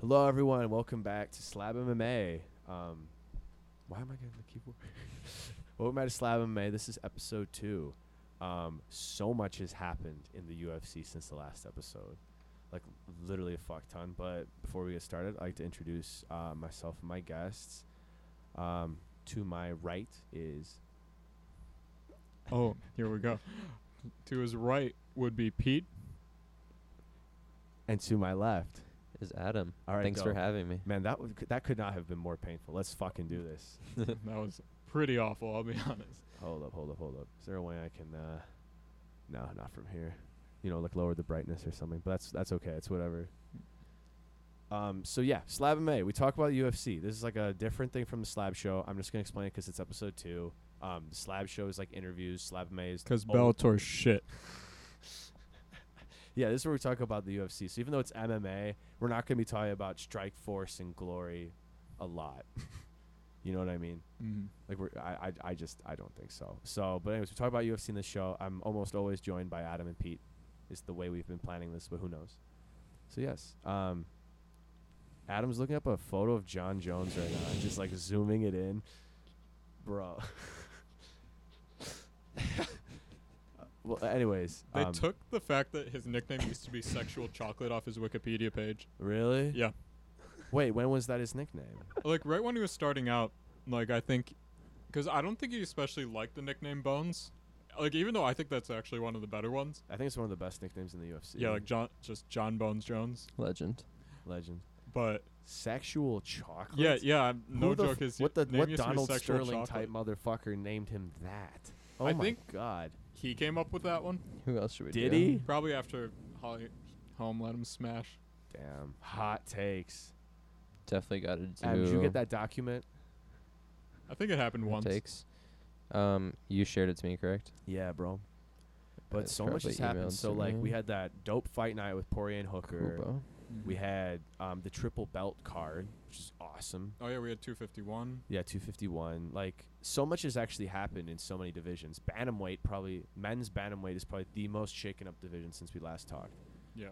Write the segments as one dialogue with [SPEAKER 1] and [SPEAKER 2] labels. [SPEAKER 1] Hello, everyone. Welcome back to Slab MMA. Um, why am I getting the keyboard? Welcome back to Slab MMA. This is episode two. Um, so much has happened in the UFC since the last episode, like literally a fuck ton. But before we get started, I'd like to introduce uh, myself and my guests. Um, to my right is
[SPEAKER 2] Oh, here we go. To his right would be Pete.
[SPEAKER 1] and to my left.
[SPEAKER 3] is Adam.
[SPEAKER 1] All right,
[SPEAKER 3] Thanks for
[SPEAKER 1] dope.
[SPEAKER 3] having me.
[SPEAKER 1] Man, that would that could not have been more painful. Let's fucking do this.
[SPEAKER 2] that was pretty awful, I'll be honest.
[SPEAKER 1] Hold up, hold up, hold up. Is there a way I can? uh No, not from here. You know, like lower the brightness or something. But that's that's okay. It's whatever. Um. So yeah, Slab MMA. We talk about UFC. This is like a different thing from the Slab Show. I'm just gonna explain it because it's episode two. Um, the Slab Show is like interviews. Slab MMA is
[SPEAKER 2] Because
[SPEAKER 1] Oh.
[SPEAKER 2] Bellator's shit.
[SPEAKER 1] Yeah, this is where we talk about the UFC. So even though it's MMA, we're not gonna be talking about Strike Force and Glory a lot. you know what I mean?
[SPEAKER 2] Mm.
[SPEAKER 1] Like we're I, I I just I don't think so. So but anyways, we talk about UFC in this show. I'm almost always joined by Adam and Pete. It's the way we've been planning this, but who knows? So yes. Um Adam's looking up a photo of John Jones right now, and just like zooming it in. Bro. well anyways.
[SPEAKER 2] They
[SPEAKER 1] um,
[SPEAKER 2] took the fact that his nickname used to be Sexual Chocolate off his Wikipedia page.
[SPEAKER 1] Really?
[SPEAKER 2] Yeah.
[SPEAKER 1] Wait, when was that his nickname?
[SPEAKER 2] Like, right when he was starting out, like, I think. Because I don't think he especially liked the nickname Bones. Like, even though I think that's actually one of the better ones.
[SPEAKER 1] I think it's one of the best nicknames in the UFC.
[SPEAKER 2] Yeah, like, John, just John Bones Jones.
[SPEAKER 3] Legend.
[SPEAKER 1] legend.
[SPEAKER 2] But,
[SPEAKER 1] Sexual chocolate.
[SPEAKER 2] yeah, yeah, I'm-
[SPEAKER 1] Who
[SPEAKER 2] no
[SPEAKER 1] the
[SPEAKER 2] joke.
[SPEAKER 1] f-
[SPEAKER 2] his
[SPEAKER 1] what the
[SPEAKER 2] name
[SPEAKER 1] what
[SPEAKER 2] used to be
[SPEAKER 1] Donald
[SPEAKER 2] Sexual
[SPEAKER 1] Sterling
[SPEAKER 2] Chocolate.
[SPEAKER 1] type motherfucker named him that? Oh
[SPEAKER 2] I
[SPEAKER 1] my
[SPEAKER 2] think-
[SPEAKER 1] god!
[SPEAKER 2] He came up with that one.
[SPEAKER 3] Who else should we
[SPEAKER 1] Did
[SPEAKER 3] do?
[SPEAKER 1] he?
[SPEAKER 2] Probably after Holly Home let him smash.
[SPEAKER 1] Damn, hot takes.
[SPEAKER 3] Definitely got to do.
[SPEAKER 1] Adam, did you get that document?
[SPEAKER 2] I think it happened once.
[SPEAKER 3] Takes. Um, you shared it to me, correct?
[SPEAKER 1] Yeah, bro. But
[SPEAKER 3] It's
[SPEAKER 1] so much
[SPEAKER 3] probably
[SPEAKER 1] has happened.
[SPEAKER 3] emailed
[SPEAKER 1] So
[SPEAKER 3] to
[SPEAKER 1] like we
[SPEAKER 3] me.
[SPEAKER 1] had that dope fight night with Poirier and Hooker.
[SPEAKER 3] Kubo.
[SPEAKER 2] Mhm.
[SPEAKER 1] We had um, the triple belt card, which is awesome.
[SPEAKER 2] Oh yeah, we had 251.
[SPEAKER 1] Yeah, 251. Like so much has actually happened in so many divisions. Bantamweight probably men's bantamweight is probably the most shaken up division since we last talked.
[SPEAKER 2] Yeah.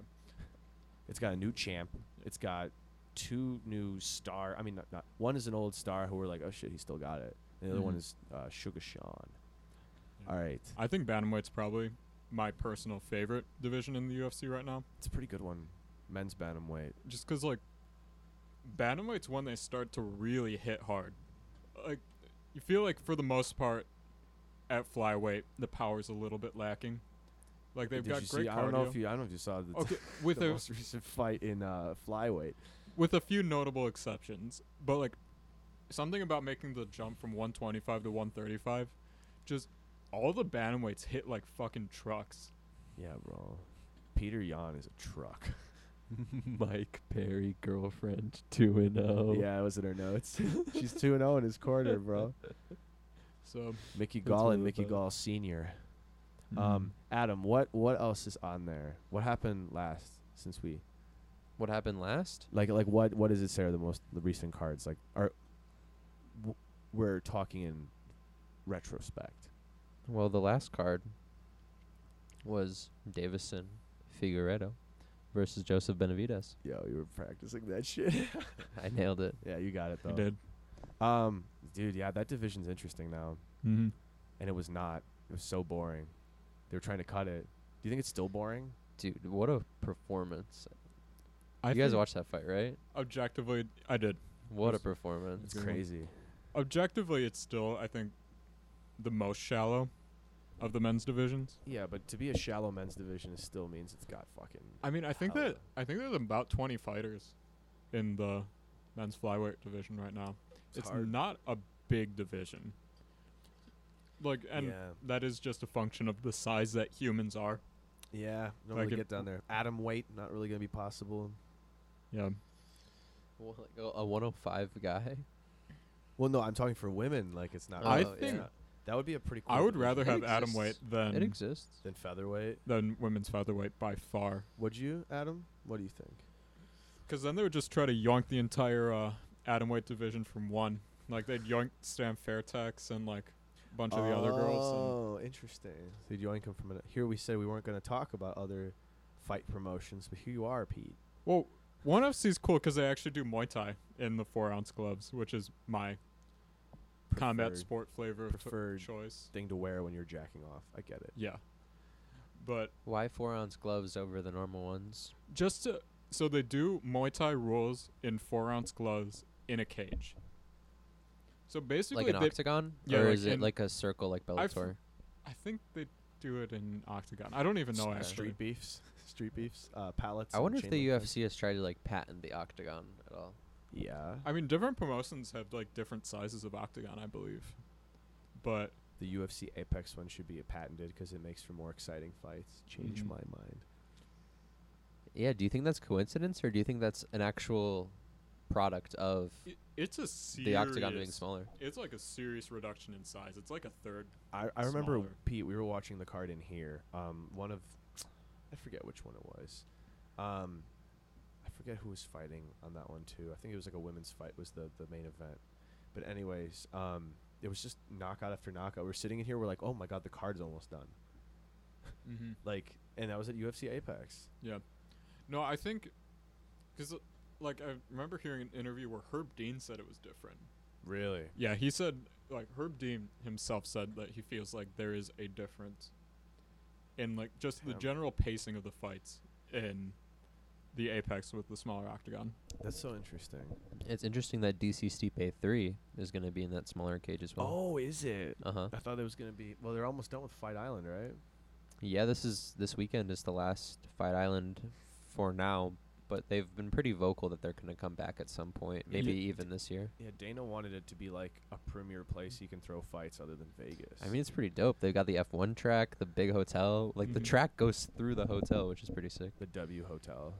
[SPEAKER 1] It's got a new champ. It's got two new star. I mean, not, not one is an old star who were like, oh shit, he still got it. And the other one
[SPEAKER 3] Mhm.
[SPEAKER 1] is uh, Sugar Sean.
[SPEAKER 2] Mm-hmm. Yeah.
[SPEAKER 1] All right,
[SPEAKER 2] I think bantamweight's probably my personal favorite division in the UFC right now,
[SPEAKER 1] it's a pretty good one. Men's bantamweight.
[SPEAKER 2] just 'cause like bantamweight's when they start to really hit hard. Like you feel like for the most part at flyweight the power's a little bit lacking. Like they've
[SPEAKER 1] Did
[SPEAKER 2] got
[SPEAKER 1] you
[SPEAKER 2] great
[SPEAKER 1] see,
[SPEAKER 2] cardio.
[SPEAKER 1] I don't know if you. I don't know if you saw the,
[SPEAKER 2] okay,
[SPEAKER 1] the
[SPEAKER 2] with a
[SPEAKER 1] most recent fight in uh, flyweight.
[SPEAKER 2] with a few notable exceptions, but like something about making the jump from 125 to 135, just all the bantamweights hit like fucking trucks.
[SPEAKER 1] Yeah, bro. Peter Yan is a truck.
[SPEAKER 3] Mike Perry girlfriend two and
[SPEAKER 2] Oh.
[SPEAKER 4] oh.
[SPEAKER 3] zero.
[SPEAKER 1] Yeah, it was in her notes. She's 2 0 in his corner, bro.
[SPEAKER 2] So
[SPEAKER 1] Mickey
[SPEAKER 3] That's
[SPEAKER 1] Gall
[SPEAKER 3] what
[SPEAKER 1] and
[SPEAKER 3] it
[SPEAKER 1] Mickey
[SPEAKER 3] was.
[SPEAKER 1] Gall Senior.
[SPEAKER 4] Mm.
[SPEAKER 2] Mm-hmm.
[SPEAKER 1] Um, Adam, what what else is on there? What happened last since we
[SPEAKER 3] What happened last?
[SPEAKER 1] like like what what is it? Sarah the most the recent cards like are w- we're talking in retrospect.
[SPEAKER 3] Well, the last card was Davison Figueredo versus Joseph Benavides.
[SPEAKER 1] Yo, you were practicing that shit.
[SPEAKER 3] I nailed it.
[SPEAKER 1] yeah, you got it though.
[SPEAKER 2] I did.
[SPEAKER 1] Um, dude, yeah, that division's interesting now,
[SPEAKER 2] Mm-hmm.
[SPEAKER 1] and it was not. It was so boring. They were trying to cut it. Do you think it's still boring?
[SPEAKER 3] Dude, what a performance!
[SPEAKER 2] I
[SPEAKER 3] you guys
[SPEAKER 2] think
[SPEAKER 3] watched that fight, right?
[SPEAKER 2] objectively. I did.
[SPEAKER 3] What a
[SPEAKER 2] Yes.
[SPEAKER 3] performance!
[SPEAKER 1] It's
[SPEAKER 2] Good one.
[SPEAKER 1] crazy.
[SPEAKER 2] Objectively, it's still I think the most shallow of the men's divisions.
[SPEAKER 1] Yeah, but to be a shallow men's division is still means it's got fucking.
[SPEAKER 2] I mean, I think
[SPEAKER 1] Hell
[SPEAKER 2] that
[SPEAKER 1] yeah.
[SPEAKER 2] I think there's about 20 fighters in the men's flyweight division right now. It's,
[SPEAKER 1] hard.
[SPEAKER 2] not a big division. Like and
[SPEAKER 1] yeah.
[SPEAKER 2] that is just a function of the size that humans are.
[SPEAKER 1] Yeah, don't
[SPEAKER 2] Like
[SPEAKER 1] really get
[SPEAKER 2] if-
[SPEAKER 1] down there. Adam weight, not really gonna be possible.
[SPEAKER 2] Yeah.
[SPEAKER 3] Well, like a- a 105 guy.
[SPEAKER 1] Well, no, I'm talking for women. Like it's not.
[SPEAKER 2] I
[SPEAKER 1] really- it's
[SPEAKER 2] think-
[SPEAKER 1] not- that would be a pretty. cool
[SPEAKER 2] I would
[SPEAKER 1] division.
[SPEAKER 2] rather
[SPEAKER 3] It
[SPEAKER 2] have Adam Waite
[SPEAKER 3] exists.
[SPEAKER 1] Um,
[SPEAKER 3] it
[SPEAKER 2] than
[SPEAKER 3] exists.
[SPEAKER 1] than featherweight.
[SPEAKER 2] than women's featherweight by far.
[SPEAKER 1] Would you, Adam? What do you think?
[SPEAKER 2] Because then they would just try to yoink the entire uh, Adam Waite division from one. Like they'd yoink Stan Fairtex and like a bunch of the other girls.
[SPEAKER 1] Oh, interesting. So you income from an, here. We said we weren't gonna talk about other fight promotions, but here you are, Pete.
[SPEAKER 2] And, well, One FC is cool because they actually do Muay Thai in the four ounce gloves, which is my combat
[SPEAKER 1] Preferred
[SPEAKER 2] sport flavor of to-
[SPEAKER 1] preferred-
[SPEAKER 2] choice.
[SPEAKER 1] thing to wear when you're jacking off. I get it.
[SPEAKER 2] Yeah, but
[SPEAKER 4] Why four ounce gloves over the normal ones?
[SPEAKER 2] just to so they do Muay Thai rules in four ounce gloves in a cage. So basically,
[SPEAKER 4] Like an
[SPEAKER 2] they,
[SPEAKER 4] octagon?
[SPEAKER 2] yeah,
[SPEAKER 4] or
[SPEAKER 2] like
[SPEAKER 4] is it
[SPEAKER 2] in-
[SPEAKER 4] like a circle like
[SPEAKER 2] I've-
[SPEAKER 4] Bellator?
[SPEAKER 2] I think they do it in octagon. I don't even know
[SPEAKER 1] S-
[SPEAKER 2] actually.
[SPEAKER 1] street beefs, street beefs, uh, pallets.
[SPEAKER 4] I
[SPEAKER 1] and
[SPEAKER 4] wonder if
[SPEAKER 1] chain
[SPEAKER 4] the
[SPEAKER 1] link fence.
[SPEAKER 4] UFC has tried to like patent the octagon at all.
[SPEAKER 1] Yeah,
[SPEAKER 2] I mean, different promotions have like different sizes of octagon, I believe. But
[SPEAKER 1] the UFC Apex one should be patented because it makes for more exciting fights. Change
[SPEAKER 2] Mhm.
[SPEAKER 1] my mind.
[SPEAKER 4] Yeah, do you think that's coincidence or do you think that's an actual product of
[SPEAKER 2] i it's a serious.
[SPEAKER 4] the octagon being smaller?
[SPEAKER 2] It's like a serious reduction in size. It's like a third.
[SPEAKER 1] I, I remember
[SPEAKER 2] Smaller.
[SPEAKER 1] Pete. We were watching the card in here. Um, one of I forget which one it was. Um, I forget who was fighting on that one too. I think it was like a women's fight was the the main event. But anyways, um, it was just knockout after knockout. We're sitting in here. We're like, oh my god, the card's almost done.
[SPEAKER 2] Mm-hmm.
[SPEAKER 1] Like, and that was at UFC Apex.
[SPEAKER 2] Yeah. No, I think, because like I remember hearing an interview where Herb Dean said it was different.
[SPEAKER 1] Really?
[SPEAKER 2] Yeah, he said like Herb Dean himself said that he feels like there is a difference in like just the
[SPEAKER 1] Damn.
[SPEAKER 2] general pacing of the fights in the apex with the smaller octagon.
[SPEAKER 1] That's so interesting.
[SPEAKER 4] It's interesting that DC Stipe 3 is going to be in that smaller cage as well.
[SPEAKER 1] Oh, is it?
[SPEAKER 4] Uh-huh.
[SPEAKER 1] I thought it was gonna be. Well, they're almost done with Fight Island, right?
[SPEAKER 4] Yeah, this is this weekend is the last Fight Island for now, but they've been pretty vocal that they're going to come back at some point,
[SPEAKER 1] Yeah,
[SPEAKER 4] maybe
[SPEAKER 1] d-
[SPEAKER 4] even this year.
[SPEAKER 1] Yeah, Dana wanted it to be like a premier place you can throw fights other than Vegas.
[SPEAKER 4] I mean, it's pretty dope. They've got the F1 track, the big hotel. Like
[SPEAKER 1] Mm-hmm.
[SPEAKER 4] the
[SPEAKER 2] Mhm.
[SPEAKER 4] track goes through the hotel, which is pretty sick.
[SPEAKER 1] the W Hotel.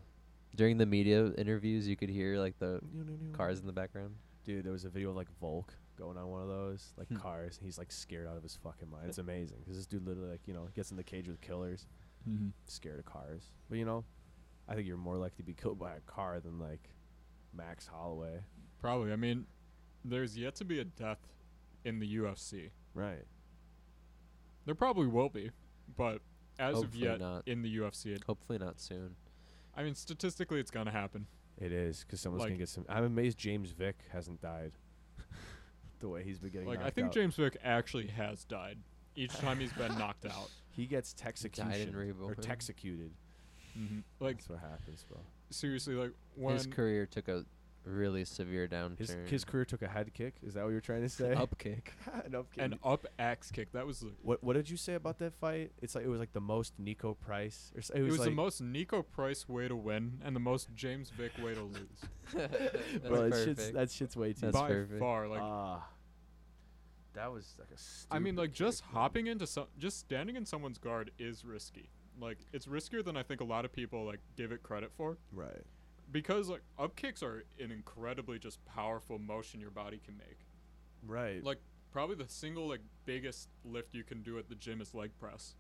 [SPEAKER 4] During the media interviews, you could hear like the cars in the background.
[SPEAKER 1] Dude, there was a video of like Volk going on one of those like
[SPEAKER 4] Hmm.
[SPEAKER 1] cars. He's like scared out of his fucking mind. It's amazing because this dude literally like you know gets in the cage with killers, scared of cars. But you know, I think you're more likely to be killed by a car than like Max Holloway.
[SPEAKER 2] Probably. I mean, there's yet to be a death in the UFC.
[SPEAKER 1] Right.
[SPEAKER 2] There probably will be, but as of
[SPEAKER 4] Hopefully
[SPEAKER 2] yet
[SPEAKER 4] not.
[SPEAKER 2] in the UFC, it,
[SPEAKER 4] Hopefully not soon.
[SPEAKER 2] I mean, statistically, it's gonna happen.
[SPEAKER 1] It is because someone's
[SPEAKER 2] Like-
[SPEAKER 1] gonna get some. I'm amazed James Vick hasn't died. the way he's been getting
[SPEAKER 2] Like I
[SPEAKER 1] knocked
[SPEAKER 2] think
[SPEAKER 1] out.
[SPEAKER 2] James Vick actually has died each time he's been knocked out.
[SPEAKER 1] he gets texecution or
[SPEAKER 4] reborn.
[SPEAKER 1] texecuted.
[SPEAKER 2] Mm-hmm. Like
[SPEAKER 1] That's what happens, bro.
[SPEAKER 2] seriously, like when
[SPEAKER 4] His career took a really severe downturn.
[SPEAKER 1] His his career took a head kick. Is that what you're trying to say?
[SPEAKER 4] up kick.
[SPEAKER 1] An up kick.
[SPEAKER 2] an up axe kick that was the-
[SPEAKER 1] What what did you say about that fight? It's like it was like the most Nico Price. Or s- it
[SPEAKER 2] it
[SPEAKER 1] was,
[SPEAKER 2] was
[SPEAKER 1] like,
[SPEAKER 2] the most Nico Price way to win and the most James Vick way to lose
[SPEAKER 4] That's
[SPEAKER 1] bro, that
[SPEAKER 4] perfect.
[SPEAKER 1] shit's, that shit's way too.
[SPEAKER 4] That's
[SPEAKER 2] by
[SPEAKER 4] perfect.
[SPEAKER 2] far. Like
[SPEAKER 1] Ah. that was like a. Stupid
[SPEAKER 2] I mean, like just
[SPEAKER 1] kick, man.
[SPEAKER 2] hopping into some, just standing in someone's guard is risky. Like it's riskier than I think a lot of people like give it credit for.
[SPEAKER 1] Right.
[SPEAKER 2] because like up kicks are an incredibly just powerful motion your body can make.
[SPEAKER 1] Right.
[SPEAKER 2] Like probably the single like biggest lift you can do at the gym is leg press,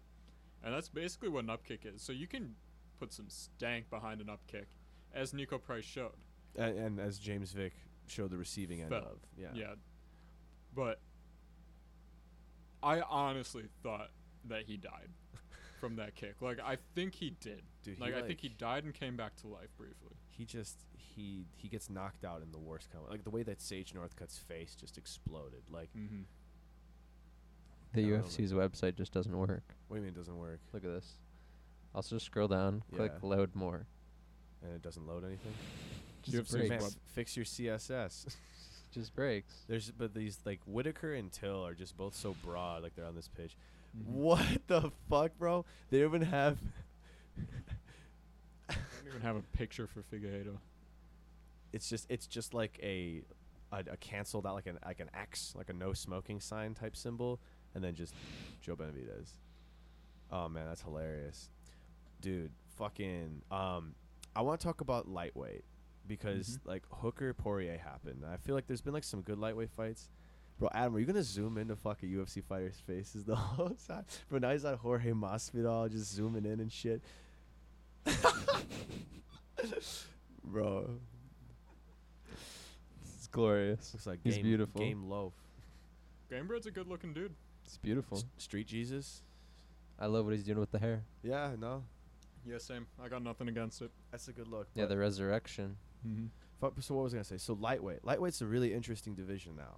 [SPEAKER 2] and that's basically what an up kick is. So you can put some stank behind an up kick, as Nico Price showed.
[SPEAKER 1] and, and as James Vick showed the receiving end
[SPEAKER 2] Felt.
[SPEAKER 1] of. Yeah.
[SPEAKER 2] Yeah. But I honestly thought that he died from that kick. Like I think he did.
[SPEAKER 1] Dude, he,
[SPEAKER 2] like, I think he
[SPEAKER 1] like-
[SPEAKER 2] died and came back to life briefly.
[SPEAKER 1] He just he he gets knocked out in the worst combo. Like the way that Sage Northcutt's face just exploded. Like
[SPEAKER 2] Mm-hmm.
[SPEAKER 4] The
[SPEAKER 1] I don't know.
[SPEAKER 4] UFC's website just doesn't work.
[SPEAKER 1] what do you mean it doesn't work?
[SPEAKER 4] Look at this. Also, just scroll down, click
[SPEAKER 1] Yeah.
[SPEAKER 4] load more.
[SPEAKER 1] And it doesn't load anything.
[SPEAKER 4] Just
[SPEAKER 2] UFC 's
[SPEAKER 4] breaks.
[SPEAKER 1] Man,
[SPEAKER 2] web-
[SPEAKER 1] s- fix your CSS.
[SPEAKER 4] Just breaks.
[SPEAKER 1] There's but these like Whitaker and Till are just both so broad, like they're on this pitch.
[SPEAKER 2] Mm-hmm.
[SPEAKER 1] What the fuck, bro? They don't even have
[SPEAKER 2] I don't even have a picture for Figueredo.
[SPEAKER 1] it's just it's just like a a, a canceled out like an like an X, like a no smoking sign type symbol, and then just Joe Benavides. Oh man, that's hilarious. Dude, fucking um I wanna talk about lightweight because
[SPEAKER 2] Mhm.
[SPEAKER 1] like Hooker Poirier happened. I feel like there's been like some good lightweight fights. Bro, Adam, are you gonna zoom into fucking UFC fighters' faces the whole time? Bro, now he's on Jorge Masvidal, just zooming in and shit. Bro,
[SPEAKER 3] It's glorious.
[SPEAKER 1] looks like
[SPEAKER 4] He's
[SPEAKER 1] game,
[SPEAKER 4] beautiful.
[SPEAKER 1] Game loaf.
[SPEAKER 2] Gambred's a good looking dude.
[SPEAKER 3] It's beautiful.
[SPEAKER 1] S- Street Jesus.
[SPEAKER 4] I love what he's doing with the hair.
[SPEAKER 1] Yeah, no.
[SPEAKER 2] Yeah, same. I got nothing against it.
[SPEAKER 1] That's a good look.
[SPEAKER 4] Yeah,
[SPEAKER 1] but-
[SPEAKER 4] the resurrection.
[SPEAKER 2] Mm-hmm.
[SPEAKER 1] Fuck, so what was I gonna say? So lightweight, lightweight's a really interesting division now,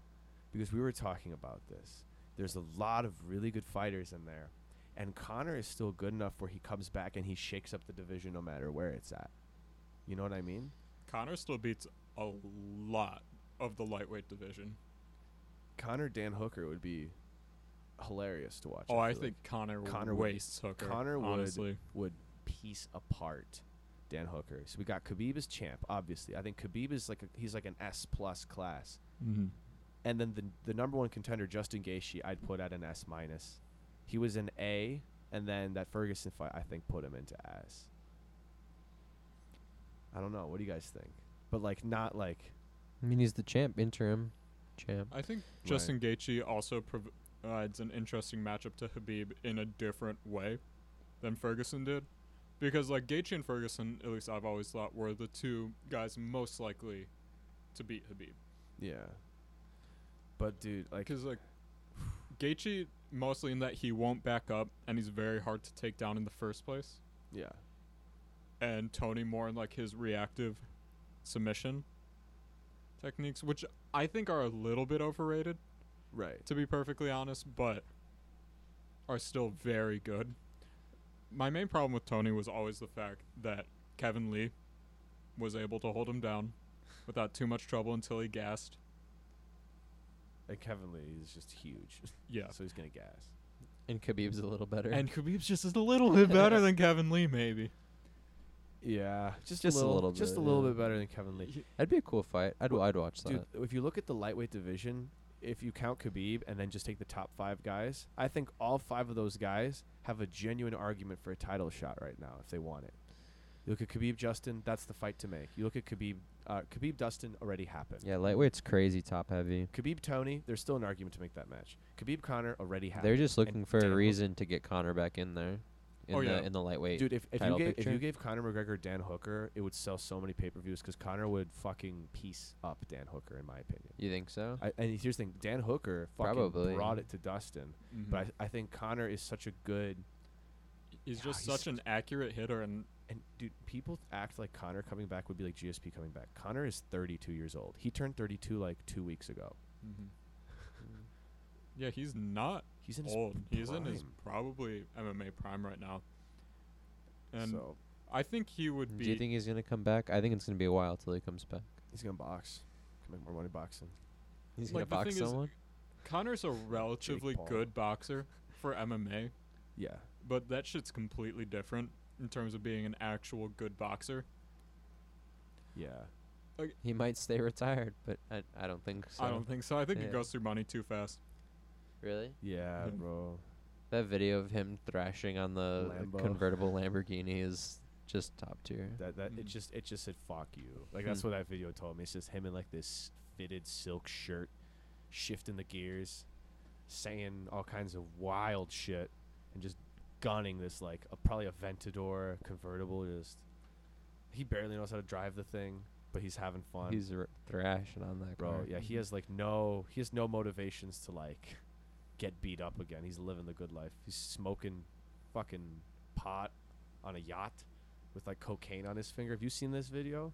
[SPEAKER 1] because we were talking about this. There's a lot of really good fighters in there, and Connor is still good enough where he comes back and he shakes up the division no matter where it's at. You know what I mean?
[SPEAKER 2] Connor still beats a lot of the lightweight division.
[SPEAKER 1] Connor Dan Hooker would be hilarious to watch.
[SPEAKER 2] Oh, I
[SPEAKER 1] feel
[SPEAKER 2] think Connor,
[SPEAKER 1] Connor
[SPEAKER 2] Connor
[SPEAKER 1] would-
[SPEAKER 2] wastes Hooker.
[SPEAKER 1] Connor would-
[SPEAKER 2] honestly.
[SPEAKER 1] like, would piece apart Dan Hooker. So we got Khabib as champ, obviously. I think Khabib is like a, he's like an S plus class.
[SPEAKER 2] Mm-hmm.
[SPEAKER 1] and then the the number one contender Justin Gaethje, I'd put at an S minus. He was an A, and then that Ferguson fight I think put him into S. I don't know. What do you guys think? But like not like
[SPEAKER 4] I mean, he's the champ, interim champ.
[SPEAKER 2] I think Justin Gaethje also prov- provides an interesting matchup to Habib in a different way than Ferguson did, because like Gaethje and Ferguson, at least I've always thought, were the two guys most likely to beat Habib.
[SPEAKER 1] yeah. But dude, like
[SPEAKER 2] Because like Gaethje, mostly in that he won't back up and he's very hard to take down in the first place,
[SPEAKER 1] yeah,
[SPEAKER 2] and Tony more in like his reactive submission techniques, which I think are a little bit overrated.
[SPEAKER 1] right.
[SPEAKER 2] to be perfectly honest, but are still very good. My main problem with Tony was always the fact that Kevin Lee was able to hold him down without too much trouble until he gassed.
[SPEAKER 1] And Kevin Lee is just huge,
[SPEAKER 2] Yeah.
[SPEAKER 1] so he's gonna gas.
[SPEAKER 4] And Khabib's a little better.
[SPEAKER 2] And Khabib's just is a little bit better than Kevin Lee, maybe.
[SPEAKER 1] Yeah, just,
[SPEAKER 4] Just
[SPEAKER 1] a
[SPEAKER 4] a
[SPEAKER 1] little,
[SPEAKER 4] little
[SPEAKER 1] just
[SPEAKER 4] bit,
[SPEAKER 1] a little
[SPEAKER 4] yeah.
[SPEAKER 1] bit better than Kevin Lee.
[SPEAKER 4] That'd be a cool fight. I'd,
[SPEAKER 1] Well,
[SPEAKER 4] I'd watch that.
[SPEAKER 1] Dude, if you look at the lightweight division, if you count Khabib and then just take the top five guys, I think all five of those guys have a genuine argument for a title shot right now if they want it. You look at Khabib Justin, that's the fight to make. You look at Khabib, uh, Khabib Dustin already happened.
[SPEAKER 4] Yeah, lightweight's crazy top heavy.
[SPEAKER 1] Khabib Tony, there's still an argument to make that match. Khabib Connor already happened.
[SPEAKER 4] They're just looking
[SPEAKER 1] And
[SPEAKER 4] for
[SPEAKER 1] Dan
[SPEAKER 4] a
[SPEAKER 1] Hooker-
[SPEAKER 4] reason to get Connor back in there. In
[SPEAKER 2] Oh,
[SPEAKER 4] the
[SPEAKER 2] yeah.
[SPEAKER 4] in the lightweight.
[SPEAKER 1] Dude, if, if you
[SPEAKER 4] title
[SPEAKER 1] gave if you
[SPEAKER 4] picture.
[SPEAKER 1] gave Conor McGregor Dan Hooker, it would sell so many pay per views because Conor would fucking piece up Dan Hooker in my opinion.
[SPEAKER 4] You think so?
[SPEAKER 1] I, and here's the thing, Dan Hooker fucking
[SPEAKER 4] Probably.
[SPEAKER 1] brought it to Dustin.
[SPEAKER 2] Mhm.
[SPEAKER 1] But I, I think Connor is such a good
[SPEAKER 2] he's
[SPEAKER 1] Yeah,
[SPEAKER 2] just
[SPEAKER 1] he's-
[SPEAKER 2] such an accurate hitter and
[SPEAKER 1] and dude. People act like Connor coming back would be like GSP coming back. Connor is 32 years old. He turned 32 like two weeks ago.
[SPEAKER 2] yeah, he's not
[SPEAKER 1] He's in his
[SPEAKER 2] old. He's in his
[SPEAKER 1] prime.
[SPEAKER 2] probably MMA prime right now. And
[SPEAKER 1] so
[SPEAKER 2] I think he would
[SPEAKER 4] Do you
[SPEAKER 2] be
[SPEAKER 4] think he's gonna come back? I think it's gonna be a while till he comes back.
[SPEAKER 1] he's gonna box, Can make more money boxing.
[SPEAKER 4] He's
[SPEAKER 2] Like, the
[SPEAKER 4] gonna box
[SPEAKER 2] thing is,
[SPEAKER 4] someone.
[SPEAKER 2] Connor's a relatively
[SPEAKER 1] Paul.
[SPEAKER 2] good boxer for MMA,
[SPEAKER 1] Yeah,
[SPEAKER 2] but that shit's completely different in terms of being an actual good boxer.
[SPEAKER 1] yeah.
[SPEAKER 4] He might stay retired, but I I don't think so.
[SPEAKER 2] I don't think so. I think
[SPEAKER 4] yeah.
[SPEAKER 2] it goes through money too fast.
[SPEAKER 4] really.
[SPEAKER 1] Yeah,
[SPEAKER 2] Mhm.
[SPEAKER 1] bro.
[SPEAKER 4] That video of him thrashing on the
[SPEAKER 1] Lambo.
[SPEAKER 4] convertible Lamborghini is just top tier.
[SPEAKER 1] That that it
[SPEAKER 2] Mhm.
[SPEAKER 1] just it just said fuck you. Like that's
[SPEAKER 4] Mm-hmm. Hmm.
[SPEAKER 1] what that video told me. It's just him in like this fitted silk shirt, shifting the gears, saying all kinds of wild shit, and just gunning this like a, probably a Ventador convertible. Just he barely knows how to drive the thing, but he's having fun.
[SPEAKER 4] He's r- thrashing on that
[SPEAKER 1] bro.
[SPEAKER 4] car.
[SPEAKER 1] Yeah, he has like no he has no motivations to like get beat up again. He's living the good life. He's smoking fucking pot on a yacht with like cocaine on his finger. Have you seen this video?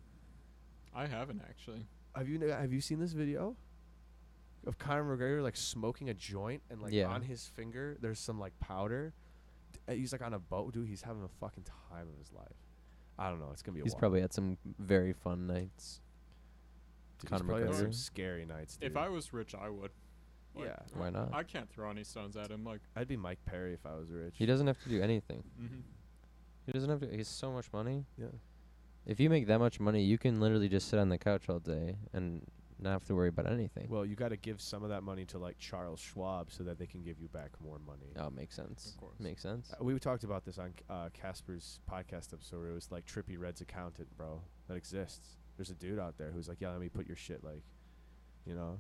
[SPEAKER 2] I haven't actually.
[SPEAKER 1] Have you have you seen this video? Of Conor McGregor like smoking a joint and like
[SPEAKER 4] Yeah.
[SPEAKER 1] on his finger there's some like powder. D- uh, He's like on a boat, dude. He's having a fucking time of his life. I don't know. It's gonna be a
[SPEAKER 4] He's
[SPEAKER 1] wild-
[SPEAKER 4] probably had some very fun nights.
[SPEAKER 1] dude,
[SPEAKER 4] Conor
[SPEAKER 1] he's probably had some
[SPEAKER 4] McGregor.
[SPEAKER 1] scary nights. Dude.
[SPEAKER 2] If I was rich, I would. Like,
[SPEAKER 1] yeah,
[SPEAKER 4] Why not?
[SPEAKER 2] I can't throw any stones at him. Like,
[SPEAKER 1] I'd be Mike Perry if I was rich.
[SPEAKER 4] He doesn't have to do anything.
[SPEAKER 2] mhm.
[SPEAKER 4] He doesn't have to. He's so much money.
[SPEAKER 1] Yeah.
[SPEAKER 4] If you make that much money, you can literally just sit on the couch all day and not have to worry about anything.
[SPEAKER 1] Well, you got to give some of that money to like Charles Schwab so that they can give you back more money.
[SPEAKER 4] oh, makes sense.
[SPEAKER 2] Of course.
[SPEAKER 4] Makes sense.
[SPEAKER 1] Uh, We talked about this on uh, Casper's podcast episode. Where it was like Trippy Red's accountant, bro. That exists. There's a dude out there who's like, yeah, let me put your shit like, you know,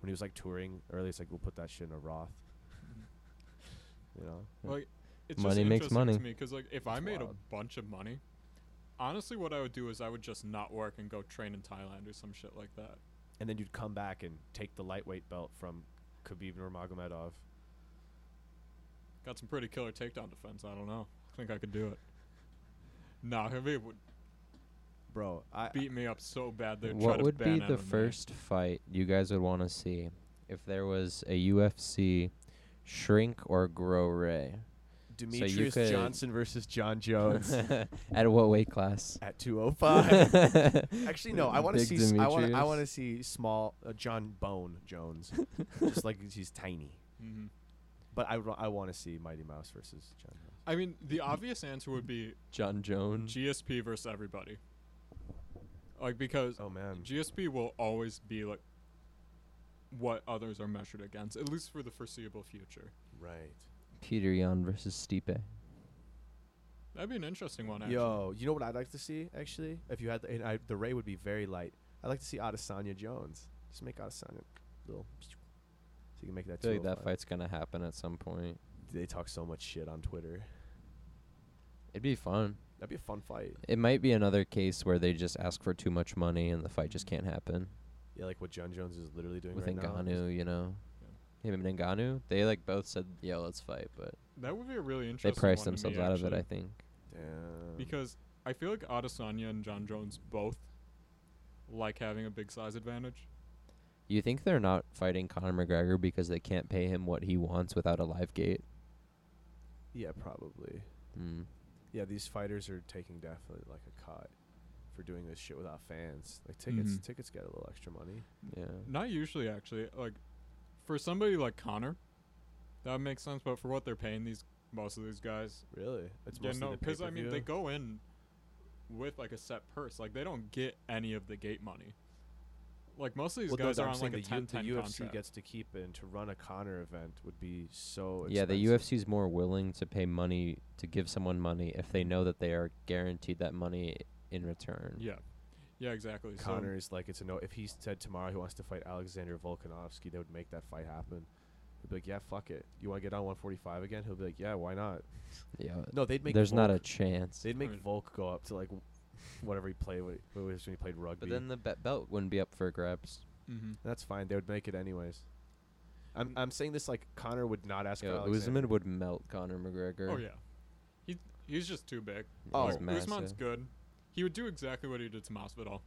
[SPEAKER 1] when he was like touring early, it's like we'll put that shit in a Roth. you know,
[SPEAKER 4] Yeah.
[SPEAKER 2] like it's
[SPEAKER 4] Money
[SPEAKER 2] just
[SPEAKER 4] makes
[SPEAKER 2] interesting
[SPEAKER 4] money.
[SPEAKER 2] to me because, like, if I
[SPEAKER 1] It's
[SPEAKER 2] made
[SPEAKER 1] wild.
[SPEAKER 2] a bunch of money, honestly, what I would do is I would just not work and go train in Thailand or some shit like that.
[SPEAKER 1] and then you'd come back and take the lightweight belt from Khabib Nurmagomedov.
[SPEAKER 2] Got some pretty killer takedown defense. I don't know. I think I could do it. Nagami would
[SPEAKER 1] bro. I
[SPEAKER 2] beat me up so bad. They'd try
[SPEAKER 4] what
[SPEAKER 2] to
[SPEAKER 4] would
[SPEAKER 2] ban
[SPEAKER 4] be the
[SPEAKER 2] MMA.
[SPEAKER 4] first fight you guys would want to see if there was a UFC shrink or grow ray?
[SPEAKER 1] Demetrius
[SPEAKER 4] could-
[SPEAKER 1] Johnson versus John
[SPEAKER 2] Oh,
[SPEAKER 1] Jones
[SPEAKER 4] At what weight class?
[SPEAKER 1] at 205. Actually, no. I want to
[SPEAKER 3] Big
[SPEAKER 1] see. s- I want. I
[SPEAKER 3] Demetrius.
[SPEAKER 1] want to see small uh, John Bone Jones, just like he's tiny.
[SPEAKER 2] Mhm.
[SPEAKER 1] But I, wa- I want to see Mighty Mouse versus John. Jones.
[SPEAKER 2] I mean, the
[SPEAKER 4] Mm-hmm.
[SPEAKER 2] obvious answer would be
[SPEAKER 3] John Jones.
[SPEAKER 2] GSP versus everybody. Like because
[SPEAKER 1] Oh man,
[SPEAKER 2] GSP will always be like what others are measured against, at least for the foreseeable future.
[SPEAKER 1] right.
[SPEAKER 4] Peter Yan versus Stipe.
[SPEAKER 2] That'd be an interesting one. Actually.
[SPEAKER 1] Yo, you know what I'd like to see actually? If you had the, and I, the Ray would be very light. I'd like to see Adesanya Jones. Just make Adesanya little. So you can make that.
[SPEAKER 4] I feel like that
[SPEAKER 1] 205.
[SPEAKER 4] fight's gonna happen at some point.
[SPEAKER 1] They talk so much shit on Twitter.
[SPEAKER 4] It'd be fun.
[SPEAKER 1] That'd be a fun fight.
[SPEAKER 4] It might be another case where they just ask for too much money and the fight just can't happen.
[SPEAKER 1] Yeah, like what John Jones is literally doing
[SPEAKER 4] With
[SPEAKER 1] right now.
[SPEAKER 4] Ngannou, you know, him and Ngannou, they like both said, "Yeah, let's fight," but
[SPEAKER 2] that would be a really
[SPEAKER 4] they
[SPEAKER 2] interesting.
[SPEAKER 4] priced
[SPEAKER 2] one to me,
[SPEAKER 4] themselves out of it.
[SPEAKER 2] actually,
[SPEAKER 4] I think.
[SPEAKER 1] Damn.
[SPEAKER 2] because I feel like Adesanya and John Jones both like having a big size advantage.
[SPEAKER 4] You think they're not fighting Conor McGregor because they can't pay him what he wants without a live gate?
[SPEAKER 1] yeah, probably.
[SPEAKER 4] Mm.
[SPEAKER 1] Yeah, these fighters are taking definitely like a cut for doing this shit without fans. Like tickets,
[SPEAKER 2] Mhm.
[SPEAKER 1] tickets get a little extra money.
[SPEAKER 4] Yeah.
[SPEAKER 2] Not usually, actually. Like for somebody like Connor, that makes sense. But for what they're paying these most of these guys,
[SPEAKER 1] Really, it's
[SPEAKER 2] yeah,
[SPEAKER 1] mostly
[SPEAKER 2] no,
[SPEAKER 1] the
[SPEAKER 2] because I mean
[SPEAKER 1] pay-per-view.
[SPEAKER 2] they go in with like a set purse. Like they don't get any of the gate money. Like most of these
[SPEAKER 1] Well, no,
[SPEAKER 2] guys
[SPEAKER 1] but
[SPEAKER 2] are
[SPEAKER 1] I'm
[SPEAKER 2] on like
[SPEAKER 1] saying
[SPEAKER 2] a
[SPEAKER 1] the, U-
[SPEAKER 2] 10
[SPEAKER 1] the UFC
[SPEAKER 2] contract.
[SPEAKER 1] gets to keep it, and to run a Connor event would be so.
[SPEAKER 4] Yeah, the
[SPEAKER 1] expensive.
[SPEAKER 4] UFC's more willing to pay money to give someone money if they know that they are guaranteed that money in return.
[SPEAKER 2] yeah, yeah, exactly.
[SPEAKER 1] Connor is like it's a no. If he said tomorrow he wants to fight Alexander Volkanovski, they would make that fight happen. They'd be like, yeah, fuck it. You want to get on 145 again? He'll be like, yeah, why not?
[SPEAKER 4] Yeah.
[SPEAKER 1] No, they'd make.
[SPEAKER 4] There's not a
[SPEAKER 1] Volk-
[SPEAKER 4] chance.
[SPEAKER 1] They'd make
[SPEAKER 2] Right.
[SPEAKER 1] Volk go up to like whatever he played. What what was when he played rugby?
[SPEAKER 4] But then the be- belt wouldn't be up for grabs.
[SPEAKER 2] So, hmm
[SPEAKER 1] That's fine. They would make it anyways.
[SPEAKER 2] Mm.
[SPEAKER 1] I'm I'm saying this like Connor would not ask.
[SPEAKER 4] Yo,
[SPEAKER 1] Kyle
[SPEAKER 4] Usman
[SPEAKER 1] Alexander.
[SPEAKER 4] would melt Conor McGregor.
[SPEAKER 2] Oh yeah, he he's just too big.
[SPEAKER 1] Oh.
[SPEAKER 4] He's
[SPEAKER 2] Like, Usman's
[SPEAKER 4] massive.
[SPEAKER 2] good. He would do exactly what he did to Masvidal.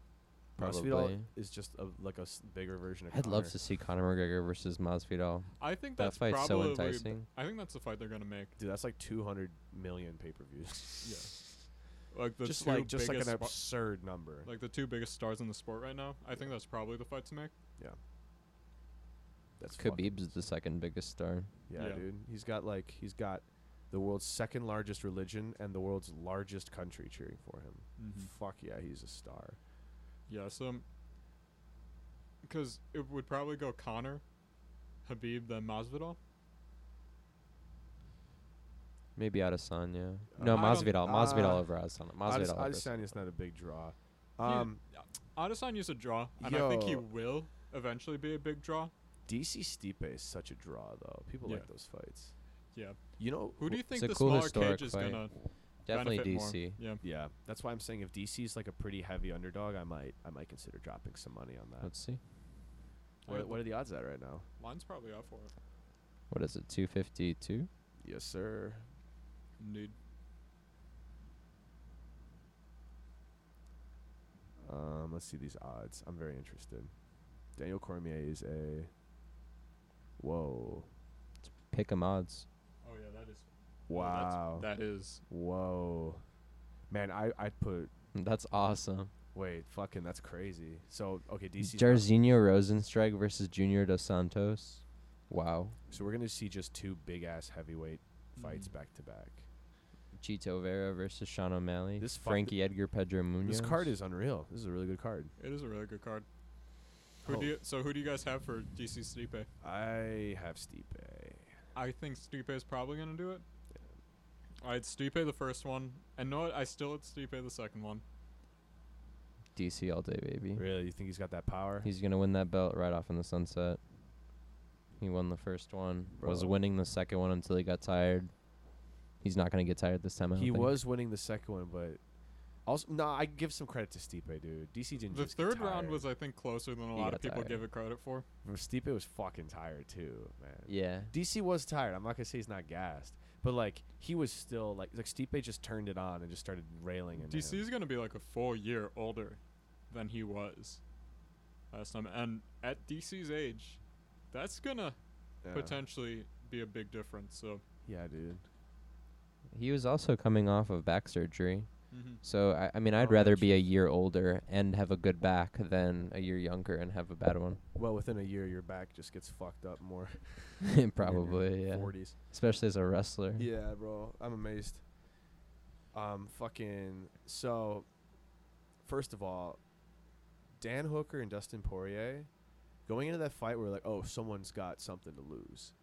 [SPEAKER 1] Masvidal
[SPEAKER 4] Probably.
[SPEAKER 1] is just a, like a s- bigger version of.
[SPEAKER 4] I'd love
[SPEAKER 1] Conor.
[SPEAKER 4] to see Conor McGregor versus Masvidal.
[SPEAKER 2] I think
[SPEAKER 4] That
[SPEAKER 2] that's
[SPEAKER 4] fight's so
[SPEAKER 2] probably.
[SPEAKER 4] enticing.
[SPEAKER 2] I think that's the fight they're gonna make.
[SPEAKER 1] Dude, that's like 200 million pay per views.
[SPEAKER 2] Yeah, like the
[SPEAKER 1] just
[SPEAKER 2] two
[SPEAKER 1] like just like an
[SPEAKER 2] biggest spo-
[SPEAKER 1] absurd number.
[SPEAKER 2] like the two biggest stars in the sport right now. I think that's probably the fight to make.
[SPEAKER 1] That's fucking-
[SPEAKER 4] Khabib's the second biggest star.
[SPEAKER 1] Yeah,
[SPEAKER 2] Yeah.
[SPEAKER 1] dude. He's got like he's got the world's second largest religion and the world's largest country cheering for him.
[SPEAKER 4] Mm-hmm.
[SPEAKER 1] Fuck yeah, he's a star.
[SPEAKER 2] Yeah, so because um, it would probably go Connor, Habib, then Masvidal.
[SPEAKER 4] Maybe Adesanya.
[SPEAKER 1] Uh,
[SPEAKER 4] no,
[SPEAKER 2] I don't-
[SPEAKER 4] Masvidal. Masvidal
[SPEAKER 1] uh,
[SPEAKER 4] over Adesanya.
[SPEAKER 1] Ades-
[SPEAKER 4] Masvidal. over
[SPEAKER 1] Adesanya's not a big draw.
[SPEAKER 2] Yeah.
[SPEAKER 1] Um,
[SPEAKER 2] Adesanya's a draw, and I think he
[SPEAKER 1] Yo.
[SPEAKER 2] will eventually be a big draw.
[SPEAKER 1] DC Stipe is such a draw though. People
[SPEAKER 2] Yeah.
[SPEAKER 1] like those fights.
[SPEAKER 2] Yeah.
[SPEAKER 1] You know
[SPEAKER 2] Who
[SPEAKER 1] wh-
[SPEAKER 2] do you think
[SPEAKER 4] a
[SPEAKER 2] the
[SPEAKER 4] cool
[SPEAKER 2] smaller
[SPEAKER 4] historic
[SPEAKER 2] cage is
[SPEAKER 4] fight.
[SPEAKER 2] gonna
[SPEAKER 4] Definitely
[SPEAKER 2] benefit more?
[SPEAKER 4] DC.
[SPEAKER 2] Yeah.
[SPEAKER 1] Yeah, that's why I'm saying if DC's like a pretty heavy underdog, I might I might consider dropping some money on that.
[SPEAKER 4] Let's see.
[SPEAKER 1] What, what are the odds at right now?
[SPEAKER 2] Line's probably out for it.
[SPEAKER 4] What is it? 252?
[SPEAKER 1] Yes, sir.
[SPEAKER 2] Indeed.
[SPEAKER 1] Um, let's see these odds. I'm very interested. Daniel Cormier is a whoa.
[SPEAKER 4] Pick 'em odds.
[SPEAKER 2] Oh yeah, that is. well, that's-
[SPEAKER 1] Wow.
[SPEAKER 2] that is.
[SPEAKER 1] Whoa. Man, I I'd put
[SPEAKER 4] That's awesome.
[SPEAKER 1] wait, fucking that's crazy. So okay, DC
[SPEAKER 4] Jarzinho Rosenstrike versus Junior Dos Santos. Wow.
[SPEAKER 1] So we're gonna see just two big ass heavyweight fights
[SPEAKER 2] Mhm.
[SPEAKER 1] back to back.
[SPEAKER 4] Chito Vera versus Sean O'Malley.
[SPEAKER 1] This fuck-
[SPEAKER 4] Frankie Edgar Pedro Munoz.
[SPEAKER 1] This card is unreal. This is a really good card.
[SPEAKER 2] It is a really good card. Who
[SPEAKER 1] Oh.
[SPEAKER 2] do you, so who do you guys have for DC Stipe?
[SPEAKER 1] I have Stipe.
[SPEAKER 2] I think Stipe is probably gonna do it. I had Stipe the first one, and no, I still had Stipe the second one.
[SPEAKER 4] DC all day, baby.
[SPEAKER 1] Really, you think he's got that power?
[SPEAKER 4] He's gonna win that belt right off in the sunset. He won the first one. Was
[SPEAKER 1] Bro.
[SPEAKER 4] winning the second one until he got tired. He's not gonna get tired this time. I don't
[SPEAKER 1] he
[SPEAKER 4] think.
[SPEAKER 1] was winning the second one, but also no, I give some credit to Stipe, dude. DC didn't.
[SPEAKER 2] The
[SPEAKER 1] just get
[SPEAKER 2] third round
[SPEAKER 1] tired.
[SPEAKER 2] was, I think, closer than a
[SPEAKER 4] He
[SPEAKER 2] lot
[SPEAKER 4] got
[SPEAKER 2] of people
[SPEAKER 4] tired.
[SPEAKER 2] give it credit for.
[SPEAKER 1] Stipe was fucking tired too, man.
[SPEAKER 4] Yeah.
[SPEAKER 1] DC was tired. I'm not gonna say he's not gassed, But like he was still like like Stipe just turned it on and just started railing into him.
[SPEAKER 2] DC's gonna be like a full year older than he was last time, and at DC's age, that's gonna
[SPEAKER 1] Yeah.
[SPEAKER 2] potentially be a big difference. So,
[SPEAKER 1] Yeah, dude.
[SPEAKER 4] He was also coming off of back surgery.
[SPEAKER 2] mhm.
[SPEAKER 4] So I, I mean, I'd
[SPEAKER 1] Oh,
[SPEAKER 4] rather
[SPEAKER 1] that's
[SPEAKER 4] be a year older and have a good back than a year younger and have a bad one.
[SPEAKER 1] Well, within a year, your back just gets fucked up more.
[SPEAKER 4] Probably, yeah.
[SPEAKER 1] Forties.
[SPEAKER 4] Especially as a wrestler.
[SPEAKER 1] Yeah, bro. I'm amazed. Um, fucking. So, first of all, Dan Hooker and Dustin Poirier, going into that fight, we are like, oh, someone's got something to lose.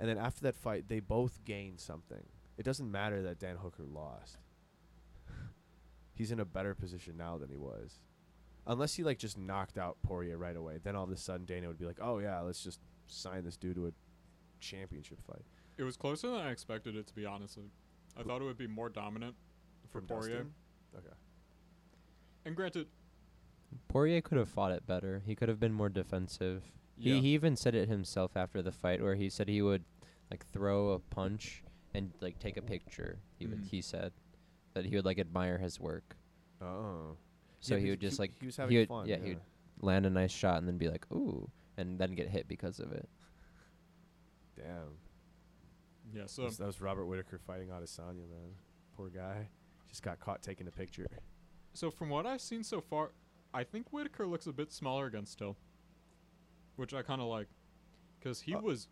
[SPEAKER 1] And then after that fight, they both gained something. It doesn't matter that Dan Hooker lost. He's in a better position now than he was. Unless he like just knocked out Poirier right away, then all of a sudden Dana would be like, "Oh yeah, let's just sign this dude to a championship fight."
[SPEAKER 2] it was closer than I expected it to be. Honestly, I thought it would be more dominant for
[SPEAKER 1] From
[SPEAKER 2] Poirier.
[SPEAKER 1] Dustin? Okay.
[SPEAKER 2] And granted,
[SPEAKER 4] Poirier could have fought it better. He could have been more defensive.
[SPEAKER 2] yeah,
[SPEAKER 4] He he even said it himself after the fight, where he said he would like throw a punch and like take a picture. He would
[SPEAKER 2] Mhm.
[SPEAKER 4] he said that he would like admire his work.
[SPEAKER 1] Oh.
[SPEAKER 4] So
[SPEAKER 1] Yeah,
[SPEAKER 4] he
[SPEAKER 1] because
[SPEAKER 4] would just like
[SPEAKER 1] he was having
[SPEAKER 4] would-
[SPEAKER 1] fun.
[SPEAKER 4] Yeah, he would land a nice shot and then be like ooh, and then get hit because of it.
[SPEAKER 1] Damn.
[SPEAKER 2] yeah. So
[SPEAKER 1] That's- that was Robert Whitaker fighting Adesanya, man. Poor guy. Just got caught taking a picture.
[SPEAKER 2] So from what I've seen so far, I think Whitaker looks a bit smaller again still, which I kind of like, because he
[SPEAKER 1] Uh,
[SPEAKER 2] was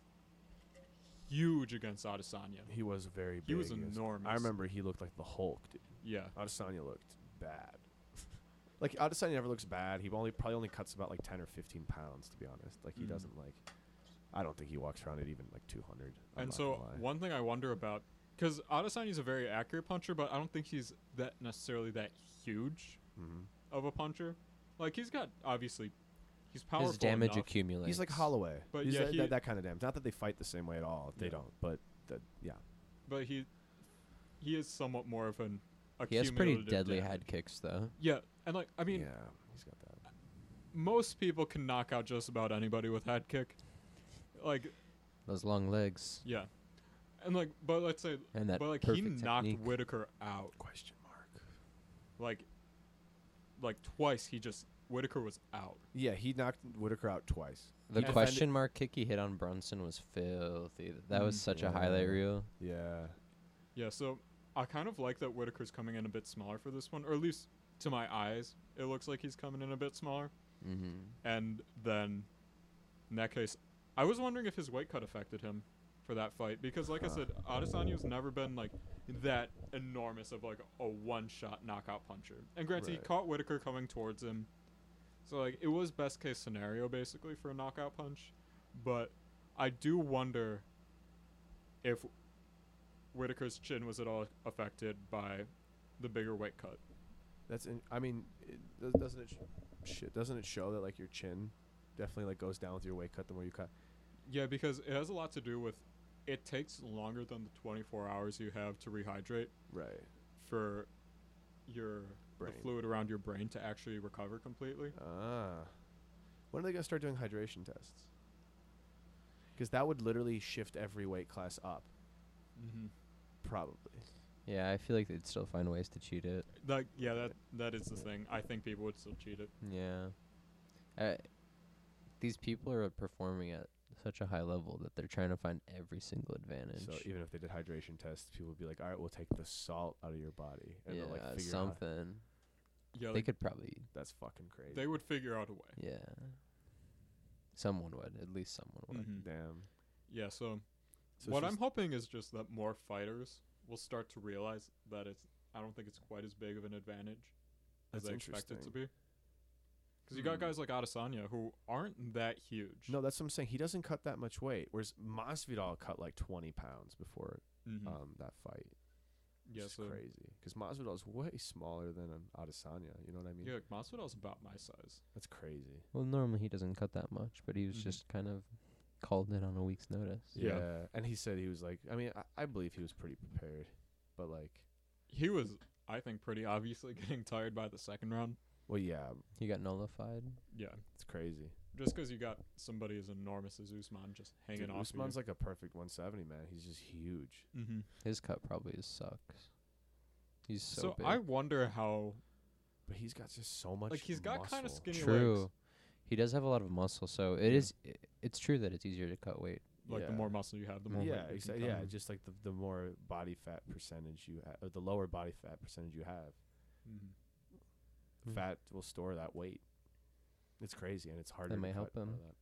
[SPEAKER 2] huge against Adesanya.
[SPEAKER 1] He was very big.
[SPEAKER 2] He was
[SPEAKER 1] against-
[SPEAKER 2] enormous.
[SPEAKER 1] I remember he looked like the Hulk, dude.
[SPEAKER 2] Yeah,
[SPEAKER 1] Adesanya looked bad. like Adesanya never looks bad. He only probably only cuts about like 10 or 15 pounds to be honest. Like he
[SPEAKER 2] Mhm.
[SPEAKER 1] doesn't like I don't think he walks around at even like 200. I'm
[SPEAKER 2] and
[SPEAKER 1] not gonna
[SPEAKER 2] so
[SPEAKER 1] lie.
[SPEAKER 2] one thing I wonder about, because Adesanya's a very accurate puncher, but I don't think he's that necessarily that huge
[SPEAKER 1] Mhm.
[SPEAKER 2] of a puncher. Like he's got obviously, he's powerful.
[SPEAKER 4] His damage
[SPEAKER 2] enough.
[SPEAKER 4] accumulates.
[SPEAKER 1] he's like Holloway.
[SPEAKER 2] But
[SPEAKER 1] he's
[SPEAKER 2] yeah,
[SPEAKER 1] that,
[SPEAKER 2] he-
[SPEAKER 1] that, that kind of damage. Not that they fight the same way at all. They
[SPEAKER 2] Yeah.
[SPEAKER 1] don't. But that yeah.
[SPEAKER 2] but he he is somewhat more of an.
[SPEAKER 4] He has pretty
[SPEAKER 2] accumulative
[SPEAKER 4] deadly
[SPEAKER 2] damage.
[SPEAKER 4] head kicks though.
[SPEAKER 2] Yeah, and like I mean,
[SPEAKER 1] yeah, he's got that.
[SPEAKER 2] most people can knock out just about anybody with head kick. Like,
[SPEAKER 4] Those long legs
[SPEAKER 2] yeah. And like but let's say
[SPEAKER 4] and that
[SPEAKER 2] but like he
[SPEAKER 4] perfect
[SPEAKER 2] knocked
[SPEAKER 4] technique.
[SPEAKER 2] Whitaker out.
[SPEAKER 1] Question mark.
[SPEAKER 2] Like like twice he just Whitaker was out.
[SPEAKER 1] Yeah, he knocked Whitaker out twice.
[SPEAKER 4] the
[SPEAKER 2] he defended-
[SPEAKER 4] question mark kick he hit on Brunson was filthy. That was
[SPEAKER 2] Mm.
[SPEAKER 4] such a
[SPEAKER 1] Yeah.
[SPEAKER 4] highlight reel.
[SPEAKER 1] Yeah.
[SPEAKER 2] Yeah, so I kind of like that Whitaker's coming in a bit smaller for this one, or at least to my eyes, it looks like he's coming in a bit smaller.
[SPEAKER 4] Mm-hmm.
[SPEAKER 2] And then in that case, I was wondering if his weight cut affected him for that fight because, like I
[SPEAKER 1] Huh.
[SPEAKER 2] said, Adesanya's never been like that enormous of like a one-shot knockout puncher. And granted,
[SPEAKER 1] Right.
[SPEAKER 2] he caught Whitaker coming towards him, so like it was best-case scenario basically for a knockout punch. But I do wonder if Whitaker's chin was at all affected by the bigger weight cut.
[SPEAKER 1] That's in, I mean, it, does- doesn't it sh- shit doesn't it show that like your chin definitely like goes down with your weight cut the more you cut.
[SPEAKER 2] Yeah, because it has a lot to do with it takes longer than the 24 hours you have to rehydrate
[SPEAKER 1] Right.
[SPEAKER 2] for your
[SPEAKER 1] Brain.
[SPEAKER 2] the fluid around your brain to actually recover completely.
[SPEAKER 1] Ah. When are they going to start doing hydration tests? Cuz that would literally shift every weight class up
[SPEAKER 2] Mm-hmm.
[SPEAKER 1] probably.
[SPEAKER 4] Yeah, I feel like they'd still find ways to cheat it.
[SPEAKER 2] Like yeah, that that is the thing. I think people would still cheat it.
[SPEAKER 4] Yeah. Uh, these people are performing at such a high level that they're trying to find every single advantage.
[SPEAKER 1] So even if they did hydration tests, people would be like, "All right, we'll take the salt out of your body." And
[SPEAKER 4] yeah,
[SPEAKER 1] they'll like figure out
[SPEAKER 4] something.
[SPEAKER 2] Yeah,
[SPEAKER 4] they
[SPEAKER 2] like,
[SPEAKER 4] could probably.
[SPEAKER 1] that's fucking crazy.
[SPEAKER 2] they would figure out a way.
[SPEAKER 4] Yeah. Someone would. At least someone
[SPEAKER 1] Mm-hmm.
[SPEAKER 2] Mhm.
[SPEAKER 4] would.
[SPEAKER 1] Damn.
[SPEAKER 2] Yeah, so,
[SPEAKER 1] So it's
[SPEAKER 2] what I'm
[SPEAKER 1] just-
[SPEAKER 2] hoping is just that more fighters will start to realize that it's I don't think it's quite as big of an advantage as
[SPEAKER 1] That's
[SPEAKER 2] they expect it to
[SPEAKER 1] interesting.
[SPEAKER 2] be. Because you got
[SPEAKER 1] Hmm.
[SPEAKER 2] guys like Adesanya who aren't that huge.
[SPEAKER 1] No, that's what I'm saying. He doesn't cut that much weight, whereas Masvidal cut like 20 pounds before
[SPEAKER 2] Mhm.
[SPEAKER 1] um, that fight.
[SPEAKER 2] yeah,
[SPEAKER 1] It's
[SPEAKER 2] so
[SPEAKER 1] crazy because Masvidal's way smaller than an Adesanya. You know what I mean?
[SPEAKER 2] yeah, like, Masvidal's about my size.
[SPEAKER 1] That's crazy.
[SPEAKER 4] Well, normally he doesn't cut that much, but he was
[SPEAKER 1] Mm-hmm.
[SPEAKER 2] Mhm.
[SPEAKER 4] just kind of called in on a week's notice.
[SPEAKER 2] Yeah.
[SPEAKER 1] and he said he was like, I mean, I, I believe he was pretty prepared, but like,
[SPEAKER 2] He was, I think, pretty obviously getting tired by the second round.
[SPEAKER 1] Well, yeah,
[SPEAKER 4] He got nullified.
[SPEAKER 2] Yeah,
[SPEAKER 1] it's crazy.
[SPEAKER 2] just because you got somebody as enormous as Usman just hanging
[SPEAKER 1] Dude,
[SPEAKER 2] off.
[SPEAKER 1] Usman's like a perfect 170 man. He's just huge.
[SPEAKER 2] mm-hmm.
[SPEAKER 4] His cut probably is sucks. He's so,
[SPEAKER 2] So,
[SPEAKER 4] big.
[SPEAKER 2] I wonder how.
[SPEAKER 1] But he's got just so much.
[SPEAKER 2] Like he's got kind of
[SPEAKER 1] muscle.
[SPEAKER 2] skinny
[SPEAKER 4] True.
[SPEAKER 2] legs.
[SPEAKER 4] He does have a lot of muscle, so it
[SPEAKER 2] Yeah.
[SPEAKER 4] is. i It's true that it's easier to cut weight.
[SPEAKER 2] Like the
[SPEAKER 1] Yeah.
[SPEAKER 2] more muscle you have, the more.
[SPEAKER 1] yeah,
[SPEAKER 2] weight you can
[SPEAKER 1] exactly.
[SPEAKER 2] cut.
[SPEAKER 1] Yeah, just like the, the more body fat percentage you have, or the lower body fat percentage you have,
[SPEAKER 2] Mhm.
[SPEAKER 4] Mm.
[SPEAKER 1] fat will store that weight. It's crazy, and it's harder.
[SPEAKER 4] may
[SPEAKER 1] to
[SPEAKER 4] help
[SPEAKER 1] cut more
[SPEAKER 4] him.
[SPEAKER 1] of that.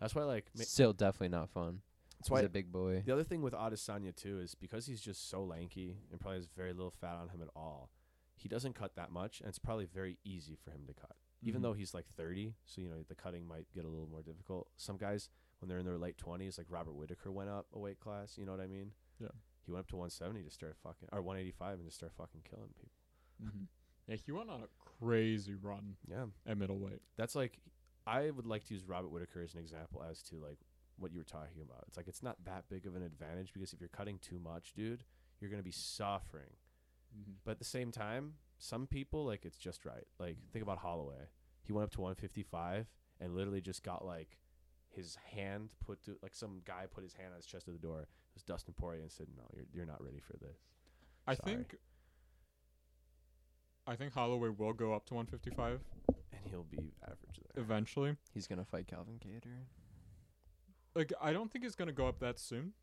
[SPEAKER 1] That's why, like, ma-
[SPEAKER 4] Still, definitely not fun.
[SPEAKER 1] that's why
[SPEAKER 4] He's a big boy.
[SPEAKER 1] The other thing with Adesanya too is because he's just so lanky and probably has very little fat on him at all. He doesn't cut that much, and it's probably very easy for him to cut. Even
[SPEAKER 4] Mm-hmm.
[SPEAKER 2] Mhm.
[SPEAKER 1] though he's like 30, so you know the cutting might get a little more difficult. Some guys, when they're in their late 20s, like Robert Whitaker went up a weight class. You know what I mean?
[SPEAKER 2] Yeah.
[SPEAKER 1] He went up to 170 to start fucking, or 185 and just start fucking killing people.
[SPEAKER 2] Mhm. Yeah, he went on a crazy run
[SPEAKER 1] Yeah.
[SPEAKER 2] at middleweight.
[SPEAKER 1] That's like, I would like to use Robert Whitaker as an example as to like what you were talking about. It's like it's not that big of an advantage because if you're cutting too much, dude, you're gonna be suffering. But at the same time, some people like it's just right. Like think about Holloway. He went up to 155 and literally just got like his hand put to like some guy put his hand on his chest at the door. It was Dustin Poirier and said, "No, you're you're not ready for this."
[SPEAKER 2] I
[SPEAKER 1] Sorry.
[SPEAKER 2] think. I think Holloway will go up to 155
[SPEAKER 1] And he'll be average there.
[SPEAKER 2] eventually.
[SPEAKER 4] He's gonna fight Calvin Cater.
[SPEAKER 2] Like I don't think he's gonna go up that soon,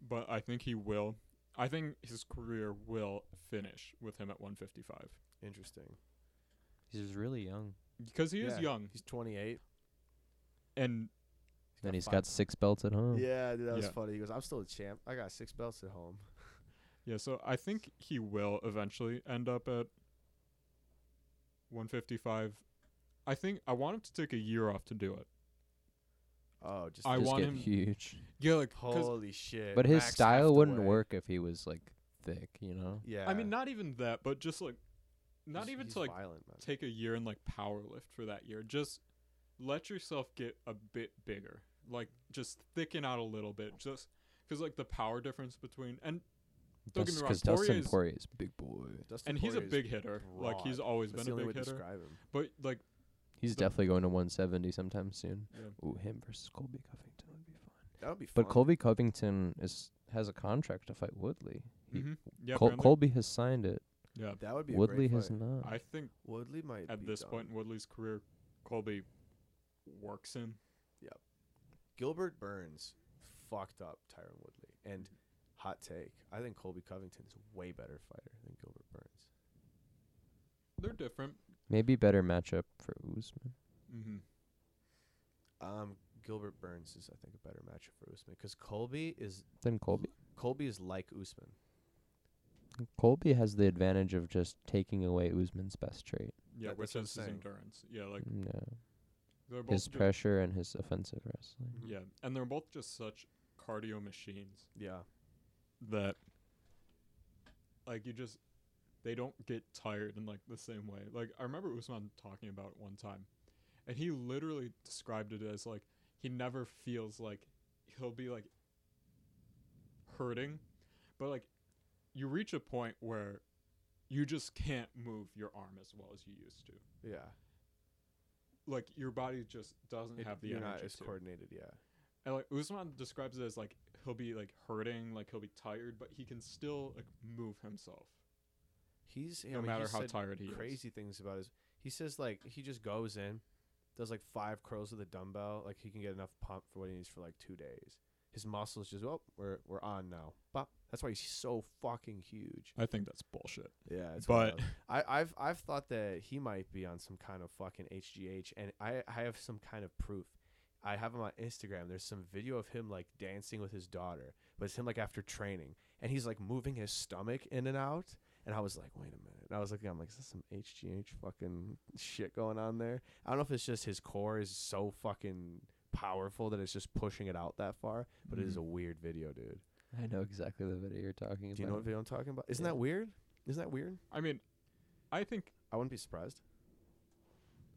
[SPEAKER 2] but I think he will. I think his career will finish with him at 155
[SPEAKER 1] Interesting.
[SPEAKER 4] He's really young.
[SPEAKER 2] because he is
[SPEAKER 1] Yeah.
[SPEAKER 2] young
[SPEAKER 1] He's 28.
[SPEAKER 2] and
[SPEAKER 4] Then he's
[SPEAKER 1] five-
[SPEAKER 4] got six belts at home.
[SPEAKER 1] Yeah, dude, that was
[SPEAKER 2] Yeah.
[SPEAKER 1] funny. He goes, "I'm still a champ. I got six belts at home."
[SPEAKER 2] yeah. So I think he will eventually end up at 155. I think I want him to take a year off to do it.
[SPEAKER 1] Oh, just
[SPEAKER 2] I
[SPEAKER 4] Just
[SPEAKER 2] want
[SPEAKER 4] get
[SPEAKER 2] him-
[SPEAKER 4] huge.
[SPEAKER 2] Yeah, like 'cause-
[SPEAKER 1] holy shit.
[SPEAKER 4] But his
[SPEAKER 1] Max
[SPEAKER 4] style wouldn't
[SPEAKER 1] Hathaway.
[SPEAKER 4] work if he was like thick, you know.
[SPEAKER 1] Yeah.
[SPEAKER 2] I mean, not even that, but just like not
[SPEAKER 1] He's-
[SPEAKER 2] even
[SPEAKER 1] he's
[SPEAKER 2] to like
[SPEAKER 1] violent, man.
[SPEAKER 2] take a year and like power lift for that year. Just let yourself get a bit bigger. Like just thicken out a little bit. Just because like the power difference between and Don't get me wrong,
[SPEAKER 4] Because Dustin
[SPEAKER 2] Poirier's-
[SPEAKER 4] Poirier is big boy.
[SPEAKER 1] Dustin
[SPEAKER 2] and he's a
[SPEAKER 1] Poirier's-
[SPEAKER 2] big hitter. Like he's
[SPEAKER 1] broad.
[SPEAKER 2] always
[SPEAKER 1] That's
[SPEAKER 2] been
[SPEAKER 1] the only
[SPEAKER 2] a big
[SPEAKER 1] way to
[SPEAKER 2] hitter.
[SPEAKER 1] describe him.
[SPEAKER 2] But like
[SPEAKER 4] He's
[SPEAKER 2] the-
[SPEAKER 4] definitely going to 170 sometime soon.
[SPEAKER 2] yeah,
[SPEAKER 4] Ooh, him versus Colby Covington would be fun.
[SPEAKER 1] That would be fun.
[SPEAKER 4] But Colby Covington is has a contract to fight Woodley. He-
[SPEAKER 1] Mm-hmm.
[SPEAKER 2] mhm. yeah,
[SPEAKER 4] Col- Oh.
[SPEAKER 2] apparently-
[SPEAKER 4] Colby has signed it.
[SPEAKER 2] yeah.
[SPEAKER 1] That would be a
[SPEAKER 4] Woodley
[SPEAKER 1] great
[SPEAKER 4] has
[SPEAKER 1] fight.
[SPEAKER 4] not.
[SPEAKER 2] I think
[SPEAKER 1] Woodley might
[SPEAKER 2] at
[SPEAKER 1] be
[SPEAKER 2] this
[SPEAKER 1] done.
[SPEAKER 2] point in Woodley's career, Colby works him.
[SPEAKER 1] Gilbert Burns fucked up Tyron Woodley. And hot take, I think Colby Covington is a way better fighter than Gilbert Burns.
[SPEAKER 2] They're different.
[SPEAKER 4] Maybe better matchup for Usman.
[SPEAKER 2] Mm-hmm.
[SPEAKER 1] Um, Gilbert Burns is, I think, a better matchup for Usman because Colby is
[SPEAKER 4] Then Colby.
[SPEAKER 1] Colby is like Usman.
[SPEAKER 4] Colby has the advantage of just taking away Usman's best trait.
[SPEAKER 2] Yeah,
[SPEAKER 1] That- that's
[SPEAKER 2] which
[SPEAKER 1] what I'm
[SPEAKER 2] is his
[SPEAKER 1] saying.
[SPEAKER 2] endurance. Yeah, like
[SPEAKER 4] no.
[SPEAKER 2] they're both
[SPEAKER 4] His
[SPEAKER 2] just-
[SPEAKER 4] pressure and his offensive wrestling.
[SPEAKER 2] Yeah, and they're both just such cardio machines.
[SPEAKER 1] Yeah.
[SPEAKER 2] that like you just they don't get tired in like the same way. Like I remember Usman talking about it one time and he literally described it as like he never feels like he'll be like hurting but like you reach a point where you just can't move your arm as well as you used to.
[SPEAKER 1] Yeah.
[SPEAKER 2] Like your body just doesn't
[SPEAKER 1] It-
[SPEAKER 2] have the
[SPEAKER 1] you're
[SPEAKER 2] energy
[SPEAKER 1] not as
[SPEAKER 2] to.
[SPEAKER 1] coordinated, yeah.
[SPEAKER 2] And like Usman describes it as like he'll be like hurting, like he'll be tired, but he can still like move himself
[SPEAKER 1] He's I
[SPEAKER 2] no
[SPEAKER 1] mean, he
[SPEAKER 2] matter how
[SPEAKER 1] said
[SPEAKER 2] tired he is.
[SPEAKER 1] crazy things about his he says like he just goes in, does like five curls with a dumbbell, like he can get enough pump for what he needs for like two days. His muscles just oh, we're we're on now. Bop. That's why he's so fucking huge.
[SPEAKER 2] I think that's bullshit.
[SPEAKER 1] Yeah, it's
[SPEAKER 2] But-
[SPEAKER 1] wild. I, I've I've thought that he might be on some kind of fucking HGH, and I I have some kind of proof. I have him on Instagram. There's some video of him like dancing with his daughter, but it's him like after training, and he's like moving his stomach in and out. And I was like, wait a minute. And I was looking, I'm like, is this some HGH fucking shit going on there? I don't know if it's just his core is so fucking powerful that it's just pushing it out that far, but it is
[SPEAKER 2] Mhm.
[SPEAKER 1] a weird video, dude.
[SPEAKER 4] I know exactly the video you're talking
[SPEAKER 1] Do you know what
[SPEAKER 4] about.
[SPEAKER 1] video I'm talking about? Isn't
[SPEAKER 4] Yeah.
[SPEAKER 1] that weird? Isn't that weird?
[SPEAKER 2] I mean, I think
[SPEAKER 1] I wouldn't be surprised.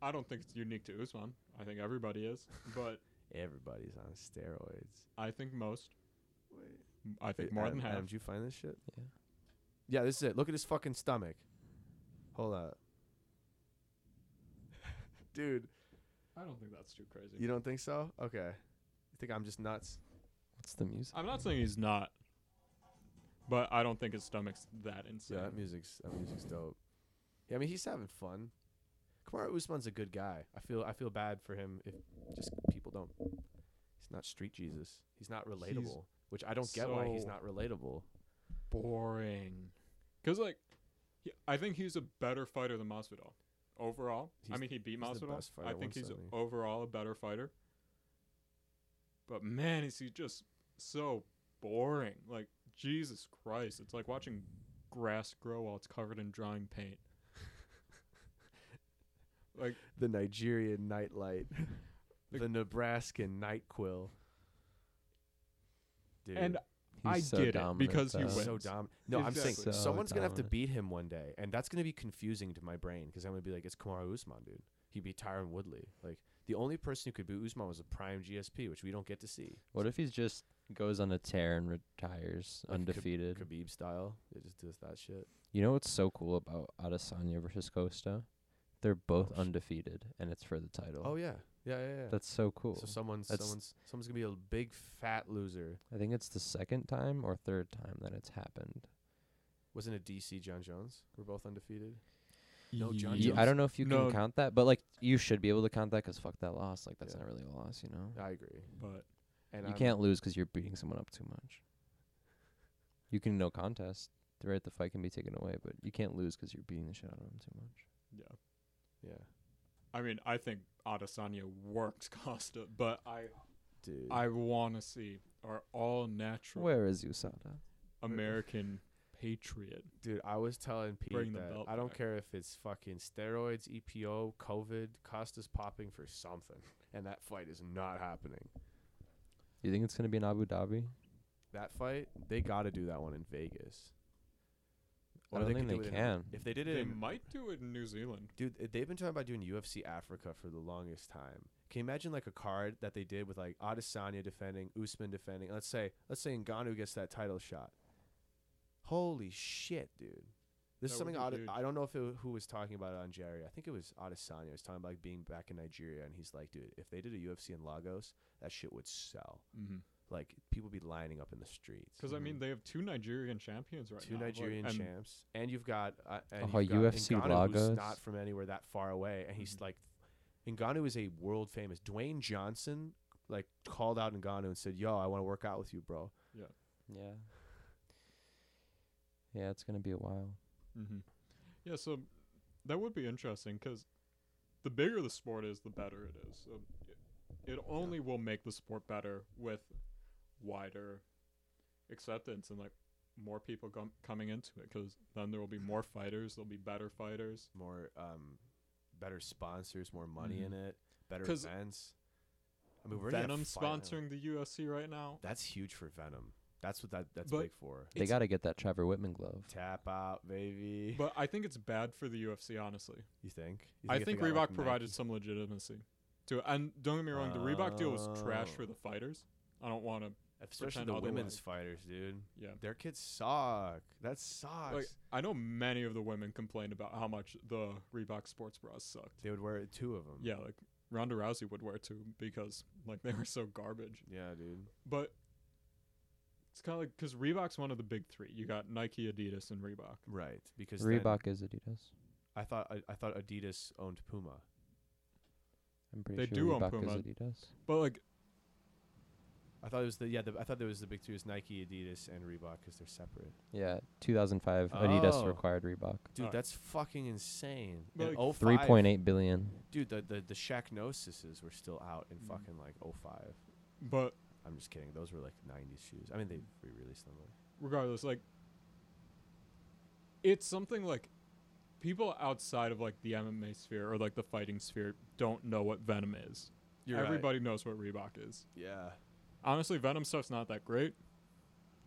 [SPEAKER 2] I don't think it's unique to Usman. I think everybody is, but
[SPEAKER 1] Everybody's on steroids.
[SPEAKER 2] I think most. I think
[SPEAKER 1] Wait,
[SPEAKER 2] more
[SPEAKER 1] Adam,
[SPEAKER 2] than half.
[SPEAKER 1] Adam, did you find this shit?
[SPEAKER 4] Yeah.
[SPEAKER 1] Yeah, this is it. Look at his fucking stomach. Hold up. dude.
[SPEAKER 2] I don't think that's too crazy.
[SPEAKER 1] You don't think so? Okay. You think I'm just nuts?
[SPEAKER 3] What's the music?
[SPEAKER 2] I'm not saying he's not, but I don't think his stomach's that insane.
[SPEAKER 1] Yeah, that music's that music's dope. Yeah, I mean he's having fun. Kamara Usman's a good guy. I feel I feel bad for him if just people don't. He's not street Jesus. He's not relatable, which I don't get why he's
[SPEAKER 2] so-
[SPEAKER 1] not relatable.
[SPEAKER 2] boring. Cause like, he, I think he's a better fighter than Masvidal overall. I
[SPEAKER 1] He's-
[SPEAKER 2] mean, he
[SPEAKER 1] he's
[SPEAKER 2] beat
[SPEAKER 1] the
[SPEAKER 2] Masvidal.
[SPEAKER 1] best fighter
[SPEAKER 2] I
[SPEAKER 1] at
[SPEAKER 2] think he's
[SPEAKER 1] 170.
[SPEAKER 2] overall a better fighter. But man, is he just so boring? Like Jesus Christ, it's like watching grass grow while it's covered in drying paint. like
[SPEAKER 1] The Nigerian nightlight, the Nebraskan nightquill. Dude,
[SPEAKER 2] and
[SPEAKER 3] He's
[SPEAKER 2] I
[SPEAKER 3] so
[SPEAKER 2] get it
[SPEAKER 3] dominant,
[SPEAKER 2] because he
[SPEAKER 3] though.
[SPEAKER 1] he's
[SPEAKER 2] wins.
[SPEAKER 1] so dominant. No, I'm saying
[SPEAKER 2] Exactly.
[SPEAKER 3] So
[SPEAKER 1] someone's gonna have to
[SPEAKER 3] dominant.
[SPEAKER 1] beat him one day, and that's gonna be confusing to my brain because I'm gonna be like, it's Kamara Usman, dude. He beat Tyron Woodley. Like the only person who could beat Usman was a prime GSP, which we don't get to see.
[SPEAKER 4] What if he's just goes on a tear and retires
[SPEAKER 1] Like Khabib-
[SPEAKER 4] undefeated?
[SPEAKER 1] Khabib style. It just does that shit.
[SPEAKER 4] You know what's so cool about Adesanya versus Costa? They're both undefeated, and it's for the title.
[SPEAKER 1] Oh yeah, yeah, yeah. yeah.
[SPEAKER 4] That's so cool.
[SPEAKER 1] So someone's
[SPEAKER 4] That's-
[SPEAKER 1] someone's someone's gonna be a big fat loser.
[SPEAKER 4] I think it's the second time or third time that it's happened.
[SPEAKER 1] Wasn't it DC John Jones? We're both undefeated. No, John
[SPEAKER 4] You- I
[SPEAKER 1] Jones-
[SPEAKER 4] don't know if you
[SPEAKER 2] No.
[SPEAKER 4] can count that, but like you should be able to count that 'cause fuck that loss. Like that's
[SPEAKER 1] Yeah.
[SPEAKER 4] not really a loss, you know.
[SPEAKER 1] I agree.
[SPEAKER 2] But
[SPEAKER 1] And
[SPEAKER 4] you
[SPEAKER 1] I'm-
[SPEAKER 4] can't lose 'cause you're beating someone up too much. You can no contest. The right the fight can be taken away, but you can't lose 'cause you're beating the shit out of them too much.
[SPEAKER 2] yeah,
[SPEAKER 1] Yeah,
[SPEAKER 2] I mean, I think Adesanya works Costa, but I
[SPEAKER 1] dude.
[SPEAKER 2] I want to see our all natural
[SPEAKER 4] Where is Usada?
[SPEAKER 2] American patriot.
[SPEAKER 1] Dude, I was telling Pete
[SPEAKER 2] Bring the
[SPEAKER 1] that
[SPEAKER 2] belt
[SPEAKER 1] I don't
[SPEAKER 2] back.
[SPEAKER 1] care if it's fucking steroids, EPO, COVID, Costa's popping for something, and that fight is not happening.
[SPEAKER 4] You think it's gonna be in Abu Dhabi?
[SPEAKER 1] That fight, they got to do that one in Vegas.
[SPEAKER 4] I
[SPEAKER 1] Or
[SPEAKER 4] don't
[SPEAKER 1] could
[SPEAKER 4] think
[SPEAKER 1] do
[SPEAKER 4] they
[SPEAKER 1] it in-
[SPEAKER 4] can.
[SPEAKER 1] If they did it,
[SPEAKER 2] They
[SPEAKER 1] in,
[SPEAKER 2] might do it in New Zealand.
[SPEAKER 1] dude, uh, they've been talking about doing UFC Africa for the longest time. Can you imagine like a card that they did with like Adesanya defending, Usman defending? Let's say, let's say Ngannou gets that title shot. Holy shit, dude! This is
[SPEAKER 2] That would
[SPEAKER 1] something
[SPEAKER 2] be
[SPEAKER 1] Ade-
[SPEAKER 2] huge.
[SPEAKER 1] I don't know if it, who was talking about it on Jerry. I think it was Adesanya. was talking about like, being back in Nigeria, and he's like, dude, if they did a UFC in Lagos, that shit would sell.
[SPEAKER 2] Mm-hmm.
[SPEAKER 1] Like people be lining up in the streets.
[SPEAKER 2] Because I mean, they have two Nigerian champions right
[SPEAKER 1] two
[SPEAKER 2] now. like,
[SPEAKER 1] Nigerian
[SPEAKER 2] and
[SPEAKER 1] champs, and you've got uh, and
[SPEAKER 4] Oh,
[SPEAKER 1] you've got
[SPEAKER 4] UFC
[SPEAKER 1] Ngannou, who's
[SPEAKER 4] Lagos.
[SPEAKER 1] not from anywhere that far away, and he's
[SPEAKER 2] Mhm.
[SPEAKER 1] like, Ngannou is a world famous. Dwayne Johnson like called out Ngannou and said, "Yo, I want to work out with you, bro."
[SPEAKER 4] Yeah. Yeah, it's gonna be a while.
[SPEAKER 2] Mhm. Yeah, so that would be interesting because the bigger the sport is, the better it is. So it, it only will make the sport better with wider acceptance and like more people com- coming into it because then there will be more fighters, there'll be better fighters.
[SPEAKER 1] More um, better sponsors, more money in it, better
[SPEAKER 2] Mm-hmm. 'Cause
[SPEAKER 1] events. I mean, we're
[SPEAKER 2] Venom sponsoring the UFC right now.
[SPEAKER 1] That's huge for Venom. That's what that that's
[SPEAKER 2] But
[SPEAKER 1] big for.
[SPEAKER 4] They
[SPEAKER 2] It's-
[SPEAKER 4] got to get that Trevor Whitman glove.
[SPEAKER 1] Tap out, baby.
[SPEAKER 2] But I think it's bad for the UFC, honestly.
[SPEAKER 1] you think? You
[SPEAKER 2] I
[SPEAKER 1] if they
[SPEAKER 2] think
[SPEAKER 1] got,
[SPEAKER 2] Reebok
[SPEAKER 1] like,
[SPEAKER 2] provided
[SPEAKER 1] Nike-
[SPEAKER 2] some legitimacy to it. And don't get me wrong, the Reebok deal was trash
[SPEAKER 1] Oh.
[SPEAKER 2] for the fighters. I don't want to.
[SPEAKER 1] especially
[SPEAKER 2] pretend
[SPEAKER 1] the
[SPEAKER 2] otherwise.
[SPEAKER 1] women's fighters, dude.
[SPEAKER 2] Yeah.
[SPEAKER 1] Their kids suck. That sucks.
[SPEAKER 2] Like, I know many of the women complained about how much the Reebok sports bras sucked.
[SPEAKER 1] they would wear it, two of them.
[SPEAKER 2] Yeah, like Ronda Rousey would wear two because like they were so garbage.
[SPEAKER 1] Yeah, dude.
[SPEAKER 2] But it's kind of like because Reebok's one of the big three. You got Nike, Adidas, and Reebok.
[SPEAKER 1] Right. Because then
[SPEAKER 4] Reebok is Adidas.
[SPEAKER 1] I thought I, I thought Adidas owned Puma.
[SPEAKER 4] I'm pretty
[SPEAKER 2] They
[SPEAKER 4] sure
[SPEAKER 2] do own
[SPEAKER 4] Reebok
[SPEAKER 2] Puma.
[SPEAKER 4] is Adidas.
[SPEAKER 2] But like,
[SPEAKER 1] I thought it was the yeah. The, I thought there was the big two is Nike, Adidas, and Reebok because they're separate.
[SPEAKER 4] Yeah, 2005 Adidas
[SPEAKER 1] Oh.
[SPEAKER 4] required Reebok.
[SPEAKER 1] Dude,
[SPEAKER 2] Alright.
[SPEAKER 1] that's fucking insane.
[SPEAKER 2] But,
[SPEAKER 1] oh
[SPEAKER 2] like,
[SPEAKER 1] five.
[SPEAKER 4] 3.8 billion.
[SPEAKER 1] Dude, the the the Shacknosises were still out in
[SPEAKER 2] Mhm.
[SPEAKER 1] fucking like oh five.
[SPEAKER 2] but
[SPEAKER 1] I'm just kidding. Those were like '90s shoes. I mean, they re-released them. Like,
[SPEAKER 2] regardless, like it's something like people outside of like the MMA sphere or like the fighting sphere don't know what Venom is. Everybody knows what Reebok is.
[SPEAKER 1] Yeah.
[SPEAKER 2] Honestly, Venom stuff's not that great.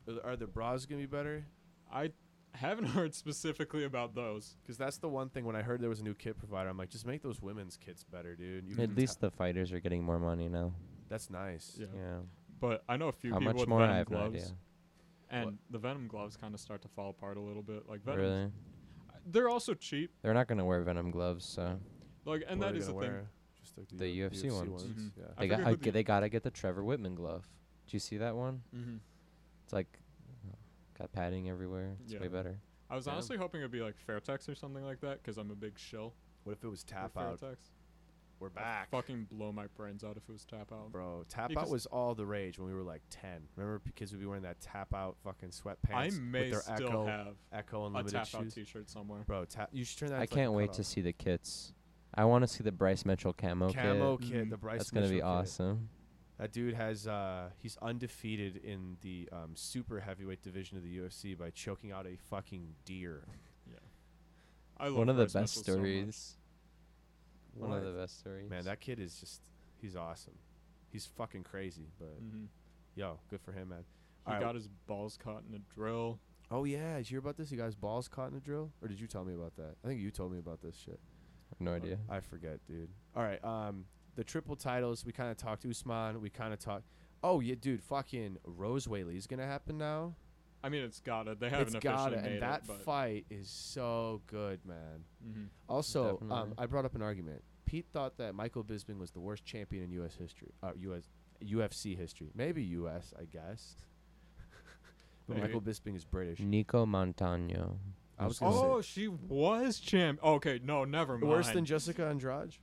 [SPEAKER 1] Are the, are the bras gonna be better?
[SPEAKER 2] I haven't heard specifically about those.
[SPEAKER 1] Because that's the one thing. When I heard there was a new kit provider, I'm like, just make those women's kits better, dude. You
[SPEAKER 4] At
[SPEAKER 1] can
[SPEAKER 4] least
[SPEAKER 1] ta-
[SPEAKER 4] the fighters are getting more money now.
[SPEAKER 1] that's nice.
[SPEAKER 2] Yeah.
[SPEAKER 4] Mm-hmm. Yeah.
[SPEAKER 2] But I know a few
[SPEAKER 4] How
[SPEAKER 2] people
[SPEAKER 4] much
[SPEAKER 2] with
[SPEAKER 4] more?
[SPEAKER 2] Venom
[SPEAKER 4] I have
[SPEAKER 2] gloves,
[SPEAKER 4] no idea.
[SPEAKER 2] and the Venom gloves kind of start to fall apart a little bit. Like Venom,
[SPEAKER 4] Really?
[SPEAKER 2] they're also cheap.
[SPEAKER 4] They're not going to wear Venom gloves, so.
[SPEAKER 2] Like, and
[SPEAKER 1] What are
[SPEAKER 2] that
[SPEAKER 1] they
[SPEAKER 2] is the
[SPEAKER 1] gonna
[SPEAKER 2] thing.
[SPEAKER 1] wear? Just like the,
[SPEAKER 4] The
[SPEAKER 1] U-
[SPEAKER 4] UFC ones.
[SPEAKER 2] Mhm.
[SPEAKER 1] Yeah.
[SPEAKER 2] I
[SPEAKER 4] They got
[SPEAKER 2] forget
[SPEAKER 4] I,
[SPEAKER 2] who the-
[SPEAKER 4] g- they gotta get the Trevor Whitman glove. Do you see that one?
[SPEAKER 2] Mm-hmm.
[SPEAKER 4] It's like got padding everywhere. It's
[SPEAKER 2] Yeah.
[SPEAKER 4] way better.
[SPEAKER 2] I was
[SPEAKER 1] Yeah.
[SPEAKER 2] honestly hoping it'd be like Fairtex or something like that because I'm a big shill
[SPEAKER 1] What if it was
[SPEAKER 2] for
[SPEAKER 1] tap out?
[SPEAKER 2] Fairtex.
[SPEAKER 1] We're
[SPEAKER 2] I'd
[SPEAKER 1] back.
[SPEAKER 2] Fucking blow my brains out if it was tap out.
[SPEAKER 1] Bro, tap out
[SPEAKER 2] Because-
[SPEAKER 1] was all the rage when we were like 10. Remember p- kids would be wearing that tap out fucking
[SPEAKER 2] I
[SPEAKER 1] sweatpants
[SPEAKER 2] may
[SPEAKER 1] with their
[SPEAKER 2] still
[SPEAKER 1] Echo
[SPEAKER 2] have
[SPEAKER 1] Echo
[SPEAKER 2] a
[SPEAKER 1] unlimited
[SPEAKER 2] tap out
[SPEAKER 1] shoes?
[SPEAKER 2] T-shirt somewhere.
[SPEAKER 1] Bro, tap you should turn that
[SPEAKER 4] I
[SPEAKER 1] into, like, a
[SPEAKER 4] can't wait
[SPEAKER 1] cutoff.
[SPEAKER 4] to see the kits. I want to see the Bryce Mitchell camo,
[SPEAKER 1] Camo
[SPEAKER 4] kit.
[SPEAKER 1] kid,
[SPEAKER 2] Mhm.
[SPEAKER 1] the Bryce
[SPEAKER 4] That's gonna be
[SPEAKER 1] Mitchell kid.
[SPEAKER 4] awesome.
[SPEAKER 1] That dude has uh he's undefeated in the um, super heavyweight division of the UFC by choking out a fucking deer.
[SPEAKER 2] Yeah. I love
[SPEAKER 4] One of the
[SPEAKER 2] Bryce
[SPEAKER 4] best
[SPEAKER 2] Mitchell so much.
[SPEAKER 4] stories. One of
[SPEAKER 1] What?
[SPEAKER 4] the best stories.
[SPEAKER 1] Man, that kid is just he's awesome. He's fucking crazy, but
[SPEAKER 2] Mhm.
[SPEAKER 1] yo, good for him, man.
[SPEAKER 2] He
[SPEAKER 1] Alright.
[SPEAKER 2] got his balls caught in a drill.
[SPEAKER 1] Oh yeah, did you hear about this? You guys balls caught in a drill? Or did you tell me about that? I think you told me about this shit.
[SPEAKER 4] I have no idea.
[SPEAKER 1] I forget, dude. All right, um the triple titles, we kind of talked Usman, we kind of talked Oh, yeah, dude, fucking Rose Whaley's going to happen now.
[SPEAKER 2] I mean, it's gotta. They haven't
[SPEAKER 1] It's
[SPEAKER 2] officially
[SPEAKER 1] got it.
[SPEAKER 2] made
[SPEAKER 1] And that
[SPEAKER 2] it, but
[SPEAKER 1] fight is so good, man.
[SPEAKER 2] Mhm.
[SPEAKER 1] Also, um,
[SPEAKER 4] Definitely.
[SPEAKER 1] I brought up an argument. Pete thought that Michael Bisping was the worst champion in U.S. history, uh, U.S. UFC history. Maybe U.S. I guess. but
[SPEAKER 2] Maybe.
[SPEAKER 1] Michael Bisping is British.
[SPEAKER 4] Nico Montano.
[SPEAKER 1] I was gonna
[SPEAKER 2] Oh, she was champ. Okay, no, never mind.
[SPEAKER 1] worse than Jessica Andrade.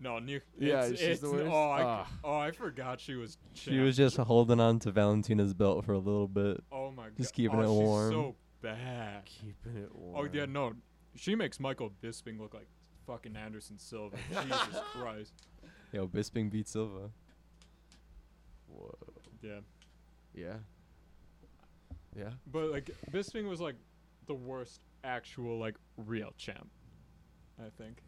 [SPEAKER 2] no, new.
[SPEAKER 1] Yeah,
[SPEAKER 2] it's,
[SPEAKER 1] she's
[SPEAKER 2] it's,
[SPEAKER 1] the worst.
[SPEAKER 2] Oh, I,
[SPEAKER 1] Ah.
[SPEAKER 2] oh, I forgot she was. Champ.
[SPEAKER 4] She was just holding on to Valentina's belt for a little bit.
[SPEAKER 2] Oh my god.
[SPEAKER 4] just keeping
[SPEAKER 2] oh,
[SPEAKER 4] it
[SPEAKER 2] she's
[SPEAKER 4] warm.
[SPEAKER 2] So bad.
[SPEAKER 1] Keeping it warm.
[SPEAKER 2] Oh yeah, no, she makes Michael Bisping look like fucking Anderson Silva. Jesus Christ.
[SPEAKER 4] Yo, Bisping beat Silva.
[SPEAKER 1] Whoa.
[SPEAKER 2] Yeah,
[SPEAKER 1] Yeah. Yeah.
[SPEAKER 2] but like Bisping was like the worst actual like real champ. I think.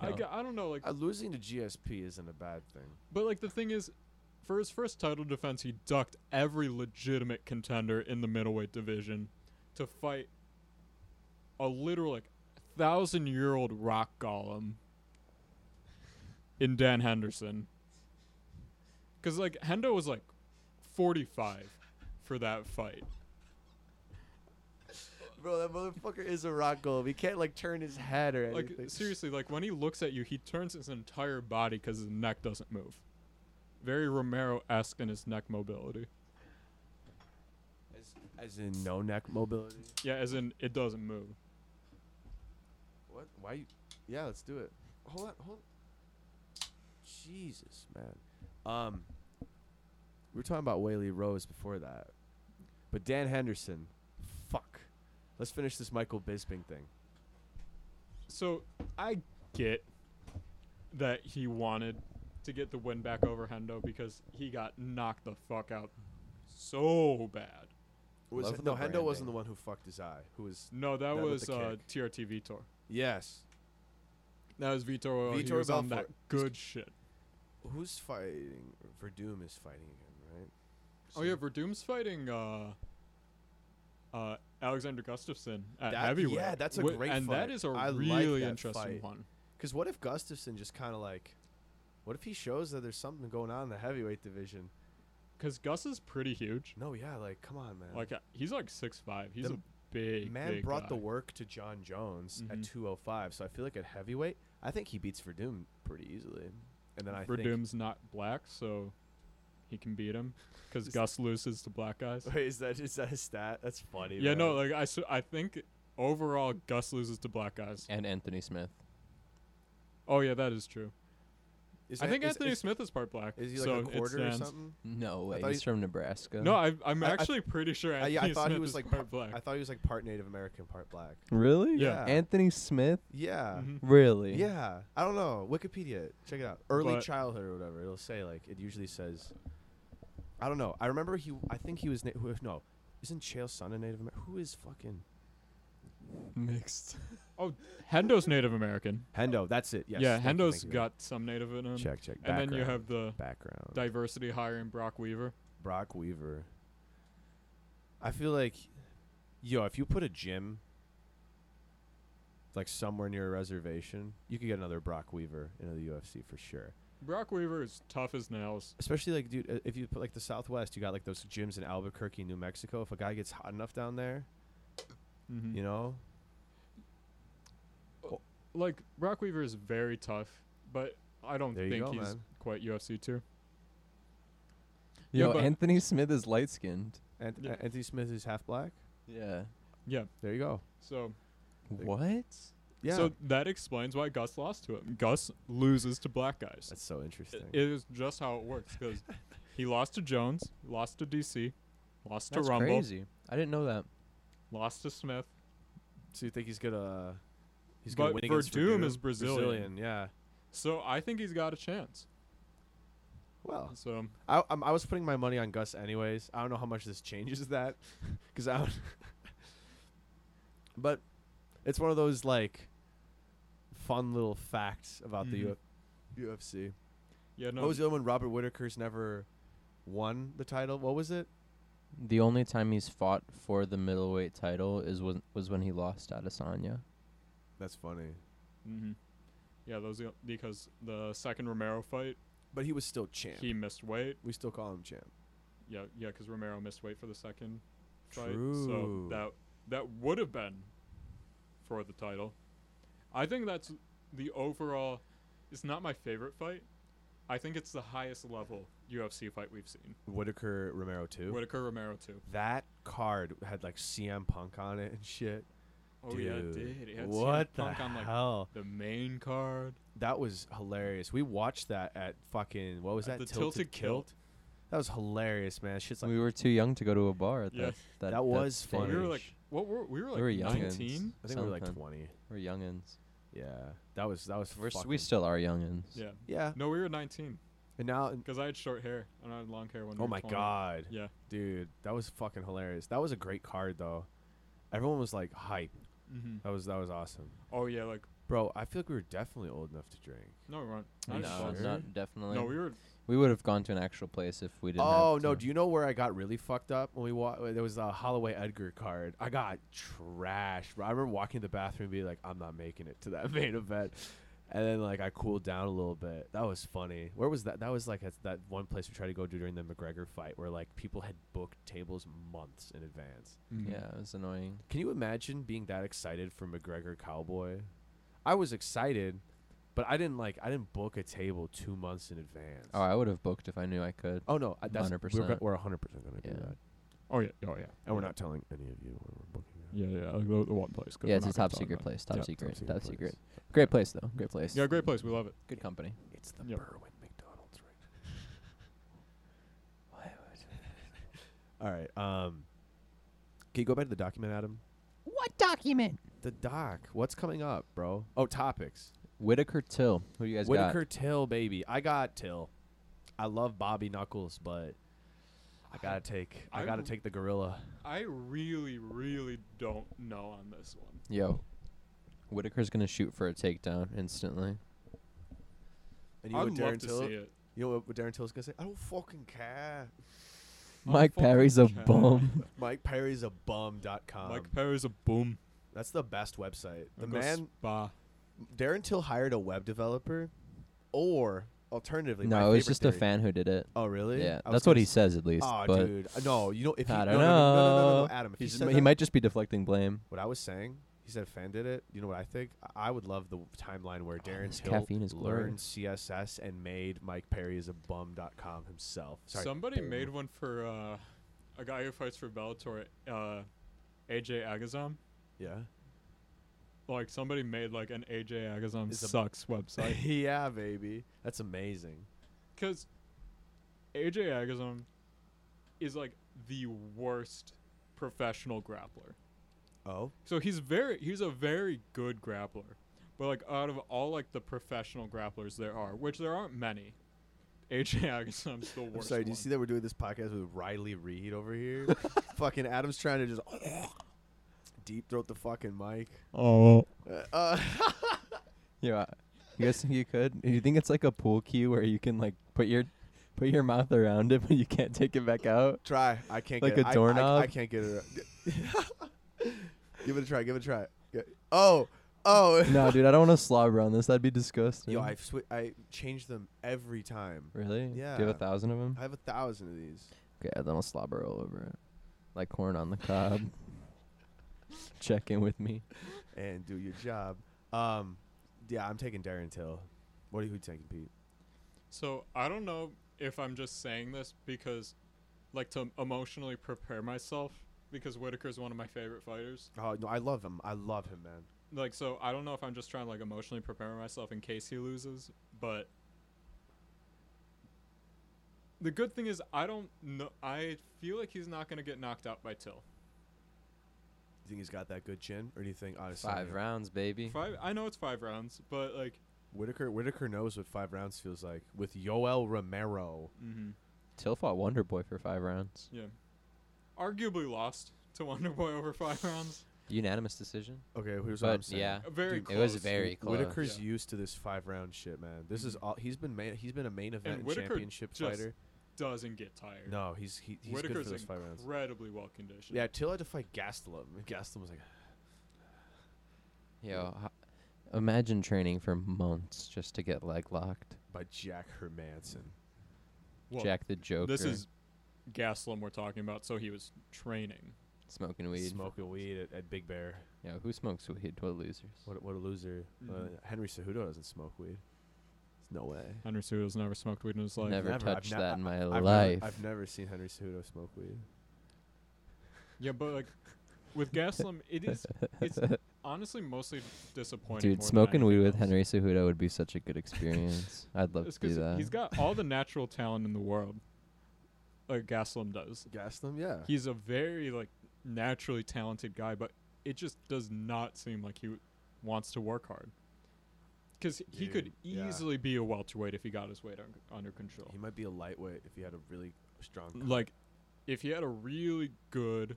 [SPEAKER 2] I
[SPEAKER 4] Yeah.
[SPEAKER 2] g- I don't know like.
[SPEAKER 1] Uh, losing to GSP isn't a bad thing.
[SPEAKER 2] But like the thing is, for his first title defense, he ducked every legitimate contender in the middleweight division to fight a literal like thousand year old rock golem in Dan Henderson. Cause like Hendo was like forty five for that fight.
[SPEAKER 1] Bro, that motherfucker is a rock gold. He can't like turn his head or
[SPEAKER 2] Like seriously, like when he looks at you, he turns his entire body because his neck doesn't move. Very Romero esque in his neck mobility.
[SPEAKER 1] As, as in no neck mobility.
[SPEAKER 2] Yeah, as in it doesn't move.
[SPEAKER 1] What? Why? You, yeah, let's do it. Hold on. Hold. Jesus, man. Um, we were talking about Whaley Rose before that, but Dan Henderson. Fuck. Let's finish this Michael Bisping thing.
[SPEAKER 2] So I get that he wanted to get the win back over Hendo because he got knocked the fuck out so bad.
[SPEAKER 1] Was
[SPEAKER 4] Love
[SPEAKER 1] no,
[SPEAKER 4] the
[SPEAKER 1] Hendo wasn't
[SPEAKER 4] branding.
[SPEAKER 1] the one who fucked his eye. Who was?
[SPEAKER 2] No, that,
[SPEAKER 1] That with
[SPEAKER 2] was
[SPEAKER 1] the
[SPEAKER 2] uh,
[SPEAKER 1] kick.
[SPEAKER 2] TRT Vitor.
[SPEAKER 1] Yes.
[SPEAKER 2] That was Vitor. Oil. he
[SPEAKER 1] Vitor
[SPEAKER 2] was on that
[SPEAKER 1] Belfort.
[SPEAKER 2] good shit.
[SPEAKER 1] Who's fighting? Verdum is fighting again, right?
[SPEAKER 2] Oh yeah, Verdum's fighting uh, uh, Alexander Gustafsson at
[SPEAKER 1] That-
[SPEAKER 2] heavyweight.
[SPEAKER 1] yeah, that's a
[SPEAKER 2] Wi-
[SPEAKER 1] great
[SPEAKER 2] and
[SPEAKER 1] fight.
[SPEAKER 2] that is a
[SPEAKER 1] I like
[SPEAKER 2] really
[SPEAKER 1] that
[SPEAKER 2] interesting
[SPEAKER 1] fight.
[SPEAKER 2] one.
[SPEAKER 1] Because what if Gustafson just kind of like, what if he shows that there's something going on in the heavyweight division?
[SPEAKER 2] Cause Gus is pretty huge.
[SPEAKER 1] No, yeah, like come on, man.
[SPEAKER 2] Like uh, he's like six five. He's
[SPEAKER 1] The
[SPEAKER 2] a big
[SPEAKER 1] man
[SPEAKER 2] big
[SPEAKER 1] brought the
[SPEAKER 2] guy.
[SPEAKER 1] work to John Jones at
[SPEAKER 2] Mhm.
[SPEAKER 1] 205, so I feel like at heavyweight, I think he beats Verdum pretty easily. And then I think,
[SPEAKER 2] Verdum's not black, so he can beat him because
[SPEAKER 1] Is-
[SPEAKER 2] Gus loses to black guys.
[SPEAKER 1] wait, is that is that a stat? That's funny.
[SPEAKER 2] Yeah, no,
[SPEAKER 1] man.
[SPEAKER 2] like I, s- I think overall Gus loses to black guys.
[SPEAKER 4] And Anthony Smith.
[SPEAKER 2] Oh yeah, that is true.
[SPEAKER 1] Is
[SPEAKER 2] I
[SPEAKER 1] An-
[SPEAKER 2] think
[SPEAKER 1] is-
[SPEAKER 2] Anthony
[SPEAKER 1] is,
[SPEAKER 2] Smith is part black.
[SPEAKER 1] Is he like
[SPEAKER 2] so
[SPEAKER 1] a
[SPEAKER 2] it
[SPEAKER 1] quarter or
[SPEAKER 2] stands.
[SPEAKER 1] something?
[SPEAKER 4] No way.
[SPEAKER 1] thought
[SPEAKER 4] He's
[SPEAKER 1] he-
[SPEAKER 4] from Nebraska.
[SPEAKER 2] No, I, I'm
[SPEAKER 1] I- I-
[SPEAKER 2] actually pretty sure
[SPEAKER 1] I-
[SPEAKER 2] Anthony
[SPEAKER 1] yeah, I thought
[SPEAKER 2] Smith
[SPEAKER 1] he was
[SPEAKER 2] is
[SPEAKER 1] like
[SPEAKER 2] part black.
[SPEAKER 1] I thought he was like part Native American, part black.
[SPEAKER 4] Really?
[SPEAKER 2] Yeah.
[SPEAKER 4] Anthony Smith?
[SPEAKER 1] Yeah.
[SPEAKER 2] Mhm.
[SPEAKER 4] Really?
[SPEAKER 1] Yeah, I don't know. Wikipedia, check it out. Early
[SPEAKER 2] But-
[SPEAKER 1] childhood or whatever. It'll say like it usually says. I don't know. I remember he. I think he was. Na- who, no, isn't Chael Son a Native American? Who is fucking
[SPEAKER 4] Mixed.
[SPEAKER 2] Hendo's Native American.
[SPEAKER 1] Hendo? That's it. Yes,
[SPEAKER 2] yeah,
[SPEAKER 1] thank you,
[SPEAKER 2] Hendo's
[SPEAKER 1] thank you.
[SPEAKER 2] got some Native in him.
[SPEAKER 1] Check check.
[SPEAKER 2] and then you
[SPEAKER 1] Background,
[SPEAKER 2] have the
[SPEAKER 1] background.
[SPEAKER 2] diversity hire in Brock Weaver.
[SPEAKER 1] Brock Weaver. I feel like, yo, if you put a gym. Like somewhere near a reservation, you could get another Brock Weaver into the UFC for sure.
[SPEAKER 2] Brock Weaver is tough as nails.
[SPEAKER 1] especially like dude uh, if you put like the southwest you got like those gyms in albuquerque new mexico if a guy gets hot enough down there
[SPEAKER 2] Mm-hmm.
[SPEAKER 1] you know
[SPEAKER 2] like Rockweaver is very tough, but I don't
[SPEAKER 1] There you
[SPEAKER 2] think
[SPEAKER 1] go,
[SPEAKER 2] he's
[SPEAKER 1] man.
[SPEAKER 2] quite UFC two. Yeah,
[SPEAKER 4] Yo,
[SPEAKER 2] but-
[SPEAKER 4] Anthony Smith is light skinned.
[SPEAKER 1] Ant-
[SPEAKER 2] Yeah.
[SPEAKER 1] Anthony Smith is half black.
[SPEAKER 4] Yeah.
[SPEAKER 2] Yeah.
[SPEAKER 1] There you go.
[SPEAKER 2] So
[SPEAKER 4] What?
[SPEAKER 1] Yeah.
[SPEAKER 2] so that explains why Gus lost to him. Gus loses to black guys.
[SPEAKER 1] That's so interesting.
[SPEAKER 2] It is just how it works because he lost to Jones, lost to DC, lost
[SPEAKER 4] That's
[SPEAKER 2] to Rumble,
[SPEAKER 4] crazy. I didn't know that.
[SPEAKER 2] lost to Smith.
[SPEAKER 1] so you think he's gonna he's gonna
[SPEAKER 2] but
[SPEAKER 1] win against
[SPEAKER 2] Verdum
[SPEAKER 1] Verdum?
[SPEAKER 2] is Brazilian.
[SPEAKER 1] Brazilian? Yeah.
[SPEAKER 2] so I think he's got a chance.
[SPEAKER 1] Well,
[SPEAKER 2] So um,
[SPEAKER 1] I I'm, I was putting my money on Gus anyways. I don't know how much this changes that, because I. Don't but it's one of those like fun little facts about
[SPEAKER 2] Mhm.
[SPEAKER 1] the U- UFC.
[SPEAKER 2] yeah, no,
[SPEAKER 1] What was the other one? Robert Whitaker's never won the title. What was it?
[SPEAKER 4] The only time he's fought for the middleweight title is when was when he lost to Adesanya.
[SPEAKER 1] That's funny.
[SPEAKER 2] mhm. yeah, those are- because the second Romero fight,
[SPEAKER 1] But he was still champ.
[SPEAKER 2] he missed weight.
[SPEAKER 1] we still call him champ.
[SPEAKER 2] Yeah, yeah, because Romero missed weight for the second fight,
[SPEAKER 1] True.
[SPEAKER 2] so that that would have been for the title. I think that's the overall. It's not my favorite fight. I think it's the highest level UFC fight we've seen.
[SPEAKER 1] Whitaker Romero too.
[SPEAKER 2] Whitaker Romero too.
[SPEAKER 1] that card had like CM Punk on it and shit.
[SPEAKER 2] Oh
[SPEAKER 1] Dude,
[SPEAKER 2] yeah, it did. It had CM
[SPEAKER 1] what
[SPEAKER 2] Punk
[SPEAKER 1] the
[SPEAKER 2] on like
[SPEAKER 1] hell?
[SPEAKER 2] the main card.
[SPEAKER 1] That was hilarious. We watched that at fucking what was
[SPEAKER 2] At
[SPEAKER 1] that?
[SPEAKER 2] the Tilted Kilt.
[SPEAKER 1] That was hilarious, man. Shit's like
[SPEAKER 4] we were too young to go to a bar at
[SPEAKER 2] Yeah.
[SPEAKER 4] that, that.
[SPEAKER 1] That was
[SPEAKER 4] stage.
[SPEAKER 1] funny.
[SPEAKER 2] We were like, what were we were like
[SPEAKER 4] We were youngins.
[SPEAKER 2] 19?
[SPEAKER 1] I think we were like
[SPEAKER 4] something.
[SPEAKER 1] twenty.
[SPEAKER 4] We're youngins.
[SPEAKER 1] Yeah, that was that was.
[SPEAKER 4] We're s-
[SPEAKER 1] fucking,
[SPEAKER 4] we still are youngins.
[SPEAKER 2] Yeah.
[SPEAKER 1] Yeah,
[SPEAKER 2] No, we were 19
[SPEAKER 1] and now. and-
[SPEAKER 2] because I had short hair and I had long hair when. we
[SPEAKER 1] oh
[SPEAKER 2] were
[SPEAKER 1] my
[SPEAKER 2] 20.
[SPEAKER 1] god,
[SPEAKER 2] Yeah.
[SPEAKER 1] dude, that was fucking hilarious. That was a great card though. Everyone was like hype.
[SPEAKER 2] Mm-hmm.
[SPEAKER 1] That was that was awesome,
[SPEAKER 2] Oh yeah, like
[SPEAKER 1] bro. I feel like we were definitely old enough to drink.
[SPEAKER 2] no, we weren't.
[SPEAKER 4] No,
[SPEAKER 2] I
[SPEAKER 1] Are
[SPEAKER 2] just
[SPEAKER 1] you
[SPEAKER 2] thought-
[SPEAKER 1] sure?
[SPEAKER 4] not definitely.
[SPEAKER 2] no, we were.
[SPEAKER 4] We would have gone to an actual place if we didn't.
[SPEAKER 1] Oh
[SPEAKER 4] have
[SPEAKER 1] no!
[SPEAKER 4] to-
[SPEAKER 1] Do you know where I got really fucked up when we wa- There was a Holloway Edgar card. I got trashed. bro. I remember walking to the bathroom and being like, "I'm not making it to that main event," and then like I cooled down a little bit. That was funny. Where was that? That was like at that one place we tried to go to during the McGregor fight, where like people had booked tables months in advance.
[SPEAKER 2] Mm. mm-hmm.
[SPEAKER 4] Yeah, it was annoying.
[SPEAKER 1] Can you imagine being that excited for McGregor Cowboy? I was excited, but I didn't like I didn't book a table two months in advance.
[SPEAKER 4] Oh, I would have booked if I knew I could.
[SPEAKER 1] Oh no, I- that's we're
[SPEAKER 4] 100%.
[SPEAKER 1] go- we're 100% going to
[SPEAKER 4] Yeah.
[SPEAKER 1] do that.
[SPEAKER 2] Oh yeah. Oh yeah.
[SPEAKER 1] And we're not telling any of you where we're booking.
[SPEAKER 2] Yeah, yeah. Like the, the one place. 'cause
[SPEAKER 4] Yeah,
[SPEAKER 2] we're
[SPEAKER 4] it's a
[SPEAKER 2] not gonna
[SPEAKER 4] top
[SPEAKER 2] talk
[SPEAKER 4] secret
[SPEAKER 2] about it.
[SPEAKER 4] place. Top
[SPEAKER 2] Yeah,
[SPEAKER 4] secret. Top, secret. Great place though. Great place.
[SPEAKER 2] Yeah, great place. We love it.
[SPEAKER 4] Good company.
[SPEAKER 1] It's the
[SPEAKER 2] Yep.
[SPEAKER 1] Berwyn McDonald's, right? All right. Um, can you go back to the document, Adam?
[SPEAKER 4] What document?
[SPEAKER 1] The doc. What's coming up, bro? Oh, topics.
[SPEAKER 4] Whitaker Till. Who you guys got?
[SPEAKER 1] Whitaker Till, baby. I got Till. I love Bobby Knuckles, but I gotta take. I,
[SPEAKER 2] I
[SPEAKER 1] gotta
[SPEAKER 2] w-
[SPEAKER 1] take the gorilla.
[SPEAKER 2] I really, really don't know on this one.
[SPEAKER 4] Yo. Whitaker's gonna shoot for a takedown instantly.
[SPEAKER 1] And
[SPEAKER 2] I'd love to see it.
[SPEAKER 1] You know what Darren Till's gonna say? I don't fucking care.
[SPEAKER 2] I
[SPEAKER 4] Mike
[SPEAKER 2] fucking
[SPEAKER 4] Perry's a
[SPEAKER 2] can't.
[SPEAKER 4] bum.
[SPEAKER 1] Mike Perry's a bum. Dot com.
[SPEAKER 2] Mike Perry's a boom.
[SPEAKER 1] That's the best website. Um, The
[SPEAKER 2] I'll go
[SPEAKER 1] man
[SPEAKER 2] Spa.
[SPEAKER 1] Darren Till hired a web developer, or alternatively, my
[SPEAKER 4] no, it was
[SPEAKER 1] favorite
[SPEAKER 4] just a
[SPEAKER 1] theory-
[SPEAKER 4] fan who did it.
[SPEAKER 1] Oh, really?
[SPEAKER 4] Yeah,
[SPEAKER 1] I was
[SPEAKER 4] that's
[SPEAKER 1] gonna
[SPEAKER 4] what he
[SPEAKER 1] s-
[SPEAKER 4] says at least.
[SPEAKER 1] Oh,
[SPEAKER 4] but
[SPEAKER 1] dude, uh, no, you know if he,
[SPEAKER 4] I
[SPEAKER 1] no,
[SPEAKER 4] don't
[SPEAKER 1] no, no, no, no, no, no,
[SPEAKER 4] know.
[SPEAKER 1] Adam, if he,
[SPEAKER 4] He's-
[SPEAKER 1] said
[SPEAKER 4] he
[SPEAKER 1] that-
[SPEAKER 4] might just be deflecting blame.
[SPEAKER 1] What I was saying, he said fan did it. You know what I think? I- I would love the timeline where Darren
[SPEAKER 4] this
[SPEAKER 1] Till
[SPEAKER 4] Oh, caffeine is
[SPEAKER 1] learned
[SPEAKER 4] glorious.
[SPEAKER 1] CSS and made Mike Perry is a bum.com himself. Sorry,
[SPEAKER 2] Somebody
[SPEAKER 1] Boom.
[SPEAKER 2] made one for uh, a guy who fights for Bellator, uh, AJ Agazam.
[SPEAKER 1] yeah,
[SPEAKER 2] Like somebody made like an AJ Agazam
[SPEAKER 1] It's a-
[SPEAKER 2] sucks website
[SPEAKER 1] yeah, baby, that's amazing.
[SPEAKER 2] because AJ Agazam is like the worst professional grappler.
[SPEAKER 1] Oh,
[SPEAKER 2] So he's very he's a very good grappler. But like out of all like the professional grapplers there are, which there aren't many, AJ Agasam's the worst.
[SPEAKER 1] I'm sorry. Do you
[SPEAKER 2] one.
[SPEAKER 1] see that we're doing this podcast with Riley Reed over here? fucking Adam's trying to just deep throat the fucking mic.
[SPEAKER 2] Oh.
[SPEAKER 1] Uh, uh,
[SPEAKER 4] Yeah. You guys think you could? Do you think it's like a pool cue where you can like put your put your mouth around it but you can't take it back out?
[SPEAKER 1] try. I can't
[SPEAKER 4] Like
[SPEAKER 1] get it.
[SPEAKER 4] a
[SPEAKER 1] I- I, I,
[SPEAKER 4] doorknob?
[SPEAKER 1] can't get it. give it a try. Give it a try. Get- Oh, oh.
[SPEAKER 4] no, dude, I don't want to slobber on this. That'd be disgusting.
[SPEAKER 1] Yo, I swi- I change them every time.
[SPEAKER 4] really? Do you
[SPEAKER 1] Yeah.
[SPEAKER 4] have a thousand of them?
[SPEAKER 1] I have a thousand of these.
[SPEAKER 4] Okay, then I'll slobber all over it, like corn on the cob. Check in with me.
[SPEAKER 1] and do your job. Um, yeah, I'm taking Darren Till. What are you taking, Pete?
[SPEAKER 2] So I don't know if I'm just saying this because, like, to emotionally prepare myself because Whitaker's one of my favorite fighters.
[SPEAKER 1] Oh no, I love him. I love him, man.
[SPEAKER 2] Like, so I don't know if I'm just trying to like emotionally prepare myself in case he loses, but. The good thing is I don't know. I feel like he's not gonna get knocked out by Till.
[SPEAKER 1] You think he's got that good chin, or do you think honestly?
[SPEAKER 4] Five rounds, baby.
[SPEAKER 2] Five. I know it's five rounds, but like,
[SPEAKER 1] Whitaker Whitaker knows what five rounds feels like with Yoel Romero.
[SPEAKER 2] mm-hmm.
[SPEAKER 4] Till fought Wonder Boy for five rounds.
[SPEAKER 2] yeah, arguably lost to Wonderboy over five rounds.
[SPEAKER 4] Unanimous decision.
[SPEAKER 1] Okay, here's what I'm
[SPEAKER 4] But
[SPEAKER 1] saying.
[SPEAKER 4] yeah,
[SPEAKER 2] Very
[SPEAKER 1] Dude,
[SPEAKER 4] it was
[SPEAKER 2] close.
[SPEAKER 4] very close.
[SPEAKER 1] Whitaker's
[SPEAKER 2] Yeah.
[SPEAKER 1] used to this five round shit, man. This is
[SPEAKER 2] Mhm.
[SPEAKER 1] all he's been. Main, he's been a main event Mm-hmm. and
[SPEAKER 2] Whitaker
[SPEAKER 1] championship
[SPEAKER 2] just-
[SPEAKER 1] fighter.
[SPEAKER 2] Doesn't get tired.
[SPEAKER 1] No, he's he, he's good
[SPEAKER 2] Whitaker's
[SPEAKER 1] for those five rounds.
[SPEAKER 2] incredibly well conditioned.
[SPEAKER 1] Yeah, Till had to fight Gastelum. and Gastelum was like,
[SPEAKER 4] Yo, ho- imagine training for months just to get leg locked.
[SPEAKER 1] by Jack Hermanson.
[SPEAKER 2] Well,
[SPEAKER 4] Jack the Joker.
[SPEAKER 2] This is Gaslam we're talking about, so he was training.
[SPEAKER 4] smoking weed.
[SPEAKER 1] Smoking weed at, at Big Bear.
[SPEAKER 4] Yeah, who smokes weed? What losers?
[SPEAKER 1] What a, what a loser.
[SPEAKER 2] Mhm.
[SPEAKER 1] Uh, Henry Cejudo doesn't smoke weed. No way.
[SPEAKER 2] Henry Cejudo's never smoked weed in his life.
[SPEAKER 4] never,
[SPEAKER 1] never- I've
[SPEAKER 4] touched
[SPEAKER 1] ne-
[SPEAKER 4] that in my
[SPEAKER 1] I've
[SPEAKER 4] life.
[SPEAKER 1] Never, I've never seen Henry Cejudo smoke weed.
[SPEAKER 2] Yeah, but like with Gaslam, it is it's honestly mostly disappointing. more
[SPEAKER 4] Dude,
[SPEAKER 2] than
[SPEAKER 4] smoking weed
[SPEAKER 2] anything
[SPEAKER 4] with
[SPEAKER 2] else.
[SPEAKER 4] Henry Cejudo would be such a good experience. I'd love
[SPEAKER 2] It's
[SPEAKER 4] to do
[SPEAKER 2] 'cause
[SPEAKER 4] that.
[SPEAKER 2] He's got all the natural talent in the world. Like Gaslam does.
[SPEAKER 1] Gastelum, yeah.
[SPEAKER 2] He's a very like naturally talented guy, but it just does not seem like he w- wants to work hard. Because he could
[SPEAKER 1] Dude, yeah.
[SPEAKER 2] easily be a welterweight if he got his weight un- under control.
[SPEAKER 1] he might be a lightweight if he had a really strong. co-
[SPEAKER 2] like if he had a really good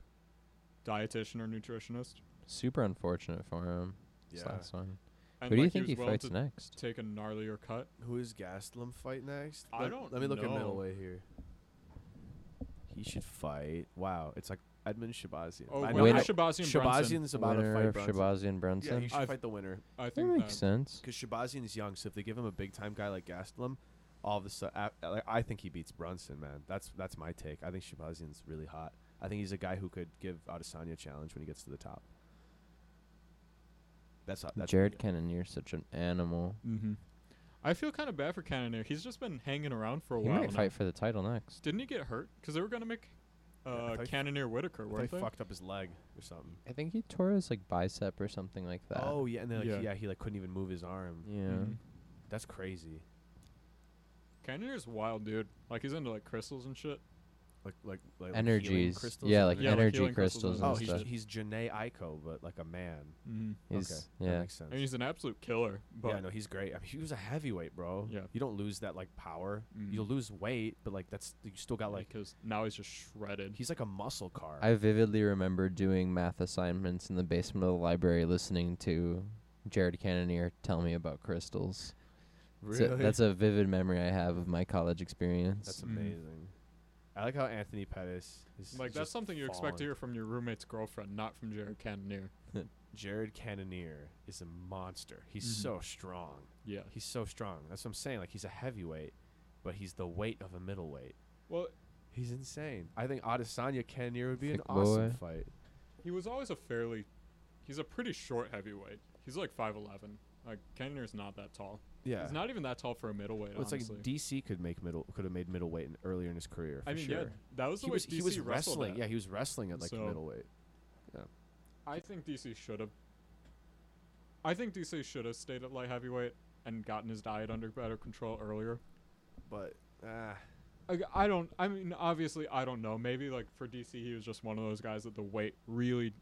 [SPEAKER 2] dietitian or nutritionist
[SPEAKER 4] Super unfortunate for him. This
[SPEAKER 1] yeah.
[SPEAKER 4] last one.
[SPEAKER 2] and
[SPEAKER 4] Who do you
[SPEAKER 2] like
[SPEAKER 4] think
[SPEAKER 2] he,
[SPEAKER 4] he
[SPEAKER 2] was willing
[SPEAKER 4] fights
[SPEAKER 2] to
[SPEAKER 4] next?
[SPEAKER 2] take a gnarlier cut
[SPEAKER 1] Who is Gastelum fight next?
[SPEAKER 2] I
[SPEAKER 1] Let-
[SPEAKER 2] don't
[SPEAKER 1] Let me look at
[SPEAKER 2] know.
[SPEAKER 1] middleweight here. He should fight. Wow, it's like Edmund Shabazian.
[SPEAKER 2] oh
[SPEAKER 1] I
[SPEAKER 4] know-
[SPEAKER 2] wait,
[SPEAKER 4] Win-
[SPEAKER 2] Shabazian Brunson.
[SPEAKER 1] Shabazian's about to
[SPEAKER 4] Winner
[SPEAKER 1] fight
[SPEAKER 4] of
[SPEAKER 1] Brunson.
[SPEAKER 4] Shabazian Brunson.
[SPEAKER 1] Yeah, he should
[SPEAKER 2] I've-
[SPEAKER 1] fight the winner
[SPEAKER 2] i
[SPEAKER 4] that
[SPEAKER 2] think
[SPEAKER 4] makes
[SPEAKER 2] that,
[SPEAKER 4] sense.
[SPEAKER 1] because Shabazian's young. So if they give him a big time guy like Gastelum, all of a sudden, like, I think he beats Brunson. Man, that's that's my take. I think Shabazian's really hot. I think he's a guy who could give Adesanya a challenge when he gets to the top. That's hot. That's
[SPEAKER 4] Jared Cannon, you're such an animal.
[SPEAKER 2] mm-hmm. i feel kind of bad for Cannonier. he's just been hanging around for a
[SPEAKER 4] He
[SPEAKER 2] while
[SPEAKER 4] might
[SPEAKER 2] now.
[SPEAKER 4] fight for the title next.
[SPEAKER 2] didn't he get hurt because they were going to make
[SPEAKER 1] I
[SPEAKER 2] uh,
[SPEAKER 1] thought he-
[SPEAKER 2] Cannoneer Whitaker,
[SPEAKER 1] They
[SPEAKER 2] weren't they?
[SPEAKER 1] fucked up his leg or something.
[SPEAKER 4] I think he tore his like bicep or something like that.
[SPEAKER 1] Oh yeah, and then like,
[SPEAKER 2] Yeah.
[SPEAKER 1] yeah. he like couldn't even move his arm.
[SPEAKER 4] yeah.
[SPEAKER 2] Mhm.
[SPEAKER 1] That's crazy.
[SPEAKER 2] Cannonier's wild, dude. Like he's into like crystals and shit.
[SPEAKER 1] Like like like like healing
[SPEAKER 4] Energies.
[SPEAKER 1] crystals
[SPEAKER 4] yeah,
[SPEAKER 1] and
[SPEAKER 4] like
[SPEAKER 2] Yeah, like
[SPEAKER 4] energy
[SPEAKER 2] healing crystals
[SPEAKER 4] crystals.
[SPEAKER 1] Oh,
[SPEAKER 2] and
[SPEAKER 4] and
[SPEAKER 1] he's
[SPEAKER 4] stuff.
[SPEAKER 2] shit.
[SPEAKER 1] he's Janae Aiko, but like a man.
[SPEAKER 2] Mm-hmm.
[SPEAKER 4] He's-
[SPEAKER 1] Oh, okay, that
[SPEAKER 4] yeah.
[SPEAKER 1] makes sense.
[SPEAKER 2] And he's an absolute killer. But
[SPEAKER 1] yeah, no, he's great. I mean, he was a heavyweight, bro.
[SPEAKER 2] Yeah.
[SPEAKER 1] you don't lose that like power.
[SPEAKER 2] Mm.
[SPEAKER 1] You'll lose weight, but like that's you still got like
[SPEAKER 2] because now he's just shredded.
[SPEAKER 1] he's like a muscle car.
[SPEAKER 4] I vividly remember doing math assignments in the basement of the library listening to Jared Cannonier tell me about crystals. It's a- that's a vivid memory I have of my college experience.
[SPEAKER 1] That's
[SPEAKER 2] Mm.
[SPEAKER 1] amazing. I like how Anthony Pettis is
[SPEAKER 2] Like that's
[SPEAKER 1] just
[SPEAKER 2] something you expect
[SPEAKER 1] falling.
[SPEAKER 2] to hear from your roommate's girlfriend, not from Jared Cannonier.
[SPEAKER 1] Jared Cannonier is a monster. He's
[SPEAKER 2] Mhm.
[SPEAKER 1] so strong.
[SPEAKER 2] Yeah.
[SPEAKER 1] He's so strong. That's what I'm saying. Like he's a heavyweight, but he's the weight of a middleweight.
[SPEAKER 2] Well,
[SPEAKER 1] He's insane. I think Adesanya Cannonier would be an
[SPEAKER 4] Thick
[SPEAKER 1] awesome
[SPEAKER 4] boy.
[SPEAKER 1] fight.
[SPEAKER 2] he was always a fairly, he's a pretty short heavyweight. He's like five eleven. Like Cannonier's not that tall.
[SPEAKER 1] Yeah.
[SPEAKER 2] He's not even that tall for a middleweight.
[SPEAKER 1] Well, it's
[SPEAKER 2] honestly.
[SPEAKER 1] like DC could make middle could have made middleweight in, earlier in his career. For
[SPEAKER 2] I mean,
[SPEAKER 1] sure.
[SPEAKER 2] yeah, that was the
[SPEAKER 1] he
[SPEAKER 2] way
[SPEAKER 1] was
[SPEAKER 2] DC
[SPEAKER 1] he was
[SPEAKER 2] wrestled
[SPEAKER 1] wrestling.
[SPEAKER 2] at.
[SPEAKER 1] Yeah, he was wrestling at like
[SPEAKER 2] So-
[SPEAKER 1] middleweight.
[SPEAKER 2] I think DC should have. I think DC should have stayed at light heavyweight and gotten his diet under better control earlier.
[SPEAKER 1] But ah,
[SPEAKER 2] I, I don't. I mean, obviously, I don't know. Maybe like for DC, he was just one of those guys that the weight really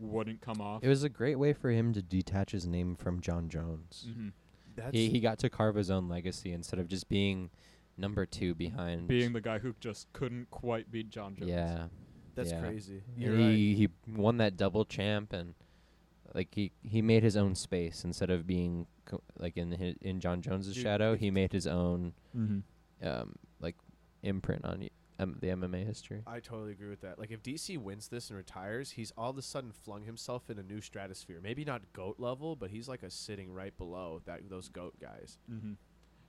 [SPEAKER 2] wouldn't come off.
[SPEAKER 4] it was a great way for him to detach his name from John Jones.
[SPEAKER 2] Mhm.
[SPEAKER 1] Mm, that's
[SPEAKER 4] He he got to carve his own legacy instead of just being number two behind.
[SPEAKER 2] being the guy who just couldn't quite beat John Jones.
[SPEAKER 4] yeah,
[SPEAKER 1] that's
[SPEAKER 4] yeah.
[SPEAKER 1] crazy.
[SPEAKER 4] he he won that double champ and like he he made his own space instead of being co- like in hi in John Jones's
[SPEAKER 1] Dude,
[SPEAKER 4] shadow.
[SPEAKER 1] if-
[SPEAKER 4] He made his own
[SPEAKER 2] Mm-hmm.
[SPEAKER 4] um like imprint on y- um, the MMA history.
[SPEAKER 1] I totally agree with that. Like if DC wins this and retires, he's all of a sudden flung himself in a new stratosphere. Maybe not goat level, but he's like a sitting right below that those goat guys.
[SPEAKER 2] Mm-hmm.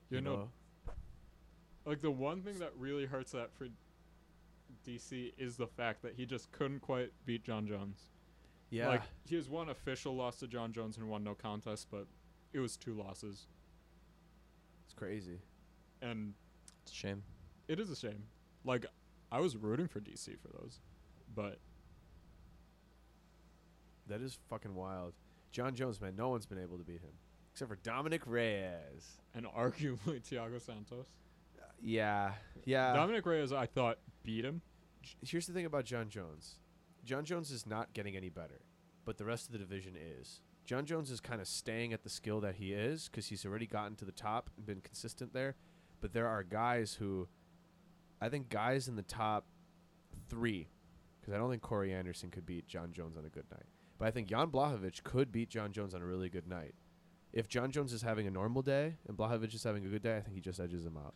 [SPEAKER 2] You, know, like the one thing that really hurts that for DC is the fact that he just couldn't quite beat John Jones.
[SPEAKER 1] Yeah.
[SPEAKER 2] Like he has one official loss to John Jones and one no contest, but it was two losses,
[SPEAKER 1] It's crazy.
[SPEAKER 2] and
[SPEAKER 4] It's a shame.
[SPEAKER 2] it is a shame. Like I was rooting for DC for those, but
[SPEAKER 1] That is fucking wild. John Jones, man, no one's been able to beat him except for Dominic Reyes.
[SPEAKER 2] and arguably Thiago Santos,
[SPEAKER 1] Yeah, yeah.
[SPEAKER 2] Dominic Reyes, I thought beat him.
[SPEAKER 1] J- Here's the thing about John Jones. John Jones is not getting any better, but the rest of the division is. John Jones is kind of staying at the skill that he is because he's already gotten to the top and been consistent there. But there are guys who, I think, guys in the top three, because I don't think Corey Anderson could beat John Jones on a good night. But I think Jan Blahovic could beat John Jones on a really good night. If John Jones is having a normal day and Blahovic is having a good day, I think he just edges him out.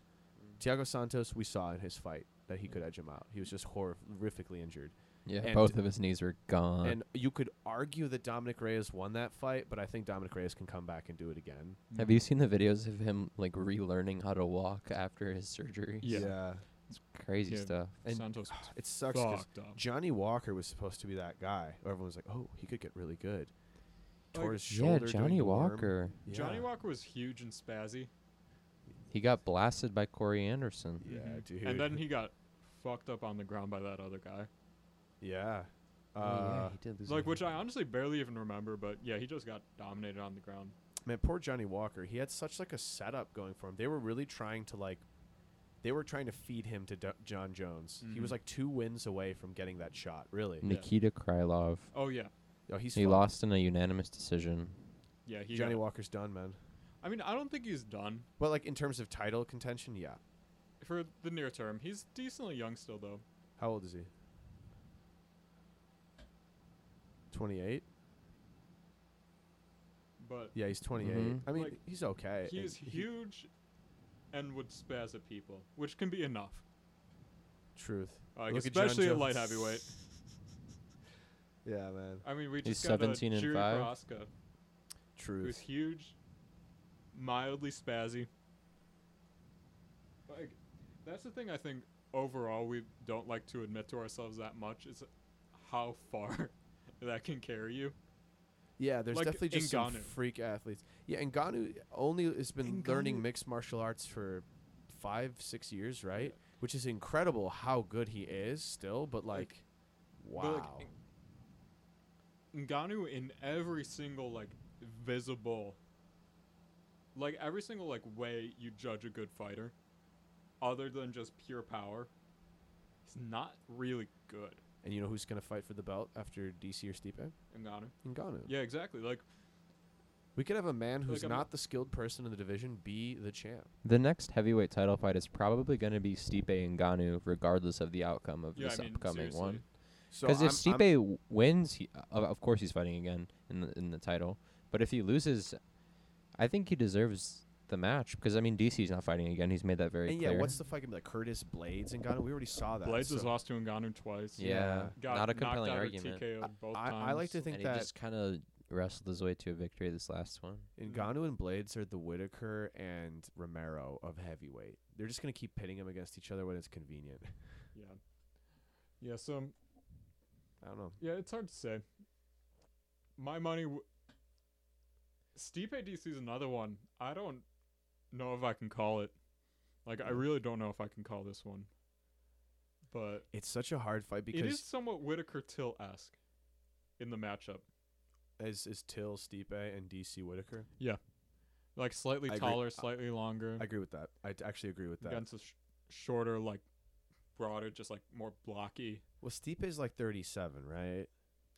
[SPEAKER 1] Tiago Santos, we saw in his fight that he could edge him out. He was just horrifically injured.
[SPEAKER 4] Yeah,
[SPEAKER 1] And-
[SPEAKER 4] both of his knees were gone.
[SPEAKER 1] and you could argue that Dominic Reyes won that fight, but I think Dominic Reyes can come back and do it again.
[SPEAKER 4] Have you seen the videos of him like relearning how to walk after his surgery?
[SPEAKER 2] Yeah.
[SPEAKER 4] It's crazy
[SPEAKER 2] Yeah.
[SPEAKER 4] stuff.
[SPEAKER 1] and-
[SPEAKER 2] Mm-hmm. Santos was
[SPEAKER 1] It sucks 'cause
[SPEAKER 2] fucked up.
[SPEAKER 1] Johnny Walker was supposed to be that guy. Everyone was like, oh, he could get really good. Tore
[SPEAKER 2] Like-
[SPEAKER 1] his
[SPEAKER 4] Yeah,
[SPEAKER 1] shoulder.
[SPEAKER 4] Johnny Walker.
[SPEAKER 2] Johnny Walker was huge and spazzy,
[SPEAKER 4] He got blasted by Corey Anderson.
[SPEAKER 1] Yeah,
[SPEAKER 2] Mhm.
[SPEAKER 1] dude.
[SPEAKER 2] and then he got fucked up on the ground by that other guy.
[SPEAKER 1] yeah.
[SPEAKER 2] Oh,
[SPEAKER 1] Uh,
[SPEAKER 4] Oh, did lose.
[SPEAKER 2] Like, which I honestly barely even remember, but yeah, he just got dominated on the ground.
[SPEAKER 1] man poor johnny walker he had such like a setup going for him they were really trying to like they were trying to feed him to D- john jones he was
[SPEAKER 2] Mhm.
[SPEAKER 1] like two wins away from getting that shot really
[SPEAKER 2] Yeah.
[SPEAKER 4] Nikita Krylov.
[SPEAKER 2] Oh yeah,
[SPEAKER 1] oh he's
[SPEAKER 4] He
[SPEAKER 1] fucked.
[SPEAKER 4] lost in a unanimous decision.
[SPEAKER 2] yeah. He
[SPEAKER 1] johnny
[SPEAKER 2] got-
[SPEAKER 1] walker's done man
[SPEAKER 2] I mean, I don't think he's done
[SPEAKER 1] but like in terms of title contention yeah
[SPEAKER 2] for the near term. He's decently young still, though.
[SPEAKER 1] how old is he 28
[SPEAKER 2] But
[SPEAKER 1] yeah he's 28
[SPEAKER 4] Mhm.
[SPEAKER 1] i mean
[SPEAKER 2] Like,
[SPEAKER 1] he's okay
[SPEAKER 2] he
[SPEAKER 1] and
[SPEAKER 2] is huge, and would spaz at people, which can be enough.
[SPEAKER 1] truth
[SPEAKER 2] Like,
[SPEAKER 1] Look at John
[SPEAKER 2] especially at,
[SPEAKER 1] Jones.
[SPEAKER 2] light heavyweight.
[SPEAKER 1] yeah man
[SPEAKER 2] I mean, we
[SPEAKER 4] He's
[SPEAKER 2] just got
[SPEAKER 4] 17
[SPEAKER 2] a
[SPEAKER 4] and
[SPEAKER 2] Jiri
[SPEAKER 4] five.
[SPEAKER 2] Prohaska, who's
[SPEAKER 1] truth
[SPEAKER 2] huge, mildly spazzy. Like, that's the thing I think overall we don't like to admit to ourselves that much is how far that can carry you.
[SPEAKER 1] yeah there's
[SPEAKER 2] like
[SPEAKER 1] definitely just some
[SPEAKER 2] Ngannou.
[SPEAKER 1] freak athletes yeah and Ganu only has been learning
[SPEAKER 2] Ngannou-
[SPEAKER 1] mixed martial arts for five six years right which is incredible how good he is still, but like,
[SPEAKER 2] Like,
[SPEAKER 1] wow.
[SPEAKER 2] but, like, Ngannou in every single like visible like every single like way you judge a good fighter other than just pure power he's not really good
[SPEAKER 1] and you know who's gonna fight for the belt after DC or Stipe?
[SPEAKER 2] Ngannou
[SPEAKER 1] Ngannou.
[SPEAKER 2] yeah exactly like
[SPEAKER 1] We could have a man who's
[SPEAKER 2] Like, I'm-
[SPEAKER 1] not the skilled person in the division be the champ.
[SPEAKER 4] The next heavyweight title fight is probably going to be Stipe Ngannou, regardless of the outcome of
[SPEAKER 2] yeah
[SPEAKER 4] this
[SPEAKER 2] I mean
[SPEAKER 4] upcoming
[SPEAKER 2] seriously.
[SPEAKER 4] one.
[SPEAKER 1] So
[SPEAKER 4] Because if
[SPEAKER 1] I'm-
[SPEAKER 4] Stipe
[SPEAKER 1] I'm-
[SPEAKER 4] w- wins, he, uh, of course he's fighting again in the in the title. But if he loses, I think he deserves the match. Because I mean, DC's not fighting again. He's made that very
[SPEAKER 1] and yeah,
[SPEAKER 4] clear.
[SPEAKER 1] what's the fight gonna be like? Curtis Blades and Ngannou. We already saw that.
[SPEAKER 2] Blades has
[SPEAKER 1] so
[SPEAKER 2] lost to Ngannou twice
[SPEAKER 4] yeah,
[SPEAKER 2] Got
[SPEAKER 4] not a
[SPEAKER 2] knocked
[SPEAKER 4] compelling
[SPEAKER 2] out or
[SPEAKER 4] argument.
[SPEAKER 2] TKO'd both
[SPEAKER 1] I,
[SPEAKER 2] times.
[SPEAKER 1] I like to think
[SPEAKER 4] and he
[SPEAKER 1] that
[SPEAKER 4] just kind of wrestled his way to a victory this last one.
[SPEAKER 1] Ngannou and Blades are the Whitaker and Romero of heavyweight. They're just gonna keep pitting them against each other when it's convenient.
[SPEAKER 2] yeah yeah so um,
[SPEAKER 1] I don't know.
[SPEAKER 2] yeah it's hard to say my money w- Stipe DC is another one I don't know if I can call it like I really don't know if I can call this one but
[SPEAKER 1] It's such a hard fight
[SPEAKER 2] it is
[SPEAKER 1] because
[SPEAKER 2] somewhat Whitaker Till esque in the matchup
[SPEAKER 1] is is Till Stipe and DC Whitaker.
[SPEAKER 2] like slightly
[SPEAKER 1] I agree.
[SPEAKER 2] taller
[SPEAKER 1] I-
[SPEAKER 2] slightly longer
[SPEAKER 1] I agree with that. I t- actually agree with that.
[SPEAKER 2] against a sh- shorter like broader just like more blocky
[SPEAKER 1] Well, Stipe is like 37, right?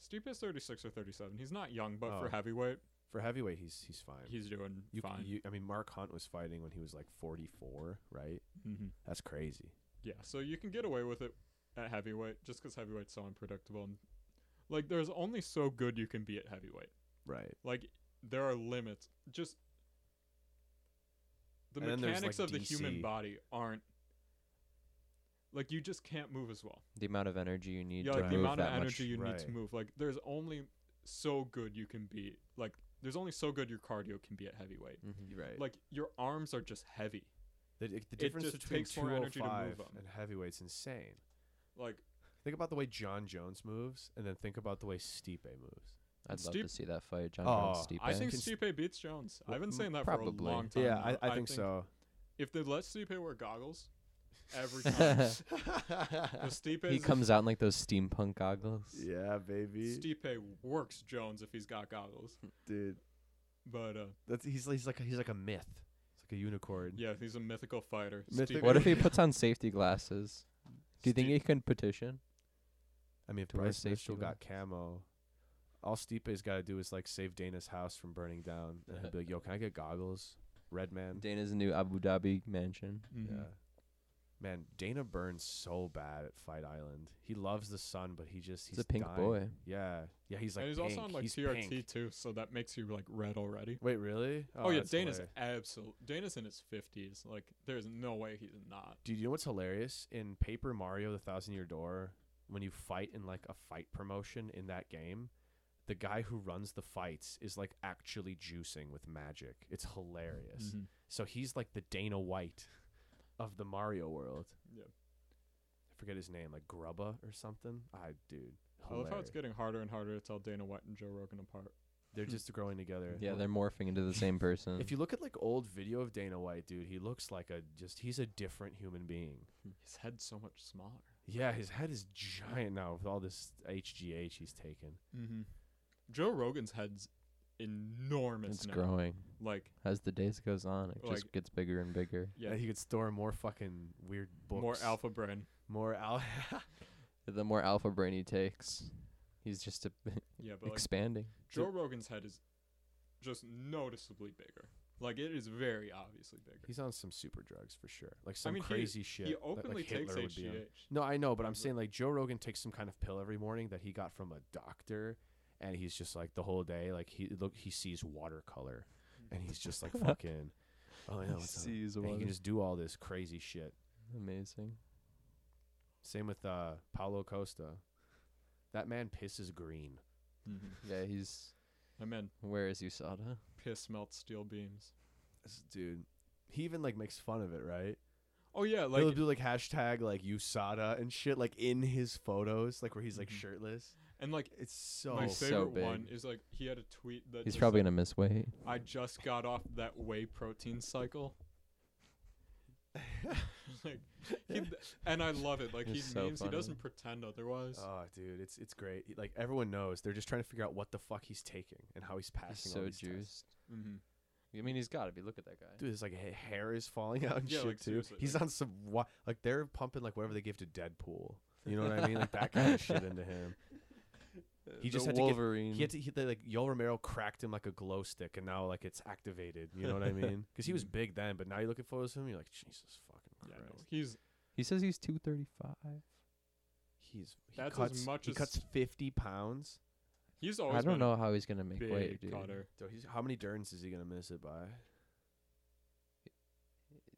[SPEAKER 2] Stipe is 36 or 37 he's not young but
[SPEAKER 1] Oh.
[SPEAKER 2] for heavyweight
[SPEAKER 1] For heavyweight, he's he's fine.
[SPEAKER 2] he's doing
[SPEAKER 1] you, c-
[SPEAKER 2] fine
[SPEAKER 1] you- I mean, Mark Hunt was fighting when he was like 44, right?
[SPEAKER 2] mm-hmm.
[SPEAKER 1] That's crazy.
[SPEAKER 2] Yeah, so you can get away with it at heavyweight just 'cause heavyweight's so unpredictable. And, like, there's only so good you can be at heavyweight.
[SPEAKER 1] Right.
[SPEAKER 2] Like, there are limits. Just the
[SPEAKER 1] And then there's,
[SPEAKER 2] mechanics
[SPEAKER 1] like,
[SPEAKER 2] of the human
[SPEAKER 1] DC.
[SPEAKER 2] body aren't like you just can't move as well.
[SPEAKER 4] The amount of energy you need
[SPEAKER 2] Yeah,
[SPEAKER 4] to
[SPEAKER 2] like the
[SPEAKER 4] move
[SPEAKER 2] amount of
[SPEAKER 4] that
[SPEAKER 2] energy
[SPEAKER 4] much.
[SPEAKER 2] you need to
[SPEAKER 1] Right.
[SPEAKER 2] move. Like, there's only so good you can be. Like, there's only so good your cardio can be at heavyweight.
[SPEAKER 4] Mhm.
[SPEAKER 1] Right. Like
[SPEAKER 2] Like, your arms are just heavy.
[SPEAKER 1] the, the difference
[SPEAKER 2] just
[SPEAKER 1] between
[SPEAKER 2] takes more energy to
[SPEAKER 1] 205
[SPEAKER 2] move 'em.
[SPEAKER 1] and heavyweight's insane.
[SPEAKER 2] Like,
[SPEAKER 1] Think about the way John Jones moves, and then think about the way Stipe moves.
[SPEAKER 4] I'd
[SPEAKER 2] And
[SPEAKER 4] love
[SPEAKER 2] Stipe-
[SPEAKER 4] to see that fight, John Jones
[SPEAKER 1] Oh,
[SPEAKER 4] Stipe.
[SPEAKER 2] I think
[SPEAKER 1] Can St-
[SPEAKER 2] Stipe beats Jones. I've been
[SPEAKER 4] Mm,
[SPEAKER 2] saying that for
[SPEAKER 4] probably.
[SPEAKER 2] a long time.
[SPEAKER 1] yeah,
[SPEAKER 2] now.
[SPEAKER 1] I, I, think, so.
[SPEAKER 2] If they let Stipe wear goggles every time, 'cause Stipe
[SPEAKER 4] he
[SPEAKER 2] is-
[SPEAKER 4] comes out in like those steampunk goggles.
[SPEAKER 1] yeah, baby,
[SPEAKER 2] Stipe works Jones if he's got goggles.
[SPEAKER 1] dude.
[SPEAKER 2] But uh,
[SPEAKER 1] That's he's he's like a, he's like a myth. It's like a unicorn.
[SPEAKER 2] yeah, he's a mythical fighter.
[SPEAKER 1] Mythic-
[SPEAKER 4] What if he puts on safety glasses? Do you think
[SPEAKER 2] Stipe-
[SPEAKER 4] he can petition?
[SPEAKER 1] I mean, if
[SPEAKER 4] To wear
[SPEAKER 1] Bryce
[SPEAKER 4] safety
[SPEAKER 1] Mitchell got camo, all Stipe's got to do is like save Dana's house from burning down, and he'll be like, "Yo, can I get goggles, Red Man?"
[SPEAKER 4] Dana's new Abu Dhabi mansion.
[SPEAKER 2] Mhm.
[SPEAKER 1] Yeah. Man, Dana burns so bad at Fight Island. He loves the sun, but he just he's
[SPEAKER 4] He's a pink
[SPEAKER 1] dying.
[SPEAKER 4] boy.
[SPEAKER 1] Yeah, yeah, he's like
[SPEAKER 2] and he's
[SPEAKER 1] pink.
[SPEAKER 2] also on like
[SPEAKER 1] he's
[SPEAKER 2] TRT
[SPEAKER 1] pink.
[SPEAKER 2] too, so that makes you like red already.
[SPEAKER 1] Wait, really?
[SPEAKER 2] Oh, yeah,
[SPEAKER 1] that's
[SPEAKER 2] Dana's
[SPEAKER 1] hilarious.
[SPEAKER 2] absolute. Dana's in his fifties. Like, there's no way he's not.
[SPEAKER 1] Dude, you know what's hilarious? In Paper Mario: The Thousand Year Door, when you fight in like a fight promotion in that game, the guy who runs the fights is like actually juicing with magic. It's hilarious.
[SPEAKER 2] Mhm.
[SPEAKER 1] So he's like the Dana White of the Mario world.
[SPEAKER 2] Yeah.
[SPEAKER 1] I forget his name, like Grubba or something. I dude.
[SPEAKER 2] I love how it's
[SPEAKER 1] hilarious.
[SPEAKER 2] getting harder and harder to tell Dana White and Joe Rogan apart.
[SPEAKER 1] They're just growing together.
[SPEAKER 4] Yeah, they're morphing into the same person.
[SPEAKER 1] If you look at like old video of Dana White, dude, he looks like a just he's a different human being.
[SPEAKER 2] His head's so much smaller.
[SPEAKER 1] Yeah, his head is giant now with all this HGH he's taken.
[SPEAKER 2] Mm-hmm. Joe Rogan's head's enormous
[SPEAKER 4] it's
[SPEAKER 2] now.
[SPEAKER 4] growing
[SPEAKER 2] Like,
[SPEAKER 4] as the days goes on. It just
[SPEAKER 2] Like-
[SPEAKER 4] gets bigger and bigger.
[SPEAKER 1] Yeah,
[SPEAKER 2] yeah,
[SPEAKER 1] he could store more fucking weird books.
[SPEAKER 2] more alpha brain.
[SPEAKER 1] More alpha.
[SPEAKER 4] The more alpha brain he takes, he's just a,
[SPEAKER 2] Yeah, but like,
[SPEAKER 4] expanding.
[SPEAKER 2] Joe Rogan's head is just noticeably bigger. Like, it is very obviously bigger.
[SPEAKER 1] he's on some super drugs for sure. Like some
[SPEAKER 2] mean, he-
[SPEAKER 1] crazy shit.
[SPEAKER 2] he
[SPEAKER 1] that, like,
[SPEAKER 2] openly
[SPEAKER 1] Hitler would
[SPEAKER 2] takes
[SPEAKER 1] be on.
[SPEAKER 2] HGH.
[SPEAKER 1] No, I know, but I'm
[SPEAKER 2] Probably.
[SPEAKER 1] saying like Joe Rogan takes some kind of pill every morning that he got from a doctor, and he's just like the whole day like he look he sees watercolor, and he's just like fucking. Oh, I know. What's up?
[SPEAKER 4] Sees
[SPEAKER 1] And he
[SPEAKER 4] water.
[SPEAKER 1] can just do all this crazy shit.
[SPEAKER 4] Amazing.
[SPEAKER 1] Same with uh, Paulo Costa. That man pisses green.
[SPEAKER 4] Yeah, he's
[SPEAKER 2] I mean,
[SPEAKER 4] where is USADA?
[SPEAKER 2] piss melts steel beams.
[SPEAKER 1] Dude, he even like makes fun of it, right?
[SPEAKER 2] Oh yeah,
[SPEAKER 1] Like, He'll
[SPEAKER 2] like
[SPEAKER 1] do like hashtag like USADA and shit like in his photos, like where he's like
[SPEAKER 2] Mhm.
[SPEAKER 1] shirtless.
[SPEAKER 2] and like
[SPEAKER 1] It's so
[SPEAKER 2] my
[SPEAKER 4] Oh, so
[SPEAKER 2] favorite one
[SPEAKER 4] big.
[SPEAKER 2] is like he had a tweet that
[SPEAKER 4] He's
[SPEAKER 2] just
[SPEAKER 4] probably
[SPEAKER 2] said,
[SPEAKER 4] gonna miss weight.
[SPEAKER 2] I just got off that whey protein cycle. like he, and I love it. Like he
[SPEAKER 4] It's so
[SPEAKER 2] memes,
[SPEAKER 4] funny.
[SPEAKER 2] he doesn't pretend otherwise.
[SPEAKER 1] Oh, dude, it's it's great. Like everyone knows, they're just trying to figure out what the fuck he's taking and how he's
[SPEAKER 4] He's
[SPEAKER 1] passing. all
[SPEAKER 4] so
[SPEAKER 1] these tests.
[SPEAKER 4] juiced.
[SPEAKER 2] mm-hmm.
[SPEAKER 4] I mean, he's got to be. Look at that guy.
[SPEAKER 1] Dude, his like ha- hair is falling out and
[SPEAKER 2] Yeah,
[SPEAKER 1] shit
[SPEAKER 2] like,
[SPEAKER 1] too.
[SPEAKER 2] seriously,
[SPEAKER 1] He's
[SPEAKER 2] like-
[SPEAKER 1] on some wa- like they're pumping like whatever they give to Deadpool. You know what I mean? Like that kind of shit into him. he just
[SPEAKER 4] Uh, the
[SPEAKER 1] had to get-
[SPEAKER 4] Wolverine.
[SPEAKER 1] He had to he, they, like Yo Romero cracked him like a glow stick, and now like it's activated. You know what I mean? Because he was
[SPEAKER 2] Mhm.
[SPEAKER 1] big then, but now you look at photos of him, you're like, Jesus fucking
[SPEAKER 2] Yeah,
[SPEAKER 1] Christ.
[SPEAKER 2] no, he's
[SPEAKER 4] he says he's 235.
[SPEAKER 1] He's he
[SPEAKER 2] That's as
[SPEAKER 1] cuts
[SPEAKER 2] much
[SPEAKER 1] he
[SPEAKER 2] as-
[SPEAKER 1] cuts fifty pounds.
[SPEAKER 2] he's
[SPEAKER 1] Oh,
[SPEAKER 2] always
[SPEAKER 4] I
[SPEAKER 2] been
[SPEAKER 4] don't know how he's gonna make
[SPEAKER 2] big
[SPEAKER 4] weight, dude.
[SPEAKER 2] cutter.
[SPEAKER 1] So he's, how many derns is he gonna miss it by?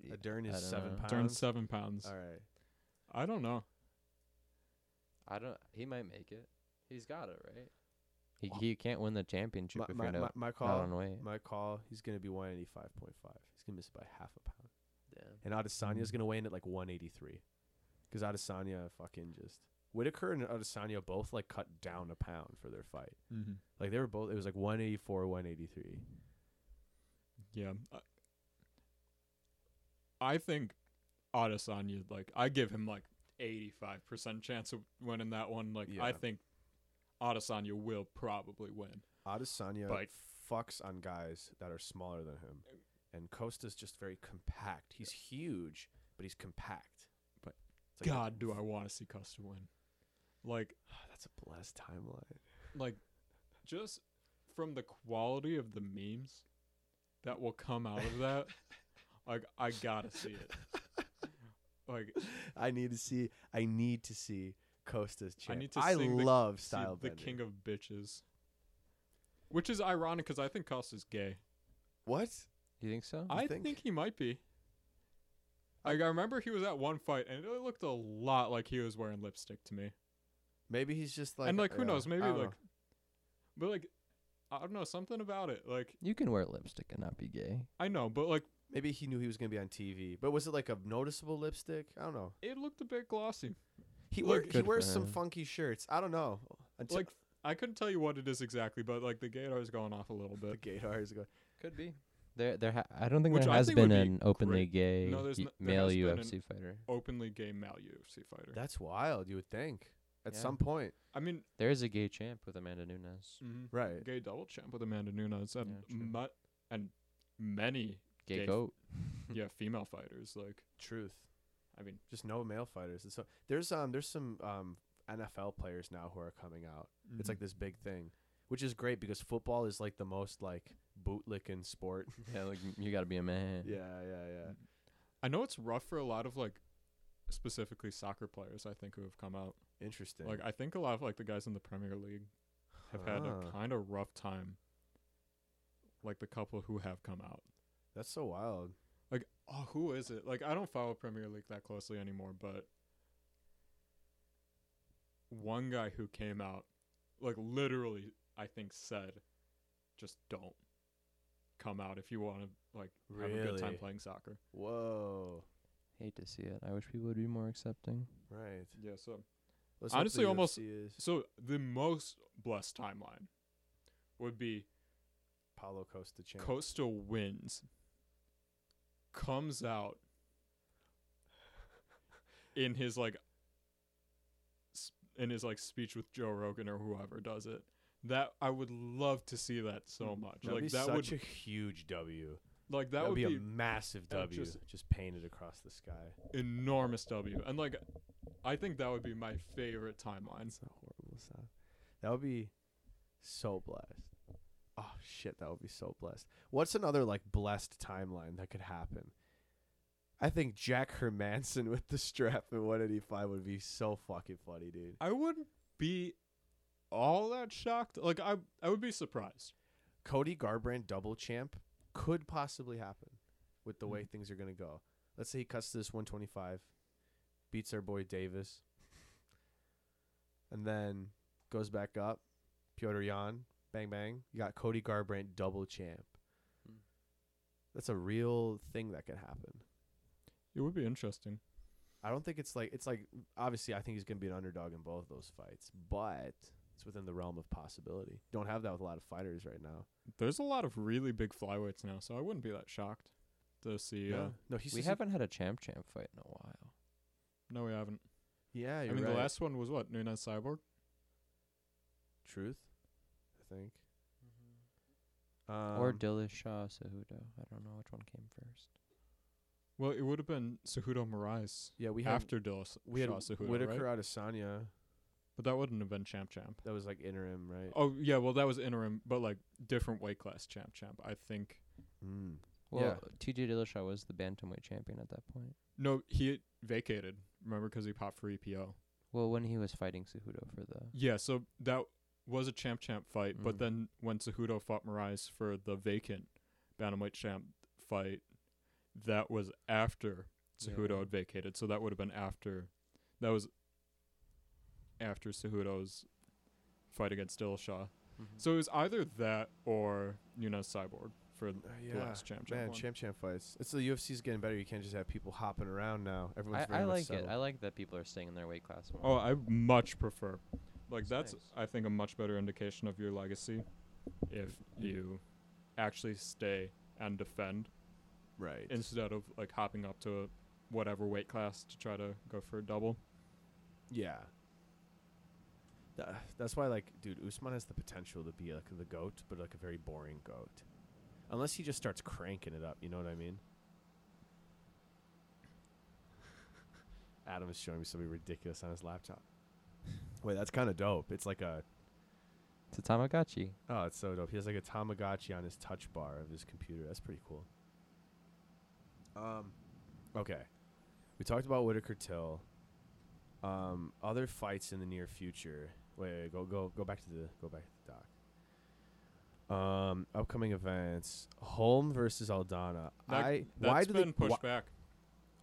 [SPEAKER 4] Yeah,
[SPEAKER 1] A dern
[SPEAKER 4] I
[SPEAKER 1] is
[SPEAKER 4] don't
[SPEAKER 1] seven
[SPEAKER 4] know.
[SPEAKER 1] pounds.
[SPEAKER 2] Turned seven pounds.
[SPEAKER 1] All right.
[SPEAKER 2] I don't know.
[SPEAKER 4] I don't. He might make it. He's got it right. He he can't win the championship
[SPEAKER 1] My,
[SPEAKER 4] if
[SPEAKER 1] my,
[SPEAKER 4] you're
[SPEAKER 1] my,
[SPEAKER 4] not,
[SPEAKER 1] my
[SPEAKER 4] not on
[SPEAKER 1] call.
[SPEAKER 4] weight.
[SPEAKER 1] My call. He's gonna be one eighty five point five. He's gonna miss it by half a pound. And
[SPEAKER 4] Damn.
[SPEAKER 1] Adesanya's
[SPEAKER 2] Mm.
[SPEAKER 1] going to weigh in at like 183. Because Adesanya fucking just. Whitaker and Adesanya both like cut down a pound for their fight.
[SPEAKER 2] Mm-hmm.
[SPEAKER 1] Like they were both, it was like 184, 183.
[SPEAKER 2] Yeah. I, I think Adesanya, like, I give him like 85% chance of winning that one. Like, I
[SPEAKER 1] Yeah.
[SPEAKER 2] think Adesanya will probably win.
[SPEAKER 1] Adesanya
[SPEAKER 2] But-
[SPEAKER 1] fucks on guys that are smaller than him. And Costa's just very compact. He's huge, but he's compact.
[SPEAKER 2] But
[SPEAKER 1] It's like, "Ah,
[SPEAKER 2] God, do I want to see Costa win. Like,
[SPEAKER 1] that's a blessed timeline.
[SPEAKER 2] like, just from the quality of the memes that will come out of that, like, I gotta see it. Like,
[SPEAKER 1] I need to see, I need to see Costa's
[SPEAKER 2] I
[SPEAKER 1] champ.
[SPEAKER 2] need to
[SPEAKER 1] I
[SPEAKER 2] sing the-
[SPEAKER 1] love
[SPEAKER 2] see
[SPEAKER 1] style
[SPEAKER 2] the king of bitches. Which is ironic because I think Costa's gay.
[SPEAKER 1] What?
[SPEAKER 4] You think so?
[SPEAKER 2] I
[SPEAKER 1] think?
[SPEAKER 2] think? he might be. Like, I remember he was at one fight, and it looked a lot like he was wearing lipstick to me.
[SPEAKER 1] Maybe he's just like.
[SPEAKER 2] and like, who
[SPEAKER 1] yeah,
[SPEAKER 2] knows? Maybe
[SPEAKER 1] I don't
[SPEAKER 2] like,
[SPEAKER 1] know.
[SPEAKER 2] but like, I don't know something about it. Like,
[SPEAKER 4] you can wear lipstick and not be gay.
[SPEAKER 2] I know, but like,
[SPEAKER 1] Maybe he knew he was gonna be on TV, but was it like a noticeable lipstick? I don't know.
[SPEAKER 2] it looked a bit glossy.
[SPEAKER 1] He
[SPEAKER 2] Look,
[SPEAKER 1] wear, he
[SPEAKER 4] good for
[SPEAKER 1] wears some
[SPEAKER 4] him.
[SPEAKER 1] funky shirts. I don't know. Until,
[SPEAKER 2] Like, I couldn't tell you what it is exactly, but like the Gatore's going off a little
[SPEAKER 1] the
[SPEAKER 2] bit.
[SPEAKER 1] Gator is going.
[SPEAKER 4] Could be. There, there. Ha- I don't think
[SPEAKER 2] Which
[SPEAKER 4] there
[SPEAKER 2] I
[SPEAKER 4] has
[SPEAKER 2] think
[SPEAKER 4] been
[SPEAKER 2] would be
[SPEAKER 4] an openly
[SPEAKER 2] great.
[SPEAKER 4] gay
[SPEAKER 2] No, there's
[SPEAKER 4] y-
[SPEAKER 2] n- there
[SPEAKER 4] male
[SPEAKER 2] has been an-
[SPEAKER 4] UFC fighter.
[SPEAKER 2] Openly gay male UFC fighter.
[SPEAKER 1] That's wild. You would think at
[SPEAKER 4] Yeah.
[SPEAKER 1] some point,
[SPEAKER 2] I mean,
[SPEAKER 4] There is a gay champ with Amanda Nunes.
[SPEAKER 2] mhm.
[SPEAKER 1] right?
[SPEAKER 2] gay double champ with Amanda Nunes and
[SPEAKER 4] Mm-hmm. Yeah, true.
[SPEAKER 2] mu- and many
[SPEAKER 4] Gay,
[SPEAKER 2] Gay f-
[SPEAKER 4] goat.
[SPEAKER 1] Hmm.
[SPEAKER 2] yeah female fighters. Like
[SPEAKER 1] Truth.
[SPEAKER 2] I mean,
[SPEAKER 1] Just no male fighters. And so there's um there's some um NFL players now who are coming out. It's like
[SPEAKER 2] mhm.
[SPEAKER 1] this big thing, which is great because football is like the most like bootlicking sport.
[SPEAKER 4] yeah, like m- you gotta be a man.
[SPEAKER 1] yeah, yeah, yeah.
[SPEAKER 2] I know it's rough for a lot of like specifically soccer players. I think who have come out.
[SPEAKER 1] Interesting.
[SPEAKER 2] Like I think a lot of like the guys in the Premier League have had
[SPEAKER 1] Huh.
[SPEAKER 2] a kind of rough time. Like the couple who have come out.
[SPEAKER 1] That's so wild.
[SPEAKER 2] Like oh, who is it? Like I don't follow Premier League that closely anymore, but one guy who came out, like literally, I think said, just don't come out if you want to like have a good
[SPEAKER 1] Really?
[SPEAKER 2] time playing soccer.
[SPEAKER 1] Whoa.
[SPEAKER 4] Hate to see it. I wish people would be more accepting.
[SPEAKER 1] Right.
[SPEAKER 2] Yeah. So
[SPEAKER 1] Let's hope the
[SPEAKER 2] Honestly, almost-
[SPEAKER 1] UFC is
[SPEAKER 2] so the most blessed timeline would be
[SPEAKER 1] Paulo Costa champ.
[SPEAKER 2] Coastal wins, comes out in his like s- in his like speech with Joe Rogan or whoever does it. That I would love to see that so much.
[SPEAKER 1] Mm-hmm. That'd
[SPEAKER 2] like
[SPEAKER 1] be
[SPEAKER 2] that
[SPEAKER 1] such
[SPEAKER 2] would
[SPEAKER 1] a huge W.
[SPEAKER 2] like that,
[SPEAKER 1] That,
[SPEAKER 2] would be,
[SPEAKER 1] a massive
[SPEAKER 2] that would
[SPEAKER 1] W, just,
[SPEAKER 2] just-
[SPEAKER 1] painted across the sky.
[SPEAKER 2] enormous W. And like I think that would be my favorite timelines.
[SPEAKER 1] not horrible sound. That would be so blessed. Oh shit, that would be so blessed. What's another like blessed timeline that could happen? I think Jack Hermanson with the strap in 185 would be so fucking funny, dude.
[SPEAKER 2] I wouldn't be all that shocked. Like I I would be surprised.
[SPEAKER 1] Cody Garbrandt double champ could possibly happen with the way things are gonna go. Let's say he cuts to this 125, beats our boy Davis, and then goes back up. Piotr Jan, bang bang. You got Cody Garbrandt double champ.
[SPEAKER 4] Hmm.
[SPEAKER 1] That's a real thing that could happen.
[SPEAKER 2] It would be interesting.
[SPEAKER 1] I don't think it's like it's like obviously I think he's gonna be an underdog in both those fights, but it's within the realm of possibility. Don't have that with a lot of fighters right now.
[SPEAKER 2] There's a lot of really big flyweights now, so I wouldn't be that shocked to see. Uh,
[SPEAKER 1] No, no he's
[SPEAKER 4] we haven't had a champ champ fight in a while.
[SPEAKER 2] no, we haven't.
[SPEAKER 1] Yeah,
[SPEAKER 2] I
[SPEAKER 1] you're
[SPEAKER 2] mean,
[SPEAKER 1] right.
[SPEAKER 2] the last one was what Nunes Cyborg.
[SPEAKER 1] Truth, I think. Um,
[SPEAKER 4] or Dillashaw Cejudo. I don't know which one came first.
[SPEAKER 2] Well, it would have been Cejudo Moraes
[SPEAKER 1] yeah, we have
[SPEAKER 2] after Dillas
[SPEAKER 1] we had
[SPEAKER 2] Shaw Cejudo,
[SPEAKER 1] Whitaker
[SPEAKER 2] right?
[SPEAKER 1] Adesanya.
[SPEAKER 2] But that wouldn't have been champ champ.
[SPEAKER 1] That was like interim, right?
[SPEAKER 2] Oh yeah, well that was interim, but like different weight class champ champ. I think
[SPEAKER 1] Mm.
[SPEAKER 2] Mm-hmm.
[SPEAKER 4] Well, TJ Dillashaw was the bantamweight champion at that point.
[SPEAKER 2] no, he vacated. Remember, because he popped for E EPO.
[SPEAKER 4] Well, when he was fighting Cejudo for the
[SPEAKER 2] Yeah, so that was a champ champ fight,
[SPEAKER 4] Mm.
[SPEAKER 2] but then when Cejudo fought Moraes for the vacant bantamweight champ fight, that was after Cejudo
[SPEAKER 4] Yeah.
[SPEAKER 2] had vacated. So that would have been after that was after Cejudo's fight against Dillashaw. So it was either that or Nunes Cyborg for
[SPEAKER 1] Uh,
[SPEAKER 2] the
[SPEAKER 1] yeah.
[SPEAKER 2] last champ champ
[SPEAKER 1] Man,
[SPEAKER 2] one.
[SPEAKER 1] champ champ fights. It's the UFC's getting better. You can't just have people hopping around now. Everyone's
[SPEAKER 4] I,
[SPEAKER 1] very
[SPEAKER 4] I
[SPEAKER 1] much
[SPEAKER 4] like
[SPEAKER 1] settled.
[SPEAKER 4] it. I like that people are staying in their weight class. more.
[SPEAKER 2] Oh, I much prefer. Like that's
[SPEAKER 4] That's nice.
[SPEAKER 2] I think a much better indication of your legacy if you actually stay and defend
[SPEAKER 1] right.
[SPEAKER 2] instead of like hopping up to whatever weight class to try to go for a double.
[SPEAKER 1] yeah. Tha- that's why, like, dude, Usman has the potential to be like the goat, but like a very boring goat, unless he just starts cranking it up. You know what I mean? Adam is showing me something ridiculous on his laptop. Wait, that's kind of dope. It's like a
[SPEAKER 4] It's a Tamagotchi.
[SPEAKER 1] oh, it's so dope. He has like a Tamagotchi on his touch bar of his computer. That's pretty cool. Um, okay, we talked about Whitaker Till. Um, other fights in the near future. Wait, wait, go go go back to the go back to the doc. Um, upcoming events: Holm versus Aldana.
[SPEAKER 2] That,
[SPEAKER 1] I
[SPEAKER 2] has
[SPEAKER 1] why do
[SPEAKER 2] been
[SPEAKER 1] they
[SPEAKER 2] pushed
[SPEAKER 1] why-
[SPEAKER 2] back.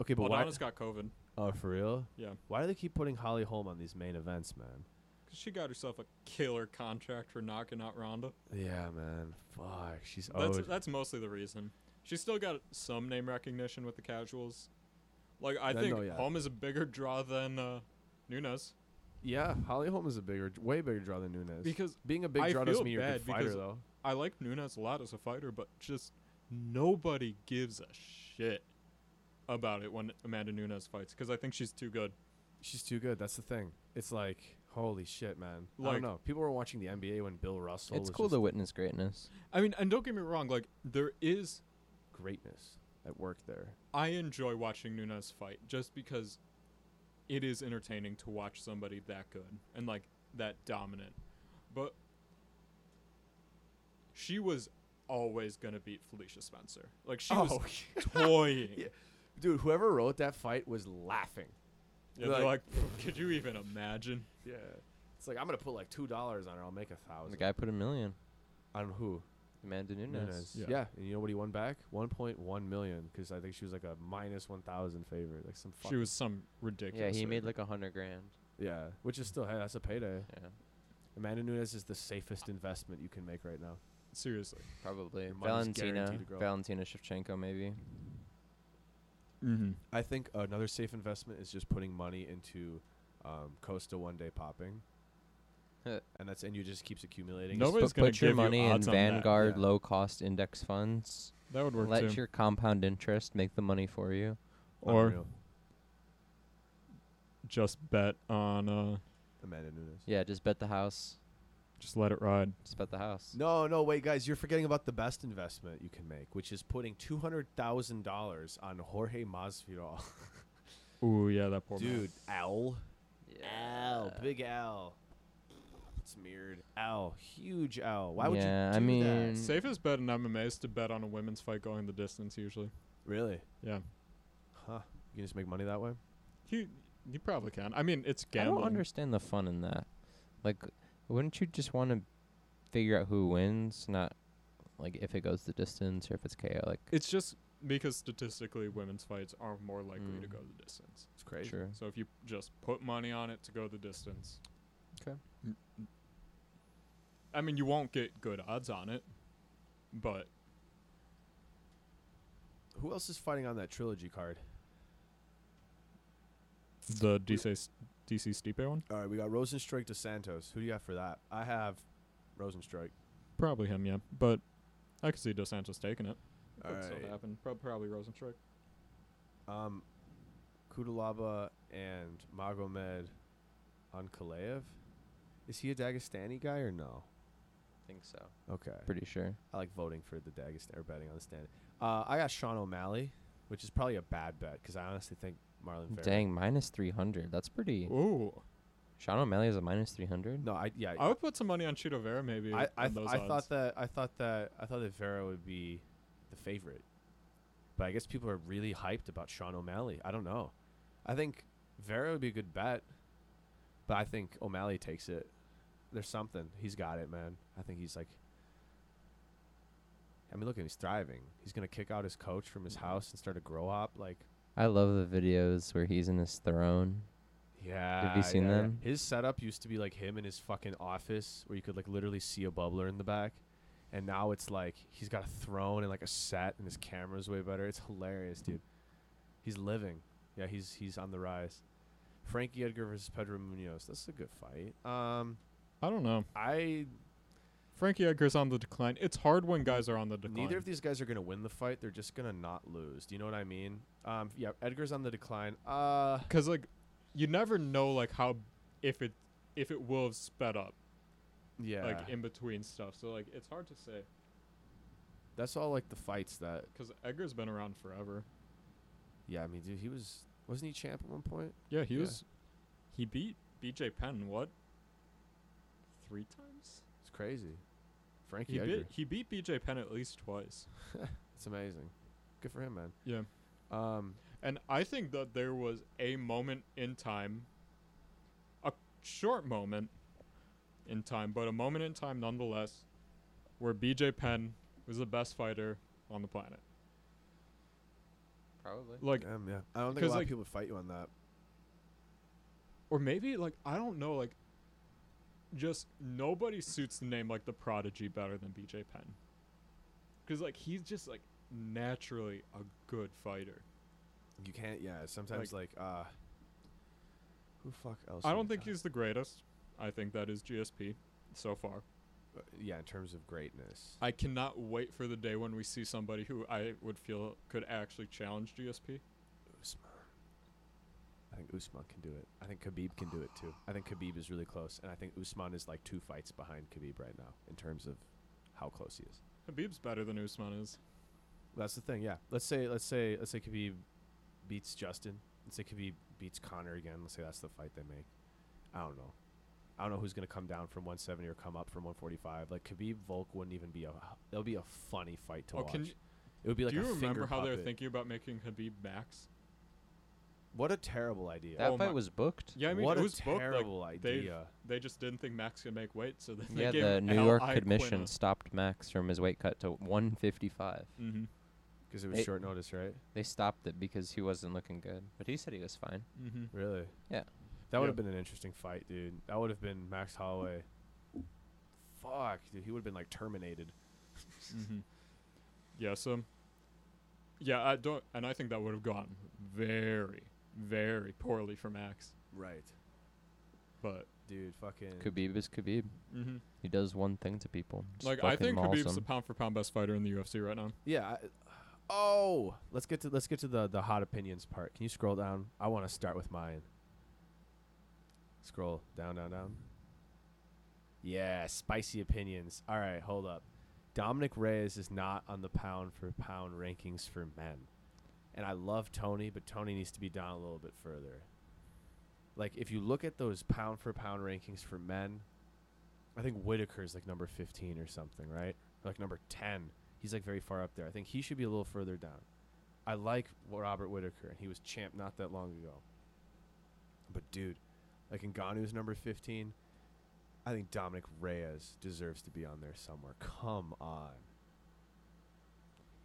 [SPEAKER 1] okay, but why?
[SPEAKER 2] Aldana's got COVID
[SPEAKER 1] Oh, for real?
[SPEAKER 2] Yeah.
[SPEAKER 1] Why do they keep putting Holly Holm on these main events, man?
[SPEAKER 2] 'cause she got herself a killer contract for knocking out Ronda.
[SPEAKER 1] Yeah, man. Fuck, she's
[SPEAKER 2] That's
[SPEAKER 1] owed.
[SPEAKER 2] that's mostly the reason. She's still got some name recognition with the casuals. Like I
[SPEAKER 1] Yeah,
[SPEAKER 2] think
[SPEAKER 1] no, yeah.
[SPEAKER 2] Home is a bigger draw than uh, Nunes.
[SPEAKER 1] Yeah, Holly Holm is a bigger, way bigger draw than Nunez.
[SPEAKER 2] Because
[SPEAKER 1] Being a big
[SPEAKER 2] I
[SPEAKER 1] draw doesn't
[SPEAKER 2] feel
[SPEAKER 1] mean you're a good
[SPEAKER 2] bad
[SPEAKER 1] fighter,
[SPEAKER 2] because
[SPEAKER 1] though.
[SPEAKER 2] I like Nunes a lot as a fighter, but just nobody gives a shit about it when Amanda Nunes fights because I think she's too good.
[SPEAKER 1] She's too good. That's the thing. It's like, holy shit, man. I don't
[SPEAKER 2] Like-
[SPEAKER 1] know. People were watching the NBA when Bill Russell was
[SPEAKER 4] It's cool
[SPEAKER 1] just
[SPEAKER 4] to witness greatness.
[SPEAKER 2] I mean, and don't get me wrong, like there is
[SPEAKER 1] greatness at work there.
[SPEAKER 2] I enjoy watching Nunes fight just because it is entertaining to watch somebody that good and like that dominant. But she was always gonna beat Felicia Spencer. Like she
[SPEAKER 4] Oh,
[SPEAKER 2] was toying.
[SPEAKER 1] Yeah. Oh, Dude, whoever wrote that fight was laughing.
[SPEAKER 2] Yeah, they're
[SPEAKER 1] Like-
[SPEAKER 2] like, could you even imagine?
[SPEAKER 1] Yeah. It's like, I'm going to put like $2 on her. I'll make a
[SPEAKER 4] The
[SPEAKER 1] thousand.
[SPEAKER 4] guy put a million.
[SPEAKER 1] I don't know who.
[SPEAKER 4] Amanda Nunes.
[SPEAKER 1] Nunes. Yeah.
[SPEAKER 3] Yeah.
[SPEAKER 1] And you know what he won back? 1.1 million because I think she was like a minus 1,000 favorite. Like some fuck.
[SPEAKER 2] She was some
[SPEAKER 4] Yeah,
[SPEAKER 2] ridiculous.
[SPEAKER 4] he made
[SPEAKER 2] figure.
[SPEAKER 4] like a hundred grand.
[SPEAKER 1] Yeah. Which is still, hey, that's a payday.
[SPEAKER 4] Yeah,
[SPEAKER 1] Amanda Nunes is the safest investment you can make right now.
[SPEAKER 2] seriously.
[SPEAKER 4] probably.
[SPEAKER 1] Your money's
[SPEAKER 4] Valentina,
[SPEAKER 1] guaranteed to grow.
[SPEAKER 4] Valentina Shevchenko, maybe.
[SPEAKER 2] Mm-hmm.
[SPEAKER 1] I think another safe investment is just putting money into um, Costa one day popping.
[SPEAKER 4] Huh.
[SPEAKER 1] and that's and you just keeps accumulating.
[SPEAKER 2] Nobody's
[SPEAKER 4] Put,
[SPEAKER 2] gonna
[SPEAKER 4] put your
[SPEAKER 2] give you
[SPEAKER 4] money in
[SPEAKER 2] odds on that,
[SPEAKER 4] Vanguard
[SPEAKER 1] yeah.
[SPEAKER 4] low cost index funds.
[SPEAKER 2] That would work
[SPEAKER 4] Let
[SPEAKER 2] too.
[SPEAKER 4] your compound interest make the money for you.
[SPEAKER 2] or just bet on, uh,
[SPEAKER 1] Amanda Nunes.
[SPEAKER 4] Yeah, just bet the house.
[SPEAKER 2] just let it ride.
[SPEAKER 4] Just bet the house.
[SPEAKER 1] No, no, wait, guys, you're forgetting about the best investment you can make, which is putting two hundred thousand dollars on Jorge Masvidal.
[SPEAKER 2] Ooh, yeah, that poor man.
[SPEAKER 1] Dude, owl, owl, big owl, smeared owl, huge owl. Why would
[SPEAKER 4] Yeah, I
[SPEAKER 1] you? Do
[SPEAKER 4] mean-
[SPEAKER 1] that?
[SPEAKER 2] Safest bet in MMA is to bet on a women's fight going the distance usually.
[SPEAKER 1] really?
[SPEAKER 2] Yeah.
[SPEAKER 1] Huh? You can just make money that way.
[SPEAKER 2] You you probably can. I mean, it's
[SPEAKER 4] I
[SPEAKER 2] gambling.
[SPEAKER 4] don't understand the fun in that. Like, wouldn't you just want to figure out who wins, not like if it goes the distance or if it's KO? Like,
[SPEAKER 2] It's just because statistically women's fights are more likely to
[SPEAKER 4] Mm.
[SPEAKER 2] go the distance.
[SPEAKER 1] It's crazy.
[SPEAKER 4] sure.
[SPEAKER 2] So if you just put money on it to go the distance.
[SPEAKER 4] 'Kay.
[SPEAKER 2] I mean, you won't get good odds on it, but
[SPEAKER 1] Who else is fighting on that trilogy card?
[SPEAKER 2] the DC DC Stipe one?
[SPEAKER 1] All right, we got Rosenstrike to Santos. Who do you have for that? I have Rosenstrike.
[SPEAKER 2] Probably him, yeah. But I could see Dos Santos taking it.
[SPEAKER 1] All
[SPEAKER 2] That's what
[SPEAKER 1] right.
[SPEAKER 2] happened. Prob- Probably Rosenstruck.
[SPEAKER 1] Um, Kudalaba and Magomed Ankalaev. Is he a Dagestani guy or no?
[SPEAKER 4] I think so.
[SPEAKER 1] Okay.
[SPEAKER 4] Pretty sure.
[SPEAKER 1] I like voting for the Dagestan or betting on the stand. Uh, I got Sean O'Malley, which is probably a bad bet because I honestly think Marlon. Vera-
[SPEAKER 4] Dang, minus 300. That's pretty.
[SPEAKER 2] Ooh.
[SPEAKER 4] Sean O'Malley is a minus 300?
[SPEAKER 1] No, I yeah.
[SPEAKER 2] I would put some money on Cheeto Vera maybe.
[SPEAKER 1] I I,
[SPEAKER 2] on
[SPEAKER 1] th-
[SPEAKER 2] those
[SPEAKER 1] I
[SPEAKER 2] odds.
[SPEAKER 1] thought that I thought that I thought that Vera would be the favorite, but I guess people are really hyped about Sean O'Malley. I don't know. I think Vera would be a good bet, but I think O'Malley takes it. There's something he's got it, man. I think he's like. I mean, look at him. He's thriving. He's gonna kick out his coach from
[SPEAKER 2] Mm-hmm.
[SPEAKER 1] his house and start a grow up. Like,
[SPEAKER 4] I love the videos where he's in his throne.
[SPEAKER 1] yeah.
[SPEAKER 4] seen
[SPEAKER 1] yeah, yeah.
[SPEAKER 4] them?
[SPEAKER 1] His setup used to be like him in his fucking office, where you could like literally see a bubbler in the back, and now it's like he's got a throne and like a set, and his camera's way better. It's hilarious, dude. He's living. Yeah, he's he's on the rise. Frankie Edgar versus Pedro Munoz. That's a good fight. Um,
[SPEAKER 2] I don't know.
[SPEAKER 1] I
[SPEAKER 2] Frankie Edgar's on the decline. It's hard when guys are on the decline.
[SPEAKER 1] Neither of these guys are going to win the fight. They're just going to not lose. Do you know what I mean? Um, yeah, Edgar's on the decline. Uh,
[SPEAKER 2] because like, you never know like how if it if it will have sped up
[SPEAKER 1] yeah.
[SPEAKER 2] like in between stuff. So like, it's hard to say
[SPEAKER 1] that's all like the fights that.
[SPEAKER 2] because Edgar's been around forever.
[SPEAKER 1] Yeah, I mean, dude, he was wasn't he champ at one point?
[SPEAKER 2] Yeah, he
[SPEAKER 1] Yeah.
[SPEAKER 2] was. He beat BJ Penn what? Three times.
[SPEAKER 1] It's crazy. Frankie
[SPEAKER 2] He
[SPEAKER 1] Edgar.
[SPEAKER 2] beat he beat BJ Penn at least twice.
[SPEAKER 1] It's amazing. Good for him, man.
[SPEAKER 2] Yeah,
[SPEAKER 1] Um,
[SPEAKER 2] and I think that there was a moment in time, a short moment in time, but a moment in time nonetheless, where BJ Penn was the best fighter on the planet.
[SPEAKER 4] Probably.
[SPEAKER 2] Like,
[SPEAKER 1] damn, yeah. I don't think a
[SPEAKER 2] because,
[SPEAKER 1] lot
[SPEAKER 2] like-
[SPEAKER 1] of people would fight you on that.
[SPEAKER 2] or maybe like I don't know, like just nobody suits the name like the prodigy better than BJ Penn. Cuz like he's just like naturally a good fighter.
[SPEAKER 1] You can't. Yeah, sometimes like, uh, Who the fuck else?
[SPEAKER 2] I
[SPEAKER 1] do
[SPEAKER 2] don't
[SPEAKER 1] we
[SPEAKER 2] think
[SPEAKER 1] got?
[SPEAKER 2] he's the greatest. I think that is GSP so far.
[SPEAKER 1] Uh, yeah, in terms of greatness.
[SPEAKER 2] I cannot wait for the day when we see somebody who I would feel could actually challenge GSP.
[SPEAKER 1] Usman. I think Usman can do it. I think Khabib can do it too. I think Khabib is really close, and I think Usman is like two fights behind Khabib right now in terms of how close he is.
[SPEAKER 2] Habib's better than Usman is.
[SPEAKER 1] That's the thing. Yeah. Let's say let's say let's say Khabib beats Justin. Let's say Khabib beats Connor again. Let's say that's the fight they make. I don't know. I don't know who's gonna come down from 170 or come up from 145. Like Khabib Volk wouldn't even be a. That'll be a funny fight to
[SPEAKER 2] Oh,
[SPEAKER 1] watch.
[SPEAKER 2] can you,
[SPEAKER 1] it would be like
[SPEAKER 2] do
[SPEAKER 1] a
[SPEAKER 2] you remember
[SPEAKER 1] finger
[SPEAKER 2] how they were
[SPEAKER 1] puppet.
[SPEAKER 2] thinking about making Habib max?
[SPEAKER 1] What a terrible idea.
[SPEAKER 4] That
[SPEAKER 2] Oh
[SPEAKER 4] fight
[SPEAKER 2] my-
[SPEAKER 4] was booked.
[SPEAKER 2] Yeah, I mean
[SPEAKER 1] what
[SPEAKER 2] it
[SPEAKER 1] a
[SPEAKER 2] was booked. Like,
[SPEAKER 1] terrible
[SPEAKER 2] they've-
[SPEAKER 1] idea.
[SPEAKER 2] they just didn't think Max could make weight, so then
[SPEAKER 4] Yeah,
[SPEAKER 2] they gave
[SPEAKER 4] the New York commission
[SPEAKER 2] commissions.
[SPEAKER 4] stopped Max from his weight cut to 155.
[SPEAKER 2] Mm-hmm.
[SPEAKER 1] Because it was
[SPEAKER 4] It-
[SPEAKER 1] short notice, right?
[SPEAKER 4] They stopped it because he wasn't looking good, but he said he was fine.
[SPEAKER 2] Mm-hmm.
[SPEAKER 1] Really?
[SPEAKER 4] Yeah.
[SPEAKER 1] That
[SPEAKER 2] Yeah.
[SPEAKER 1] would have been an interesting fight, dude. That would have been Max Holloway. Fuck, dude. He would have been like terminated.
[SPEAKER 2] Mm-hmm. Yeah, so yeah, I don't, and I think that would have gone very, very poorly for Max.
[SPEAKER 1] Right.
[SPEAKER 2] But
[SPEAKER 1] Dude, fucking.
[SPEAKER 4] Khabib is Khabib.
[SPEAKER 2] mm-hmm.
[SPEAKER 4] He does one thing to people. Just
[SPEAKER 2] like, I
[SPEAKER 4] fucking
[SPEAKER 2] think
[SPEAKER 4] mauls
[SPEAKER 2] Khabib's the
[SPEAKER 4] them.
[SPEAKER 2] pound for pound best fighter in the UFC right now.
[SPEAKER 1] Yeah. I, oh, let's get to let's get to the the hot opinions part. Can you scroll down? I want to start with mine. Scroll down, down, down. Yeah, spicy opinions. All right, hold up. Dominic Reyes is not on the pound for pound rankings for men. And I love Tony, but Tony needs to be down a little bit further. Like if you look at those pound for pound rankings for men, I think Whitaker's like number 15 or something, right? Or like number 10. He's like very far up there. I think he should be a little further down. I like Wa- Robert Whitaker, and he was champ not that long ago. But dude, like Ngannou's number 15. I think Dominic Reyes deserves to be on there somewhere. Come on.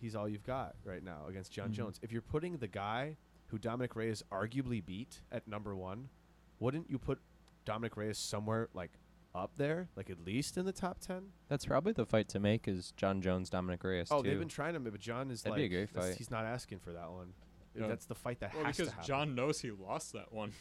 [SPEAKER 1] He's all you've got right now against John
[SPEAKER 2] Mhm.
[SPEAKER 1] Jones. If you're putting the guy who Dominic Reyes arguably beat at number one, wouldn't you put Dominic Reyes somewhere like up there, like at least in the top ten?
[SPEAKER 4] That's probably the fight to make is John Jones, Dominic Reyes.
[SPEAKER 1] Oh,
[SPEAKER 4] too.
[SPEAKER 1] they've been trying him, but John is
[SPEAKER 4] That'd
[SPEAKER 1] like
[SPEAKER 4] be a great
[SPEAKER 1] that's-
[SPEAKER 4] fight.
[SPEAKER 1] he's not asking for that one.
[SPEAKER 2] Yeah.
[SPEAKER 1] That's the fight that
[SPEAKER 2] Well,
[SPEAKER 1] has to
[SPEAKER 2] because
[SPEAKER 1] happen.
[SPEAKER 2] John knows he lost that one.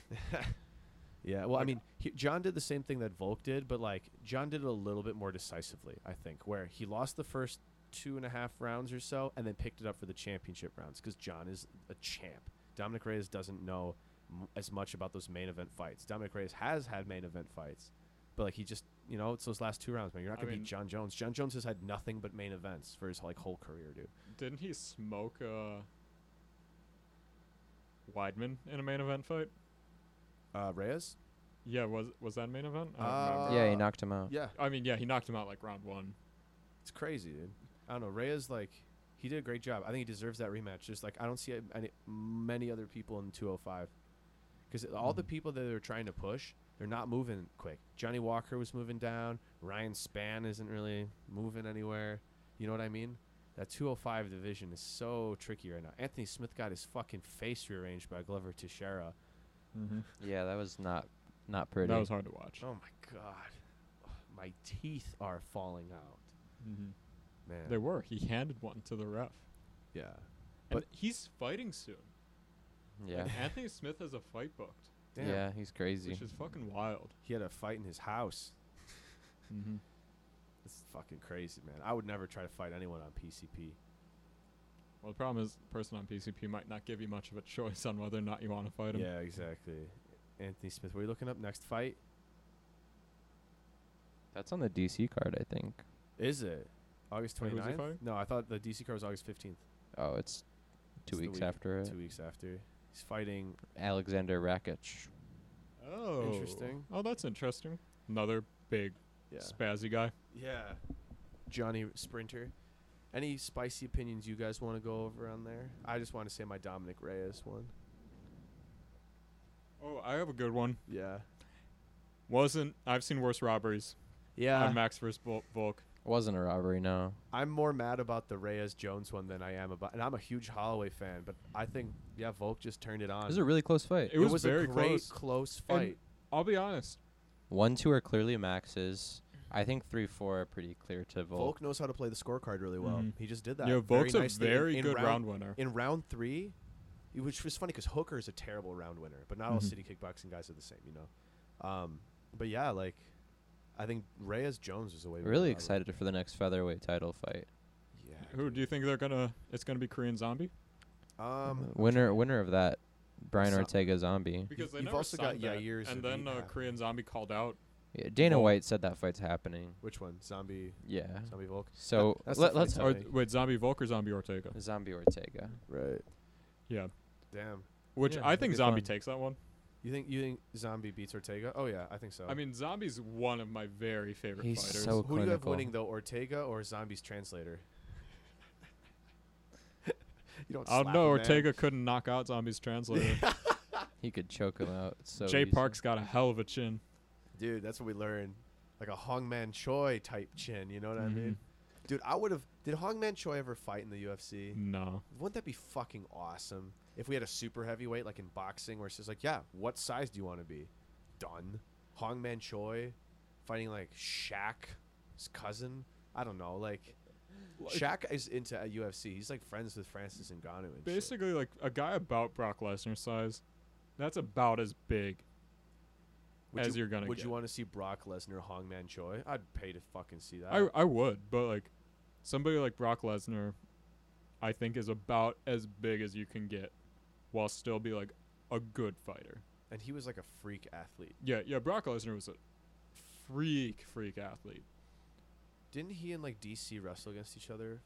[SPEAKER 1] Yeah, well, I
[SPEAKER 2] Like-
[SPEAKER 1] mean, he, John did the same thing that Volk did, but like John did it a little bit more decisively, I think, where he lost the first two and a half rounds or so, and then picked it up for the championship rounds because John is a champ. Dominic Reyes doesn't know m- as much about those main event fights. Dominic Reyes has had main event fights, but like he just, you know, it's those last two rounds, man. You're not
[SPEAKER 2] I
[SPEAKER 1] gonna
[SPEAKER 2] mean-
[SPEAKER 1] beat John Jones. John Jones has had nothing but main events for his like whole career, dude.
[SPEAKER 2] Didn't he smoke uh, Weidman in a main event fight?
[SPEAKER 1] Uh, Reyes.
[SPEAKER 2] Yeah, was was that a main event? I don't remember.
[SPEAKER 4] yeah,
[SPEAKER 1] uh,
[SPEAKER 4] he knocked him out.
[SPEAKER 1] Yeah,
[SPEAKER 2] I mean, yeah, he knocked him out like round one.
[SPEAKER 1] It's crazy, dude. I don't know. Reyes like he did a great job. I think he deserves that rematch. Just like I don't see any many other people in 205 because all the people that they're trying to push, they're not moving quick. Johnny Walker was moving down. Ryan Spann isn't really moving anywhere. You know what I mean? That 205 division is so tricky right now. Anthony Smith got his fucking face rearranged by Glover Teixeira.
[SPEAKER 2] Mm-hmm.
[SPEAKER 4] Yeah, that was not not pretty.
[SPEAKER 2] That was hard to watch.
[SPEAKER 1] Oh my god, my teeth are falling out,
[SPEAKER 2] Mm-hmm.
[SPEAKER 1] man.
[SPEAKER 2] They were. He handed one to the ref.
[SPEAKER 1] yeah.
[SPEAKER 2] And
[SPEAKER 1] But-
[SPEAKER 2] he's fighting soon.
[SPEAKER 4] yeah,
[SPEAKER 2] And Anthony Smith has a fight booked,
[SPEAKER 1] Damn.
[SPEAKER 4] yeah, he's crazy.
[SPEAKER 2] which is fucking wild.
[SPEAKER 1] He had a fight in his house.
[SPEAKER 2] Mm-hmm.
[SPEAKER 1] It's fucking crazy, man. I would never try to fight anyone on PCP.
[SPEAKER 2] Well, the problem is, the person on PCP might not give you much of a choice on whether or not you want to fight him.
[SPEAKER 1] Yeah, exactly. Anthony Smith, were you looking up next fight?
[SPEAKER 4] That's on the DC card, I think.
[SPEAKER 1] Is it August
[SPEAKER 2] Wait, who's he
[SPEAKER 1] 29th?
[SPEAKER 2] fighting?
[SPEAKER 1] No, I thought the DC card was August 15th,
[SPEAKER 4] Oh, it's two
[SPEAKER 1] It's the
[SPEAKER 4] weeks
[SPEAKER 1] week-
[SPEAKER 4] after it.
[SPEAKER 1] two weeks after. He's fighting.
[SPEAKER 4] Alexander Rakic.
[SPEAKER 2] Oh.
[SPEAKER 1] Interesting.
[SPEAKER 2] Oh, that's interesting. Another big
[SPEAKER 1] Yeah.
[SPEAKER 2] spazzy guy.
[SPEAKER 1] yeah. Johnny Sprinter. Any spicy opinions you guys want to go over on there? I just want to say my Dominic Reyes one.
[SPEAKER 2] Oh, I have a good one.
[SPEAKER 1] Yeah.
[SPEAKER 2] Wasn't I've seen worse robberies
[SPEAKER 1] Yeah.
[SPEAKER 2] on Max versus Vol- Volk.
[SPEAKER 4] Wasn't a robbery, no.
[SPEAKER 1] I'm more mad about the Reyes Jones one than I am about, and I'm a huge Holloway fan, but I think yeah, Volk just turned it on.
[SPEAKER 4] It was a really close fight.
[SPEAKER 2] It was, very
[SPEAKER 1] a great
[SPEAKER 2] close.
[SPEAKER 1] fight.
[SPEAKER 2] And- I'll be honest.
[SPEAKER 4] One, two are clearly maxes. I think three, four are pretty clear to
[SPEAKER 1] Volk.
[SPEAKER 4] Volk.
[SPEAKER 1] knows how to play the scorecard really well.
[SPEAKER 2] Mhm.
[SPEAKER 1] He just did that.
[SPEAKER 2] you know, Volk's
[SPEAKER 1] very
[SPEAKER 2] a
[SPEAKER 1] nicely in-
[SPEAKER 2] very
[SPEAKER 1] in
[SPEAKER 2] good
[SPEAKER 1] round,
[SPEAKER 2] round, winner.
[SPEAKER 1] In round three, which was funny because Hooker is a terrible round winner, but not all
[SPEAKER 4] Mhm.
[SPEAKER 2] Mm-hmm.
[SPEAKER 1] city kickboxing guys are the same, you know. Um, but yeah, like I think Reyes Jones was the way. we went
[SPEAKER 4] Really
[SPEAKER 1] about it.
[SPEAKER 4] excited for the next featherweight title fight.
[SPEAKER 1] Yeah.
[SPEAKER 2] Who do you think they're gonna? It's gonna be Korean Zombie
[SPEAKER 1] Um,
[SPEAKER 4] Uh, winner winner of that, Brian
[SPEAKER 1] Zo-
[SPEAKER 4] Ortega zombie.
[SPEAKER 2] because they
[SPEAKER 1] you've
[SPEAKER 2] never
[SPEAKER 1] also got
[SPEAKER 2] signed that.
[SPEAKER 1] Yair's
[SPEAKER 2] and
[SPEAKER 1] Zabit
[SPEAKER 2] then uh,
[SPEAKER 1] happening.
[SPEAKER 2] Korean Zombie called out.
[SPEAKER 4] Yeah, Dana
[SPEAKER 2] Well-
[SPEAKER 4] White said that fight's happening.
[SPEAKER 1] which one? Zombie.
[SPEAKER 4] Yeah.
[SPEAKER 1] Zombie Volk.
[SPEAKER 4] So
[SPEAKER 1] that's
[SPEAKER 4] let,
[SPEAKER 1] the
[SPEAKER 4] let's
[SPEAKER 1] fight
[SPEAKER 2] Or
[SPEAKER 1] Okay.
[SPEAKER 2] wait, Zombie Volk or Zombie Ortega?
[SPEAKER 4] zombie Ortega.
[SPEAKER 1] Right.
[SPEAKER 2] Yeah,
[SPEAKER 1] Damn.
[SPEAKER 2] which
[SPEAKER 4] Yeah,
[SPEAKER 2] I
[SPEAKER 4] that'd
[SPEAKER 2] think
[SPEAKER 4] be
[SPEAKER 2] Zombie
[SPEAKER 4] fun.
[SPEAKER 2] takes that one.
[SPEAKER 1] You think you think Zombie beats Ortega? Oh yeah, I think so.
[SPEAKER 2] I mean, Zombie's one of my very favorite
[SPEAKER 4] He's
[SPEAKER 2] fighters.
[SPEAKER 4] so
[SPEAKER 1] who do you have
[SPEAKER 4] clinical.
[SPEAKER 1] winning though, Ortega or Zombie's translator? you don't.
[SPEAKER 2] I
[SPEAKER 1] slap
[SPEAKER 2] don't know.
[SPEAKER 1] a man.
[SPEAKER 2] Ortega couldn't knock out Zombie's translator.
[SPEAKER 4] He could choke him out. So
[SPEAKER 2] Jay
[SPEAKER 4] easy.
[SPEAKER 2] Park's got a hell of a chin.
[SPEAKER 1] Dude, that's what we learned. Like a Hongman Choi type chin, you know what
[SPEAKER 2] Mhm.
[SPEAKER 1] I mean? Dude, I would have. Did Hongman Choi ever fight in the UFC?
[SPEAKER 2] No,
[SPEAKER 1] Wouldn't that be fucking awesome if we had a super heavyweight like in boxing where it's just like, yeah, what size do you want to be? Done. Hongman Choi fighting like Shaq, his cousin. I don't know. Like, Shaq is into uh, UFC. He's like friends with Francis Ngannou and shit.
[SPEAKER 2] basically like a guy about Brock Lesnar's size. That's about as big
[SPEAKER 1] Would
[SPEAKER 2] as
[SPEAKER 1] you,
[SPEAKER 2] are gonna
[SPEAKER 1] would
[SPEAKER 2] get.
[SPEAKER 1] you want to see Brock Lesnar, Hongman Choi? I'd pay to fucking see that.
[SPEAKER 2] I I would, but like somebody like Brock Lesnar, I think is about as big as you can get, while still be like a good fighter.
[SPEAKER 1] and he was like a freak athlete.
[SPEAKER 2] Yeah, yeah. Brock Lesnar was a freak, freak athlete.
[SPEAKER 1] Didn't he and like DC wrestle against each other?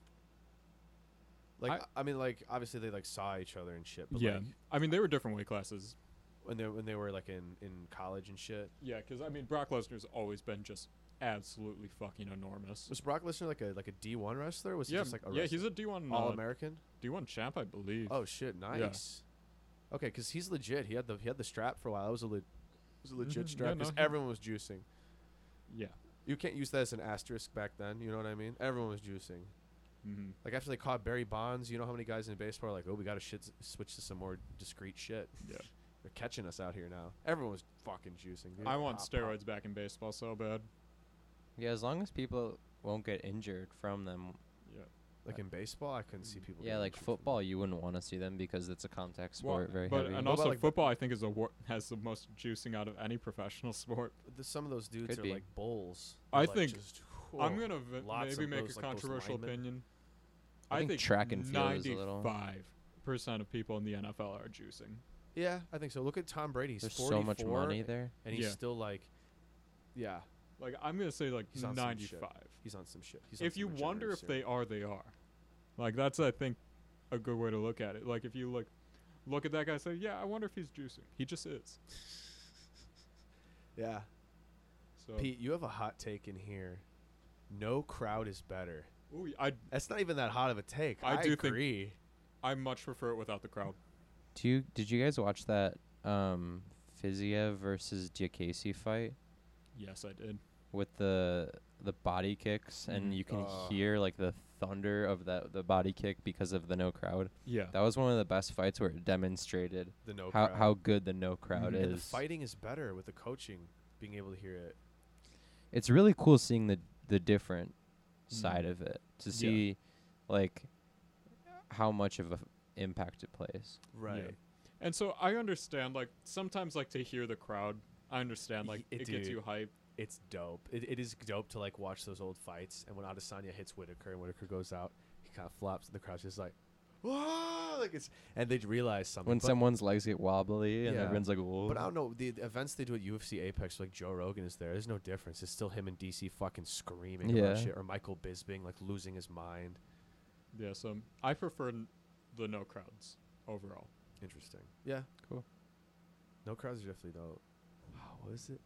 [SPEAKER 1] Like
[SPEAKER 2] I-
[SPEAKER 1] I, mean, like obviously they like saw each other and shit. But
[SPEAKER 2] yeah,
[SPEAKER 1] like
[SPEAKER 2] I mean they were different weight classes.
[SPEAKER 1] when they when they were like in in college and shit.
[SPEAKER 2] Yeah, because I mean Brock Lesnar's always been just absolutely fucking enormous.
[SPEAKER 1] Was Brock Lesnar like a like a D one wrestler? Was
[SPEAKER 2] yeah,
[SPEAKER 1] he just like a
[SPEAKER 2] yeah,
[SPEAKER 1] wrestler?
[SPEAKER 2] he's a D one
[SPEAKER 1] all
[SPEAKER 2] uh,
[SPEAKER 1] American.
[SPEAKER 2] D one champ, I believe.
[SPEAKER 1] Oh shit, nice. Okay, because he's legit. He had the he had the strap for a while. That was a le- it was a legit
[SPEAKER 2] Mhm, yeah,
[SPEAKER 1] strap because
[SPEAKER 2] no, he-
[SPEAKER 1] everyone was juicing.
[SPEAKER 2] Yeah.
[SPEAKER 1] You can't use that as an asterisk back then. You know what I mean? Everyone was juicing.
[SPEAKER 2] Mm-hmm.
[SPEAKER 1] Like after they caught Barry Bonds, you know how many guys in baseball are like, "Oh, we got to shit switch to some more discreet shit."
[SPEAKER 2] Yeah.
[SPEAKER 1] They're catching us out here now. Everyone was fucking juicing. Dude.
[SPEAKER 2] I want
[SPEAKER 1] Pop, pop.
[SPEAKER 2] steroids back in baseball so bad.
[SPEAKER 4] Yeah, as long as people won't get injured from them.
[SPEAKER 2] Yeah.
[SPEAKER 1] Like in baseball, I couldn't see people.
[SPEAKER 4] Yeah,
[SPEAKER 1] getting
[SPEAKER 4] like
[SPEAKER 1] injured from
[SPEAKER 4] football, you wouldn't want to see them because it's a contact
[SPEAKER 2] Well,
[SPEAKER 4] sport, very
[SPEAKER 2] but
[SPEAKER 4] heavy.
[SPEAKER 2] and
[SPEAKER 1] What about,
[SPEAKER 2] also
[SPEAKER 1] like, ba-
[SPEAKER 2] football, I think is the wor- has the most juicing out of any professional sport.
[SPEAKER 1] that. The- some of those dudes
[SPEAKER 4] Could
[SPEAKER 1] are
[SPEAKER 4] be.
[SPEAKER 1] like bulls.
[SPEAKER 2] I
[SPEAKER 1] They're, like,
[SPEAKER 2] think-
[SPEAKER 1] just,
[SPEAKER 2] I'm
[SPEAKER 1] whoa.
[SPEAKER 2] gonna v-
[SPEAKER 1] lots
[SPEAKER 2] maybe
[SPEAKER 1] of
[SPEAKER 2] make
[SPEAKER 1] those,
[SPEAKER 2] a
[SPEAKER 1] like, those
[SPEAKER 2] controversial
[SPEAKER 1] linemen.
[SPEAKER 2] opinion.
[SPEAKER 4] I think track and field is a little-
[SPEAKER 2] ninety-five percent of people in the NFL are juicing.
[SPEAKER 1] Yeah, I think so. Look at Tom Brady. He's
[SPEAKER 4] There's so much
[SPEAKER 1] 44,
[SPEAKER 4] money there.
[SPEAKER 1] and he's
[SPEAKER 2] Yeah.
[SPEAKER 1] still like, yeah,
[SPEAKER 2] Like I'm gonna say like
[SPEAKER 1] He's on some shit.
[SPEAKER 2] ninety-five.
[SPEAKER 1] he's on some shit. He's on
[SPEAKER 2] if
[SPEAKER 1] some
[SPEAKER 2] you wonder if
[SPEAKER 1] regenerative
[SPEAKER 2] they are, they are. Like that's I think a good way to look at it. Like if you look look at that guy, and say, yeah, I wonder if he's juicing. He just is.
[SPEAKER 1] serum. yeah,
[SPEAKER 2] So,
[SPEAKER 1] Pete, you have a hot take in here. No crowd is better.
[SPEAKER 2] ooh, I
[SPEAKER 1] That's not even that hot of a take. I,
[SPEAKER 2] I do think-
[SPEAKER 1] agree.
[SPEAKER 2] I much prefer it without the crowd.
[SPEAKER 4] Do you, did you guys watch that um Fiziev versus Diacasey fight
[SPEAKER 2] Yes, I did.
[SPEAKER 4] with the the body kicks and
[SPEAKER 2] Mhm.
[SPEAKER 4] you can
[SPEAKER 1] Uh.
[SPEAKER 4] hear like the thunder of that the body kick because of the no crowd.
[SPEAKER 2] Yeah.
[SPEAKER 4] That was one of the best fights where it demonstrated
[SPEAKER 1] the no
[SPEAKER 4] how
[SPEAKER 1] crowd. Mm,
[SPEAKER 4] how good the no crowd
[SPEAKER 2] Mhm.
[SPEAKER 1] And
[SPEAKER 4] is.
[SPEAKER 1] the fighting is better with the coaching being able to hear it.
[SPEAKER 4] It's really cool seeing the the different
[SPEAKER 1] Mm.
[SPEAKER 2] Mhm.
[SPEAKER 4] side of it to
[SPEAKER 2] Yeah.
[SPEAKER 4] see like how much of a f- impact it plays.
[SPEAKER 1] Right.
[SPEAKER 2] And so I understand, like sometimes, like to hear the crowd. I understand, like
[SPEAKER 1] Y-
[SPEAKER 2] it,
[SPEAKER 1] it
[SPEAKER 2] gets
[SPEAKER 1] do.
[SPEAKER 2] you hype.
[SPEAKER 1] It's dope. It, it is dope to like watch those old fights and when Adesanya hits Whitaker and Whitaker goes out, he kind of flops and the crowd's just like, whoa, like it's and they realize something.
[SPEAKER 4] When
[SPEAKER 1] but,
[SPEAKER 4] someone's legs get wobbly and
[SPEAKER 1] Yeah.
[SPEAKER 4] everyone's like, "Whoa!"
[SPEAKER 1] but I don't know the the events they do at UFC Apex like Joe Rogan is there. There's no difference. It's still him and DC fucking screaming
[SPEAKER 4] Yeah.
[SPEAKER 1] about shit or Michael Bisping like losing his mind.
[SPEAKER 2] Yeah. So I prefer n- the no crowds overall.
[SPEAKER 1] Interesting. Yeah.
[SPEAKER 4] Cool.
[SPEAKER 1] No crowds are definitely dope. Wow, what is it?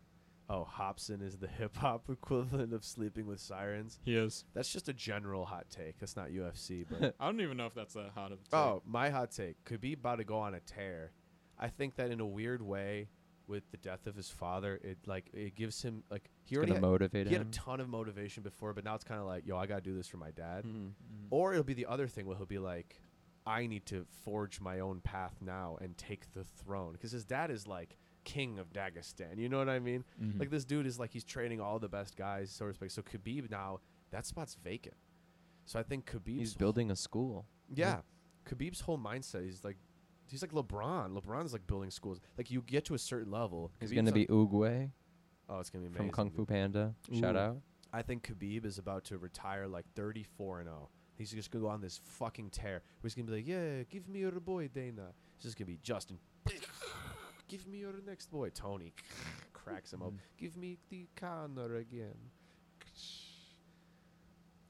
[SPEAKER 1] Oh, Hobson is the hip hop equivalent of sleeping with sirens.
[SPEAKER 2] He is.
[SPEAKER 1] That's just a general hot take. That's not UFC, but
[SPEAKER 2] I don't even know if that's that hot of. a take.
[SPEAKER 1] oh, my hot take. Could be about to go on a tear. I think that in a weird way, with the death of his father, it like it gives him like he
[SPEAKER 4] It's
[SPEAKER 1] already
[SPEAKER 4] gonna
[SPEAKER 1] had,
[SPEAKER 4] motivate
[SPEAKER 1] he had
[SPEAKER 4] him.
[SPEAKER 1] a ton of motivation before, but now it's kind of like, yo, I gotta do this for my dad.
[SPEAKER 4] Mhm.
[SPEAKER 2] Mhm.
[SPEAKER 1] Or it'll be the other thing where he'll be like, I need to forge my own path now and take the throne. Because his dad is like king of Dagestan. You know what I mean?
[SPEAKER 4] Hmm.
[SPEAKER 2] Mhm.
[SPEAKER 1] Like this dude is like, he's training all the best guys, so to speak. So Khabib now, that spot's vacant. So I think Khabib's.
[SPEAKER 4] He's building a school.
[SPEAKER 1] Yeah. Khabib's whole mindset is like, He's like LeBron. LeBron's like building schools. Like you get to a certain level.
[SPEAKER 4] He's
[SPEAKER 1] Khabib's
[SPEAKER 4] gonna
[SPEAKER 1] on-
[SPEAKER 4] be Oogway
[SPEAKER 1] Oh, it's gonna be
[SPEAKER 4] from
[SPEAKER 1] amazing.
[SPEAKER 4] Kung Fu
[SPEAKER 1] dude.
[SPEAKER 4] Panda. Shout
[SPEAKER 1] Ooh.
[SPEAKER 4] out.
[SPEAKER 1] I think Khabib is about to retire like 34 and 0. He's just gonna go on this fucking tear. Where he's gonna be like, yeah, give me your boy Dana. It's just gonna be Justin. give me your next boy Tony. Cracks him up.
[SPEAKER 4] Mm-hmm.
[SPEAKER 1] Give me the Connor again.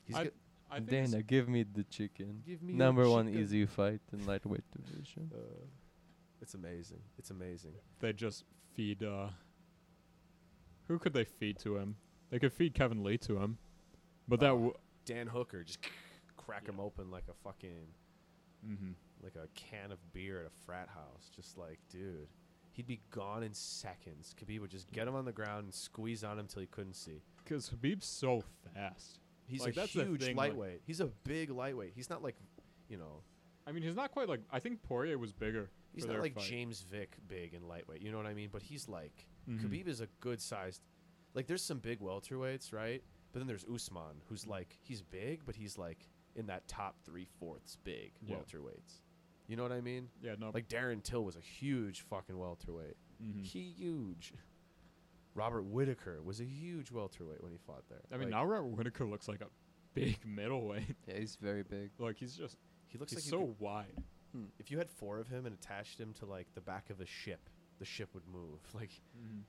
[SPEAKER 1] He's
[SPEAKER 2] I-
[SPEAKER 1] go-
[SPEAKER 2] I think it's-
[SPEAKER 4] Dana, give me the chicken.
[SPEAKER 1] give me your
[SPEAKER 4] Number one
[SPEAKER 1] chicken.
[SPEAKER 4] easy fight in lightweight division.
[SPEAKER 1] Uh, it's amazing. It's amazing.
[SPEAKER 2] they just feed. uh Who could they feed to him? They could feed Kevin Lee to him, but that.
[SPEAKER 1] Uh,
[SPEAKER 2] W-
[SPEAKER 1] Dan Hooker just crack him open like a fucking
[SPEAKER 2] mm-hmm.
[SPEAKER 1] like a can of beer at a frat house. Just like, dude, he'd be gone in seconds. Khabib would just get him on the ground and squeeze on him till he couldn't see.
[SPEAKER 2] Because Habib's so fast.
[SPEAKER 1] He's
[SPEAKER 2] Like,
[SPEAKER 1] a
[SPEAKER 2] that's the
[SPEAKER 1] huge
[SPEAKER 2] thing, like-
[SPEAKER 1] lightweight. He's a big lightweight. He's not like, you know,
[SPEAKER 2] I mean, he's not quite like. I think Poirier was bigger.
[SPEAKER 1] he's
[SPEAKER 2] for
[SPEAKER 1] not
[SPEAKER 2] their
[SPEAKER 1] like
[SPEAKER 2] fight.
[SPEAKER 1] James Vick big and lightweight. You know what I mean? But he's like
[SPEAKER 2] Mhm.
[SPEAKER 1] Khabib is a good sized. Like there's some big welterweights, right? But then there's Usman, who's
[SPEAKER 2] Mm-hmm.
[SPEAKER 1] like he's big, but he's like in that top three fourths big
[SPEAKER 2] Yeah.
[SPEAKER 1] welterweights. You know what I mean?
[SPEAKER 2] Yeah, no.
[SPEAKER 1] Like Darren Till was a huge fucking welterweight.
[SPEAKER 2] mhm.
[SPEAKER 1] Huge. Robert Whitaker was a huge welterweight when he fought there.
[SPEAKER 2] I mean,
[SPEAKER 1] Like,
[SPEAKER 2] now Robert Whitaker looks like a big middleweight.
[SPEAKER 4] Yeah, he's very big.
[SPEAKER 2] like he's just
[SPEAKER 1] he looks
[SPEAKER 2] he's
[SPEAKER 1] like you
[SPEAKER 2] so
[SPEAKER 1] could-
[SPEAKER 2] wide.
[SPEAKER 1] if you had four of him and attached him to like the back of a ship, the ship would move. Like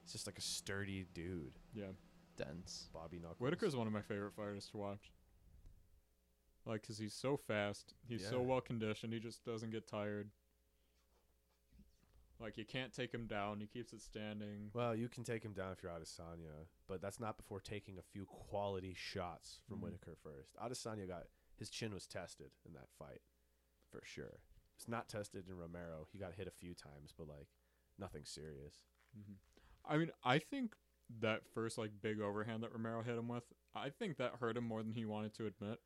[SPEAKER 1] it's just like a sturdy dude.
[SPEAKER 2] Yeah,
[SPEAKER 4] Dense.
[SPEAKER 1] Bobby Knuckles.
[SPEAKER 2] Whitaker's one of my favorite fighters to watch. Like, cause he's so fast, he's so
[SPEAKER 1] Yeah.
[SPEAKER 2] well conditioned, he just doesn't get tired. Like you can't take him down. He keeps it standing.
[SPEAKER 1] Well, you can take him down if you're Adesanya, but that's not before taking a few quality shots from
[SPEAKER 2] Mhm.
[SPEAKER 1] Whitaker first. Adesanya got his chin was tested in that fight, for sure. It's not tested in Romero. He got hit a few times, but like nothing serious. Mm-hmm.
[SPEAKER 2] hmm I mean, I think that first like big overhand that Romero hit him with, I think that hurt him more than he wanted to admit.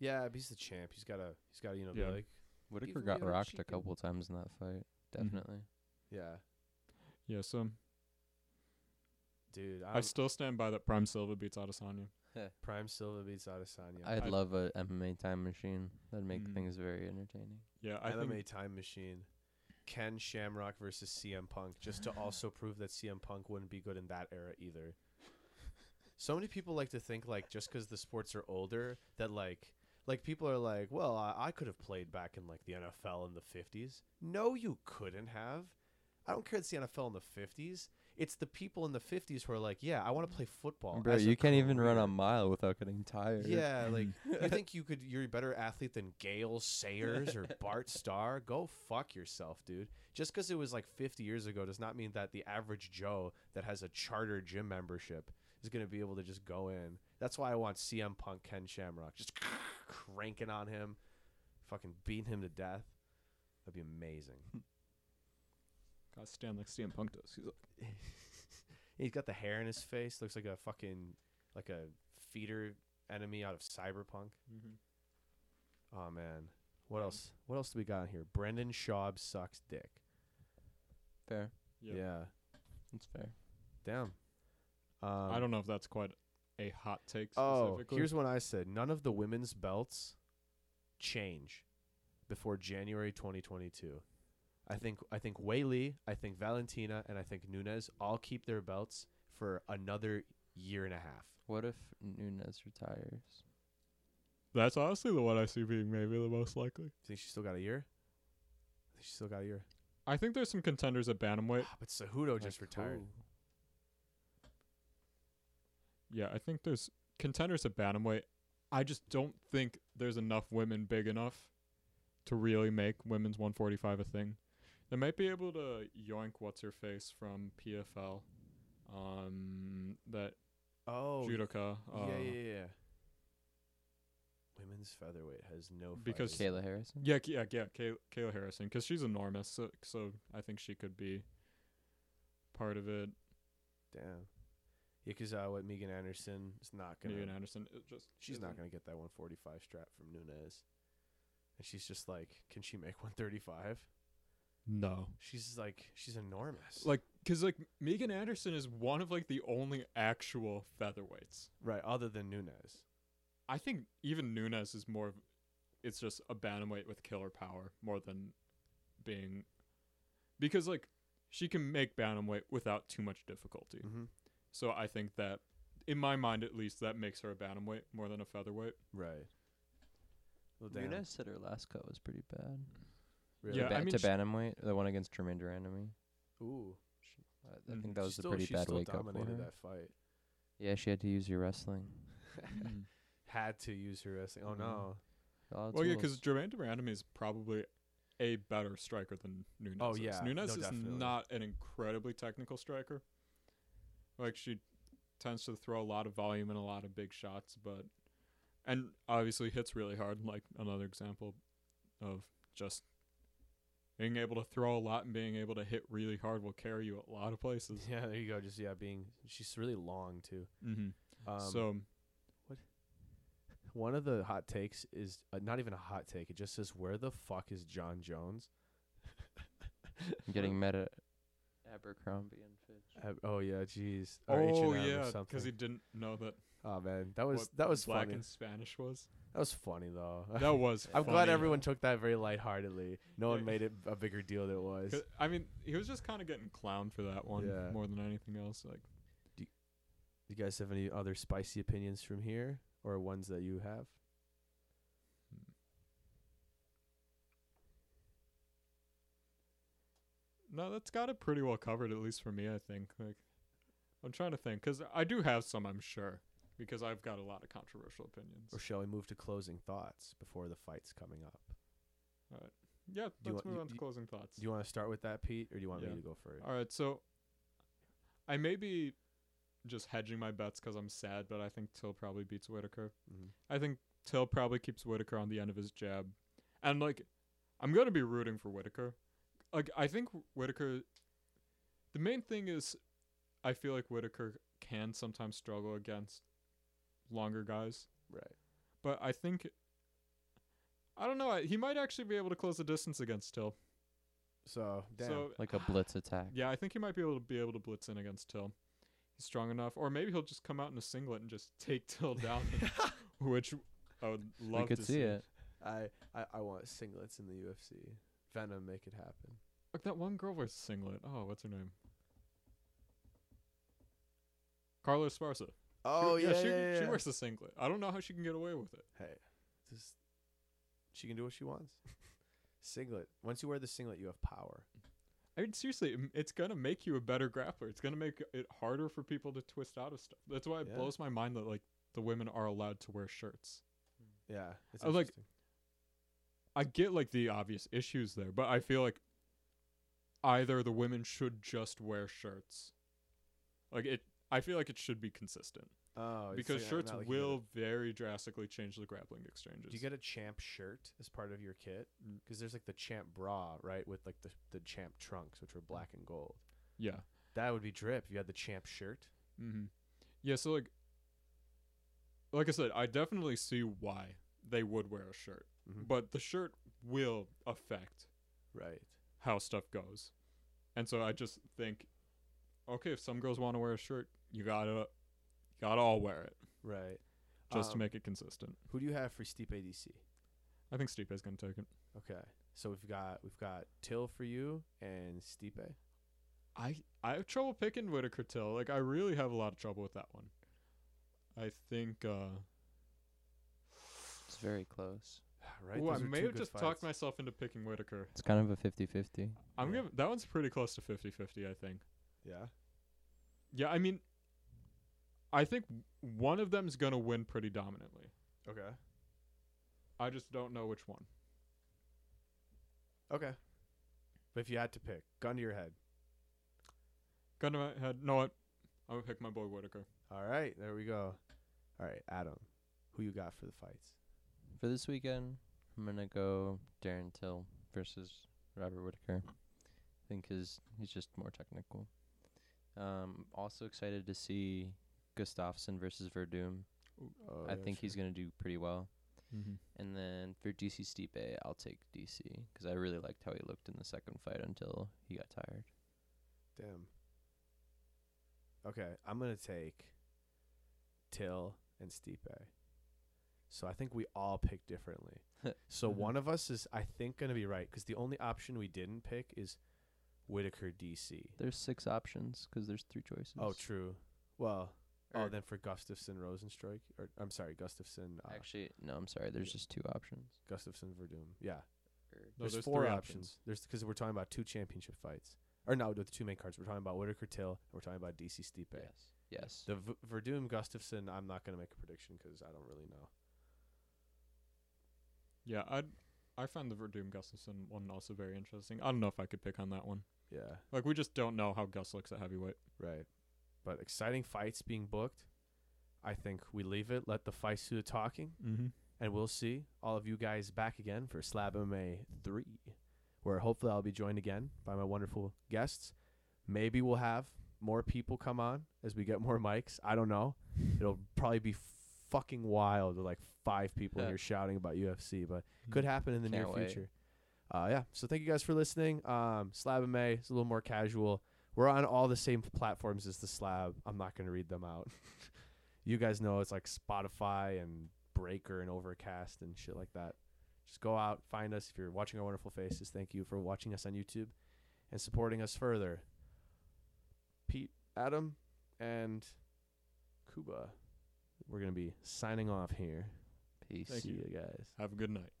[SPEAKER 1] Yeah, but he's the champ. He's gotta. He's gotta. You know, be
[SPEAKER 2] Yeah.
[SPEAKER 1] like
[SPEAKER 4] Whitaker
[SPEAKER 1] me
[SPEAKER 4] got
[SPEAKER 1] your
[SPEAKER 4] rocked
[SPEAKER 1] chicken.
[SPEAKER 4] a couple times in that fight.
[SPEAKER 1] Mm-hmm.
[SPEAKER 4] Definitely.
[SPEAKER 1] yeah,
[SPEAKER 2] Yeah, so
[SPEAKER 1] dude.
[SPEAKER 2] I
[SPEAKER 1] I'm,
[SPEAKER 2] still stand by that. Prime Silva beats Adesanya.
[SPEAKER 1] Prime Silva beats Adesanya.
[SPEAKER 4] I'd
[SPEAKER 2] I'd-
[SPEAKER 4] love a MMA time machine. That'd make
[SPEAKER 2] Mm.
[SPEAKER 4] things very entertaining.
[SPEAKER 2] Yeah, I
[SPEAKER 1] MMA
[SPEAKER 2] think
[SPEAKER 1] Time Machine. Ken Shamrock versus CM Punk, just to also prove that CM Punk wouldn't be good in that era either. So many people like to think like just because the sports are older that like like people are like, well, I, I could have played back in like the NFL in the fifties. No, you couldn't have. I don't care. It's the NFL in the fifties. It's the people in the fifties who are like, yeah, I want to play football.
[SPEAKER 4] Bro,
[SPEAKER 1] as a
[SPEAKER 4] you can't even run
[SPEAKER 1] career."
[SPEAKER 4] a mile without getting tired.
[SPEAKER 1] Oh, Yeah, like you think you could you're a better athlete than Gail Sayers or Bart Starr? Go fuck yourself, dude. Just because it was like 50 years ago does not mean that the average Joe that has a charter gym membership is going to be able to just go in. That's why I want CM Punk Ken Shamrock just cranking on him, fucking beating him to death. That'd be amazing.
[SPEAKER 2] God stand like CM Punk does. He's like,
[SPEAKER 1] He's got the hair in his face, looks like a fucking like a feeder enemy out of Cyberpunk.
[SPEAKER 2] Mm-hmm.
[SPEAKER 1] Oh man, what else? What else do we got in here? Brendan Schaub sucks dick.
[SPEAKER 4] Fair.
[SPEAKER 2] Yeah.
[SPEAKER 4] That's fair.
[SPEAKER 1] damn. Um,
[SPEAKER 2] I don't know if that's quite a hot take.
[SPEAKER 1] Oh,
[SPEAKER 2] specifically.
[SPEAKER 1] here's what I said: none of the women's belts change before January 2022. I think I think Whaley, I think Valentina, and I think Nunez all keep their belts for another year and a half.
[SPEAKER 4] What if Nunes retires?
[SPEAKER 2] That's honestly the one I see being maybe the most likely.
[SPEAKER 1] Think she's still got a year? I think she's still got a year.
[SPEAKER 2] I think there's some contenders at bantamweight.
[SPEAKER 1] Ah, but Cejudo just
[SPEAKER 4] Like,
[SPEAKER 1] retired.
[SPEAKER 4] ooh.
[SPEAKER 2] Yeah, I think there's contenders at bantamweight. I just don't think there's enough women big enough to really make women's 145 a thing. They might be able to yoink what's her face from PFL, um, that
[SPEAKER 1] Oh,
[SPEAKER 2] judoka. Uh,
[SPEAKER 1] yeah, yeah, yeah. Women's featherweight has no
[SPEAKER 2] Because-
[SPEAKER 1] fighters.
[SPEAKER 4] Kayla Harrison?
[SPEAKER 2] Yeah, K- yeah, yeah. Kay- Kayla Harrison, because she's enormous, so, so I think she could be part of it.
[SPEAKER 1] damn, yeah, because uh, what Megan Anderson is not gonna,
[SPEAKER 2] Megan Anderson, it just
[SPEAKER 1] she's not
[SPEAKER 2] isn't-
[SPEAKER 1] gonna get that 145 strap from Nunez, and she's just like, can she make 135?
[SPEAKER 2] No,
[SPEAKER 1] She's like, she's enormous.
[SPEAKER 2] like, cause like Megan Anderson is one of like the only actual featherweights.
[SPEAKER 1] right, other than Nunez.
[SPEAKER 2] I think even Nunes is more. of It's just a bantamweight with killer power more than being because like she can make bantamweight without too much difficulty.
[SPEAKER 1] Mm-hmm.
[SPEAKER 2] So I think that in my mind at least that makes her a bantamweight more than a featherweight.
[SPEAKER 1] Right. Well, damn.
[SPEAKER 4] Nunes said her last cut was pretty bad.
[SPEAKER 1] Really?
[SPEAKER 2] Yeah,
[SPEAKER 4] to,
[SPEAKER 2] I
[SPEAKER 4] ba-
[SPEAKER 2] mean,
[SPEAKER 4] to
[SPEAKER 2] she-
[SPEAKER 4] bantamweight, the one against Jermaine Durandamy.
[SPEAKER 1] Ooh.
[SPEAKER 4] I I
[SPEAKER 2] Mm.
[SPEAKER 4] think that
[SPEAKER 1] She
[SPEAKER 4] was
[SPEAKER 1] still,
[SPEAKER 4] a pretty
[SPEAKER 1] she
[SPEAKER 4] bad
[SPEAKER 1] still
[SPEAKER 4] wake up for her.
[SPEAKER 1] dominated that fight.
[SPEAKER 4] Yeah, she had to use her wrestling.
[SPEAKER 1] Mm. Had to use her wrestling. Oh
[SPEAKER 4] Mhm.
[SPEAKER 1] no.
[SPEAKER 4] All
[SPEAKER 2] well, yeah,
[SPEAKER 4] tools.
[SPEAKER 2] because Jermaine Durandam is probably a better striker than Nunes.
[SPEAKER 1] Oh,
[SPEAKER 2] is.
[SPEAKER 1] yeah.
[SPEAKER 2] Nunes
[SPEAKER 1] No,
[SPEAKER 2] is
[SPEAKER 1] definitely.
[SPEAKER 2] not an incredibly technical striker. Like she tends to throw a lot of volume and a lot of big shots, but and obviously hits really hard. Like another example of just being able to throw a lot and being able to hit really hard will carry you a lot of places.
[SPEAKER 1] Yeah, there you go. Just yeah, being she's really long too.
[SPEAKER 2] Mm-hmm.
[SPEAKER 1] Um,
[SPEAKER 2] so
[SPEAKER 1] one of the hot takes is uh, not even a hot take. It just says, "Where the fuck is John Jones?"
[SPEAKER 4] I'm getting met at Abercrombie and Fitch.
[SPEAKER 1] Ab- oh yeah, jeez. Or
[SPEAKER 2] oh
[SPEAKER 1] H&M or
[SPEAKER 2] yeah,
[SPEAKER 1] something.
[SPEAKER 2] because he didn't know that
[SPEAKER 1] oh man, that was
[SPEAKER 2] what
[SPEAKER 1] that was
[SPEAKER 2] black
[SPEAKER 1] funny.
[SPEAKER 2] and Spanish was.
[SPEAKER 1] That was funny though.
[SPEAKER 2] That was.
[SPEAKER 1] I'm glad
[SPEAKER 2] funny.
[SPEAKER 1] everyone took that very lightheartedly. No one
[SPEAKER 2] Yeah.
[SPEAKER 1] made it a bigger deal than it was.
[SPEAKER 2] 'Cause, I mean, he was just kind of getting clowned for that one
[SPEAKER 1] Yeah.
[SPEAKER 2] more than anything else. Like,
[SPEAKER 1] you guys have any other spicy opinions from here, or ones that you have?
[SPEAKER 2] no, that's got it pretty well covered, at least for me. I think. Like, I'm trying to think because I do have some, I'm sure, because I've got a lot of controversial opinions.
[SPEAKER 1] Or shall we move to closing thoughts before the fight's coming up?
[SPEAKER 2] Yeah,
[SPEAKER 1] you
[SPEAKER 2] let's
[SPEAKER 1] want-
[SPEAKER 2] move
[SPEAKER 1] you-
[SPEAKER 2] on to
[SPEAKER 1] you-
[SPEAKER 2] closing thoughts.
[SPEAKER 1] Do you want to start with that, Pete, or do you want
[SPEAKER 2] Yeah.
[SPEAKER 1] me to go first?
[SPEAKER 2] All right, so I may be just hedging my bets because I'm sad, but I think Till probably beats Whitaker.
[SPEAKER 1] Mhm.
[SPEAKER 2] I think Till probably keeps Whitaker on the end of his jab. And like I'm going to be rooting for Whitaker. Like I think Whitaker the main thing is I feel like Whitaker can sometimes struggle against longer guys,
[SPEAKER 1] Right.
[SPEAKER 2] but I think I don't know, I- he might actually be able to close the distance against Till.
[SPEAKER 1] So, damn.
[SPEAKER 2] So
[SPEAKER 4] Like a blitz attack.
[SPEAKER 2] yeah, I think he might be able to be able to blitz in against Till. He's strong enough, or maybe he'll just come out in a singlet and just take Till down, which I would love
[SPEAKER 4] we could
[SPEAKER 2] to
[SPEAKER 4] see it.
[SPEAKER 1] I, I I want singlets in the UFC. Venom, make it happen.
[SPEAKER 2] Like that one girl wears a singlet. Oh, what's her name? Carla Esparza.
[SPEAKER 1] Oh
[SPEAKER 2] she,
[SPEAKER 1] yeah, yeah,
[SPEAKER 2] she,
[SPEAKER 1] yeah,
[SPEAKER 2] she
[SPEAKER 1] yeah.
[SPEAKER 2] wears a singlet. I don't know how she can get away with it.
[SPEAKER 1] Hey, just she can do what she wants. singlet. Once you wear the singlet, you have power.
[SPEAKER 2] I mean, seriously, it- it's gonna make you a better grappler. It's gonna make it harder for people to twist out of stuff. That's why it
[SPEAKER 1] Yeah.
[SPEAKER 2] blows my mind that like the women are allowed to wear shirts.
[SPEAKER 1] Yeah, it's
[SPEAKER 2] I was like-
[SPEAKER 1] interesting.
[SPEAKER 2] I get like the obvious issues there, but I feel like either the women should just wear shirts. Like it I feel like it should be consistent
[SPEAKER 1] oh, it's
[SPEAKER 2] because
[SPEAKER 1] like, I'm
[SPEAKER 2] shirts
[SPEAKER 1] not looking at
[SPEAKER 2] will
[SPEAKER 1] it.
[SPEAKER 2] very drastically change the grappling exchanges.
[SPEAKER 1] Do you get a champ shirt as part of your kit?
[SPEAKER 2] Mm.
[SPEAKER 1] Because there's like the champ bra, right, with like the the champ trunks, which were black and gold.
[SPEAKER 2] yeah.
[SPEAKER 1] That would be drip. If you had the champ shirt.
[SPEAKER 2] Mm-hmm. Yeah, so like like I said, I definitely see why they would wear a shirt,
[SPEAKER 1] Mhm.
[SPEAKER 2] but the shirt will affect
[SPEAKER 1] Right.
[SPEAKER 2] how stuff goes. And so I just think okay, if some girls want to wear a shirt, you got to got to all wear it.
[SPEAKER 1] Right.
[SPEAKER 2] just to
[SPEAKER 1] Um,
[SPEAKER 2] make it consistent.
[SPEAKER 1] Who do you have for Steep ADC?
[SPEAKER 2] I think Stipe's gonna take it.
[SPEAKER 1] Okay. So we've got we've got Till for you and Stipe.
[SPEAKER 2] I I have trouble picking Whitaker Till. Like I really have a lot of trouble with that one. I think. uh
[SPEAKER 4] It's very close.
[SPEAKER 1] Right.
[SPEAKER 2] Ooh, I
[SPEAKER 1] those are
[SPEAKER 2] may
[SPEAKER 1] two
[SPEAKER 2] have
[SPEAKER 1] good
[SPEAKER 2] just
[SPEAKER 1] fights.
[SPEAKER 2] talked myself into picking Whitaker.
[SPEAKER 4] It's kind of a 50-50.
[SPEAKER 2] I'm
[SPEAKER 1] Yeah.
[SPEAKER 2] gonna. That one's pretty close to 50-50, I think.
[SPEAKER 1] Yeah.
[SPEAKER 2] Yeah, I mean, I think one of them's gonna win pretty dominantly.
[SPEAKER 1] Okay.
[SPEAKER 2] I just don't know which one.
[SPEAKER 1] Okay. But if you had to pick, gun to your head.
[SPEAKER 2] Gun to my head. No, what? I'm gonna pick my boy Whitaker.
[SPEAKER 1] All right, there we go. All right, Adam, who you got for the fights?
[SPEAKER 4] For this weekend, I'm gonna go Darren Till versus Robert Whitaker. I think his he's just more technical. Um, also excited to see Gustafsson versus Verdum.
[SPEAKER 1] Oh,
[SPEAKER 4] I think he's gonna do pretty well.
[SPEAKER 2] Mm-hmm.
[SPEAKER 4] And then for DC Stipe, I'll take DC because I really liked how he looked in the second fight until he got tired.
[SPEAKER 1] damn. Okay, I'm gonna take Till and Stipe So I think we all pick differently. so
[SPEAKER 4] Mm-hmm.
[SPEAKER 1] one of us is, I think, going to be right because the only option we didn't pick is Whitaker DC.
[SPEAKER 4] There's six options because there's three choices.
[SPEAKER 1] Oh, true. Well, oh,
[SPEAKER 4] Or-
[SPEAKER 1] then for Gustafson Rosenstreich, or I'm sorry, Gustafson uh,
[SPEAKER 4] Actually, no, I'm sorry. There's
[SPEAKER 1] yeah.
[SPEAKER 4] just two options.
[SPEAKER 1] Gustafson Verdum. Yeah,
[SPEAKER 4] Or-
[SPEAKER 2] No,
[SPEAKER 1] there's,
[SPEAKER 2] there's
[SPEAKER 1] four
[SPEAKER 2] three
[SPEAKER 1] options. There's because we're talking about two championship fights, or no, the two main cards. We're talking about Whitaker Till, and we're talking about DC Stipe.
[SPEAKER 4] Yes. Yes.
[SPEAKER 1] The v- Verdum Gustafson, I'm not going to make a prediction because I don't really know.
[SPEAKER 2] Yeah, I I found the Verdum Gustafson one also very interesting. I don't know if I could pick on that one.
[SPEAKER 1] Yeah,
[SPEAKER 2] Like we just don't know how Gus looks at heavyweight.
[SPEAKER 1] right. But exciting fights being booked. I think we leave it. Let the fights do the talking.
[SPEAKER 2] Mm-hmm.
[SPEAKER 1] and we'll see all of you guys back again for Slab MMA 3, where hopefully I'll be joined again by my wonderful guests. Maybe we'll have more people come on as we get more mics. I don't know. It'll probably be fucking wild with like five people
[SPEAKER 4] Yeah.
[SPEAKER 1] here shouting about UFC, but could happen in the near
[SPEAKER 4] Can't wait.
[SPEAKER 1] future. Uh, yeah. So thank you guys for listening. Um, Slab MMA is a little more casual. We're on all the same platforms as the Slab. I'm not going to read them out. you guys know it's like Spotify and Breaker and Overcast and shit like that. Just go out, find us. If you're watching our wonderful faces, thank you for watching us on YouTube and supporting us further. Pete, Adam, and Cuba, we're going to be signing off here.
[SPEAKER 4] Peace.
[SPEAKER 2] Thank
[SPEAKER 1] See
[SPEAKER 2] you.
[SPEAKER 1] you guys.
[SPEAKER 2] Have a good night.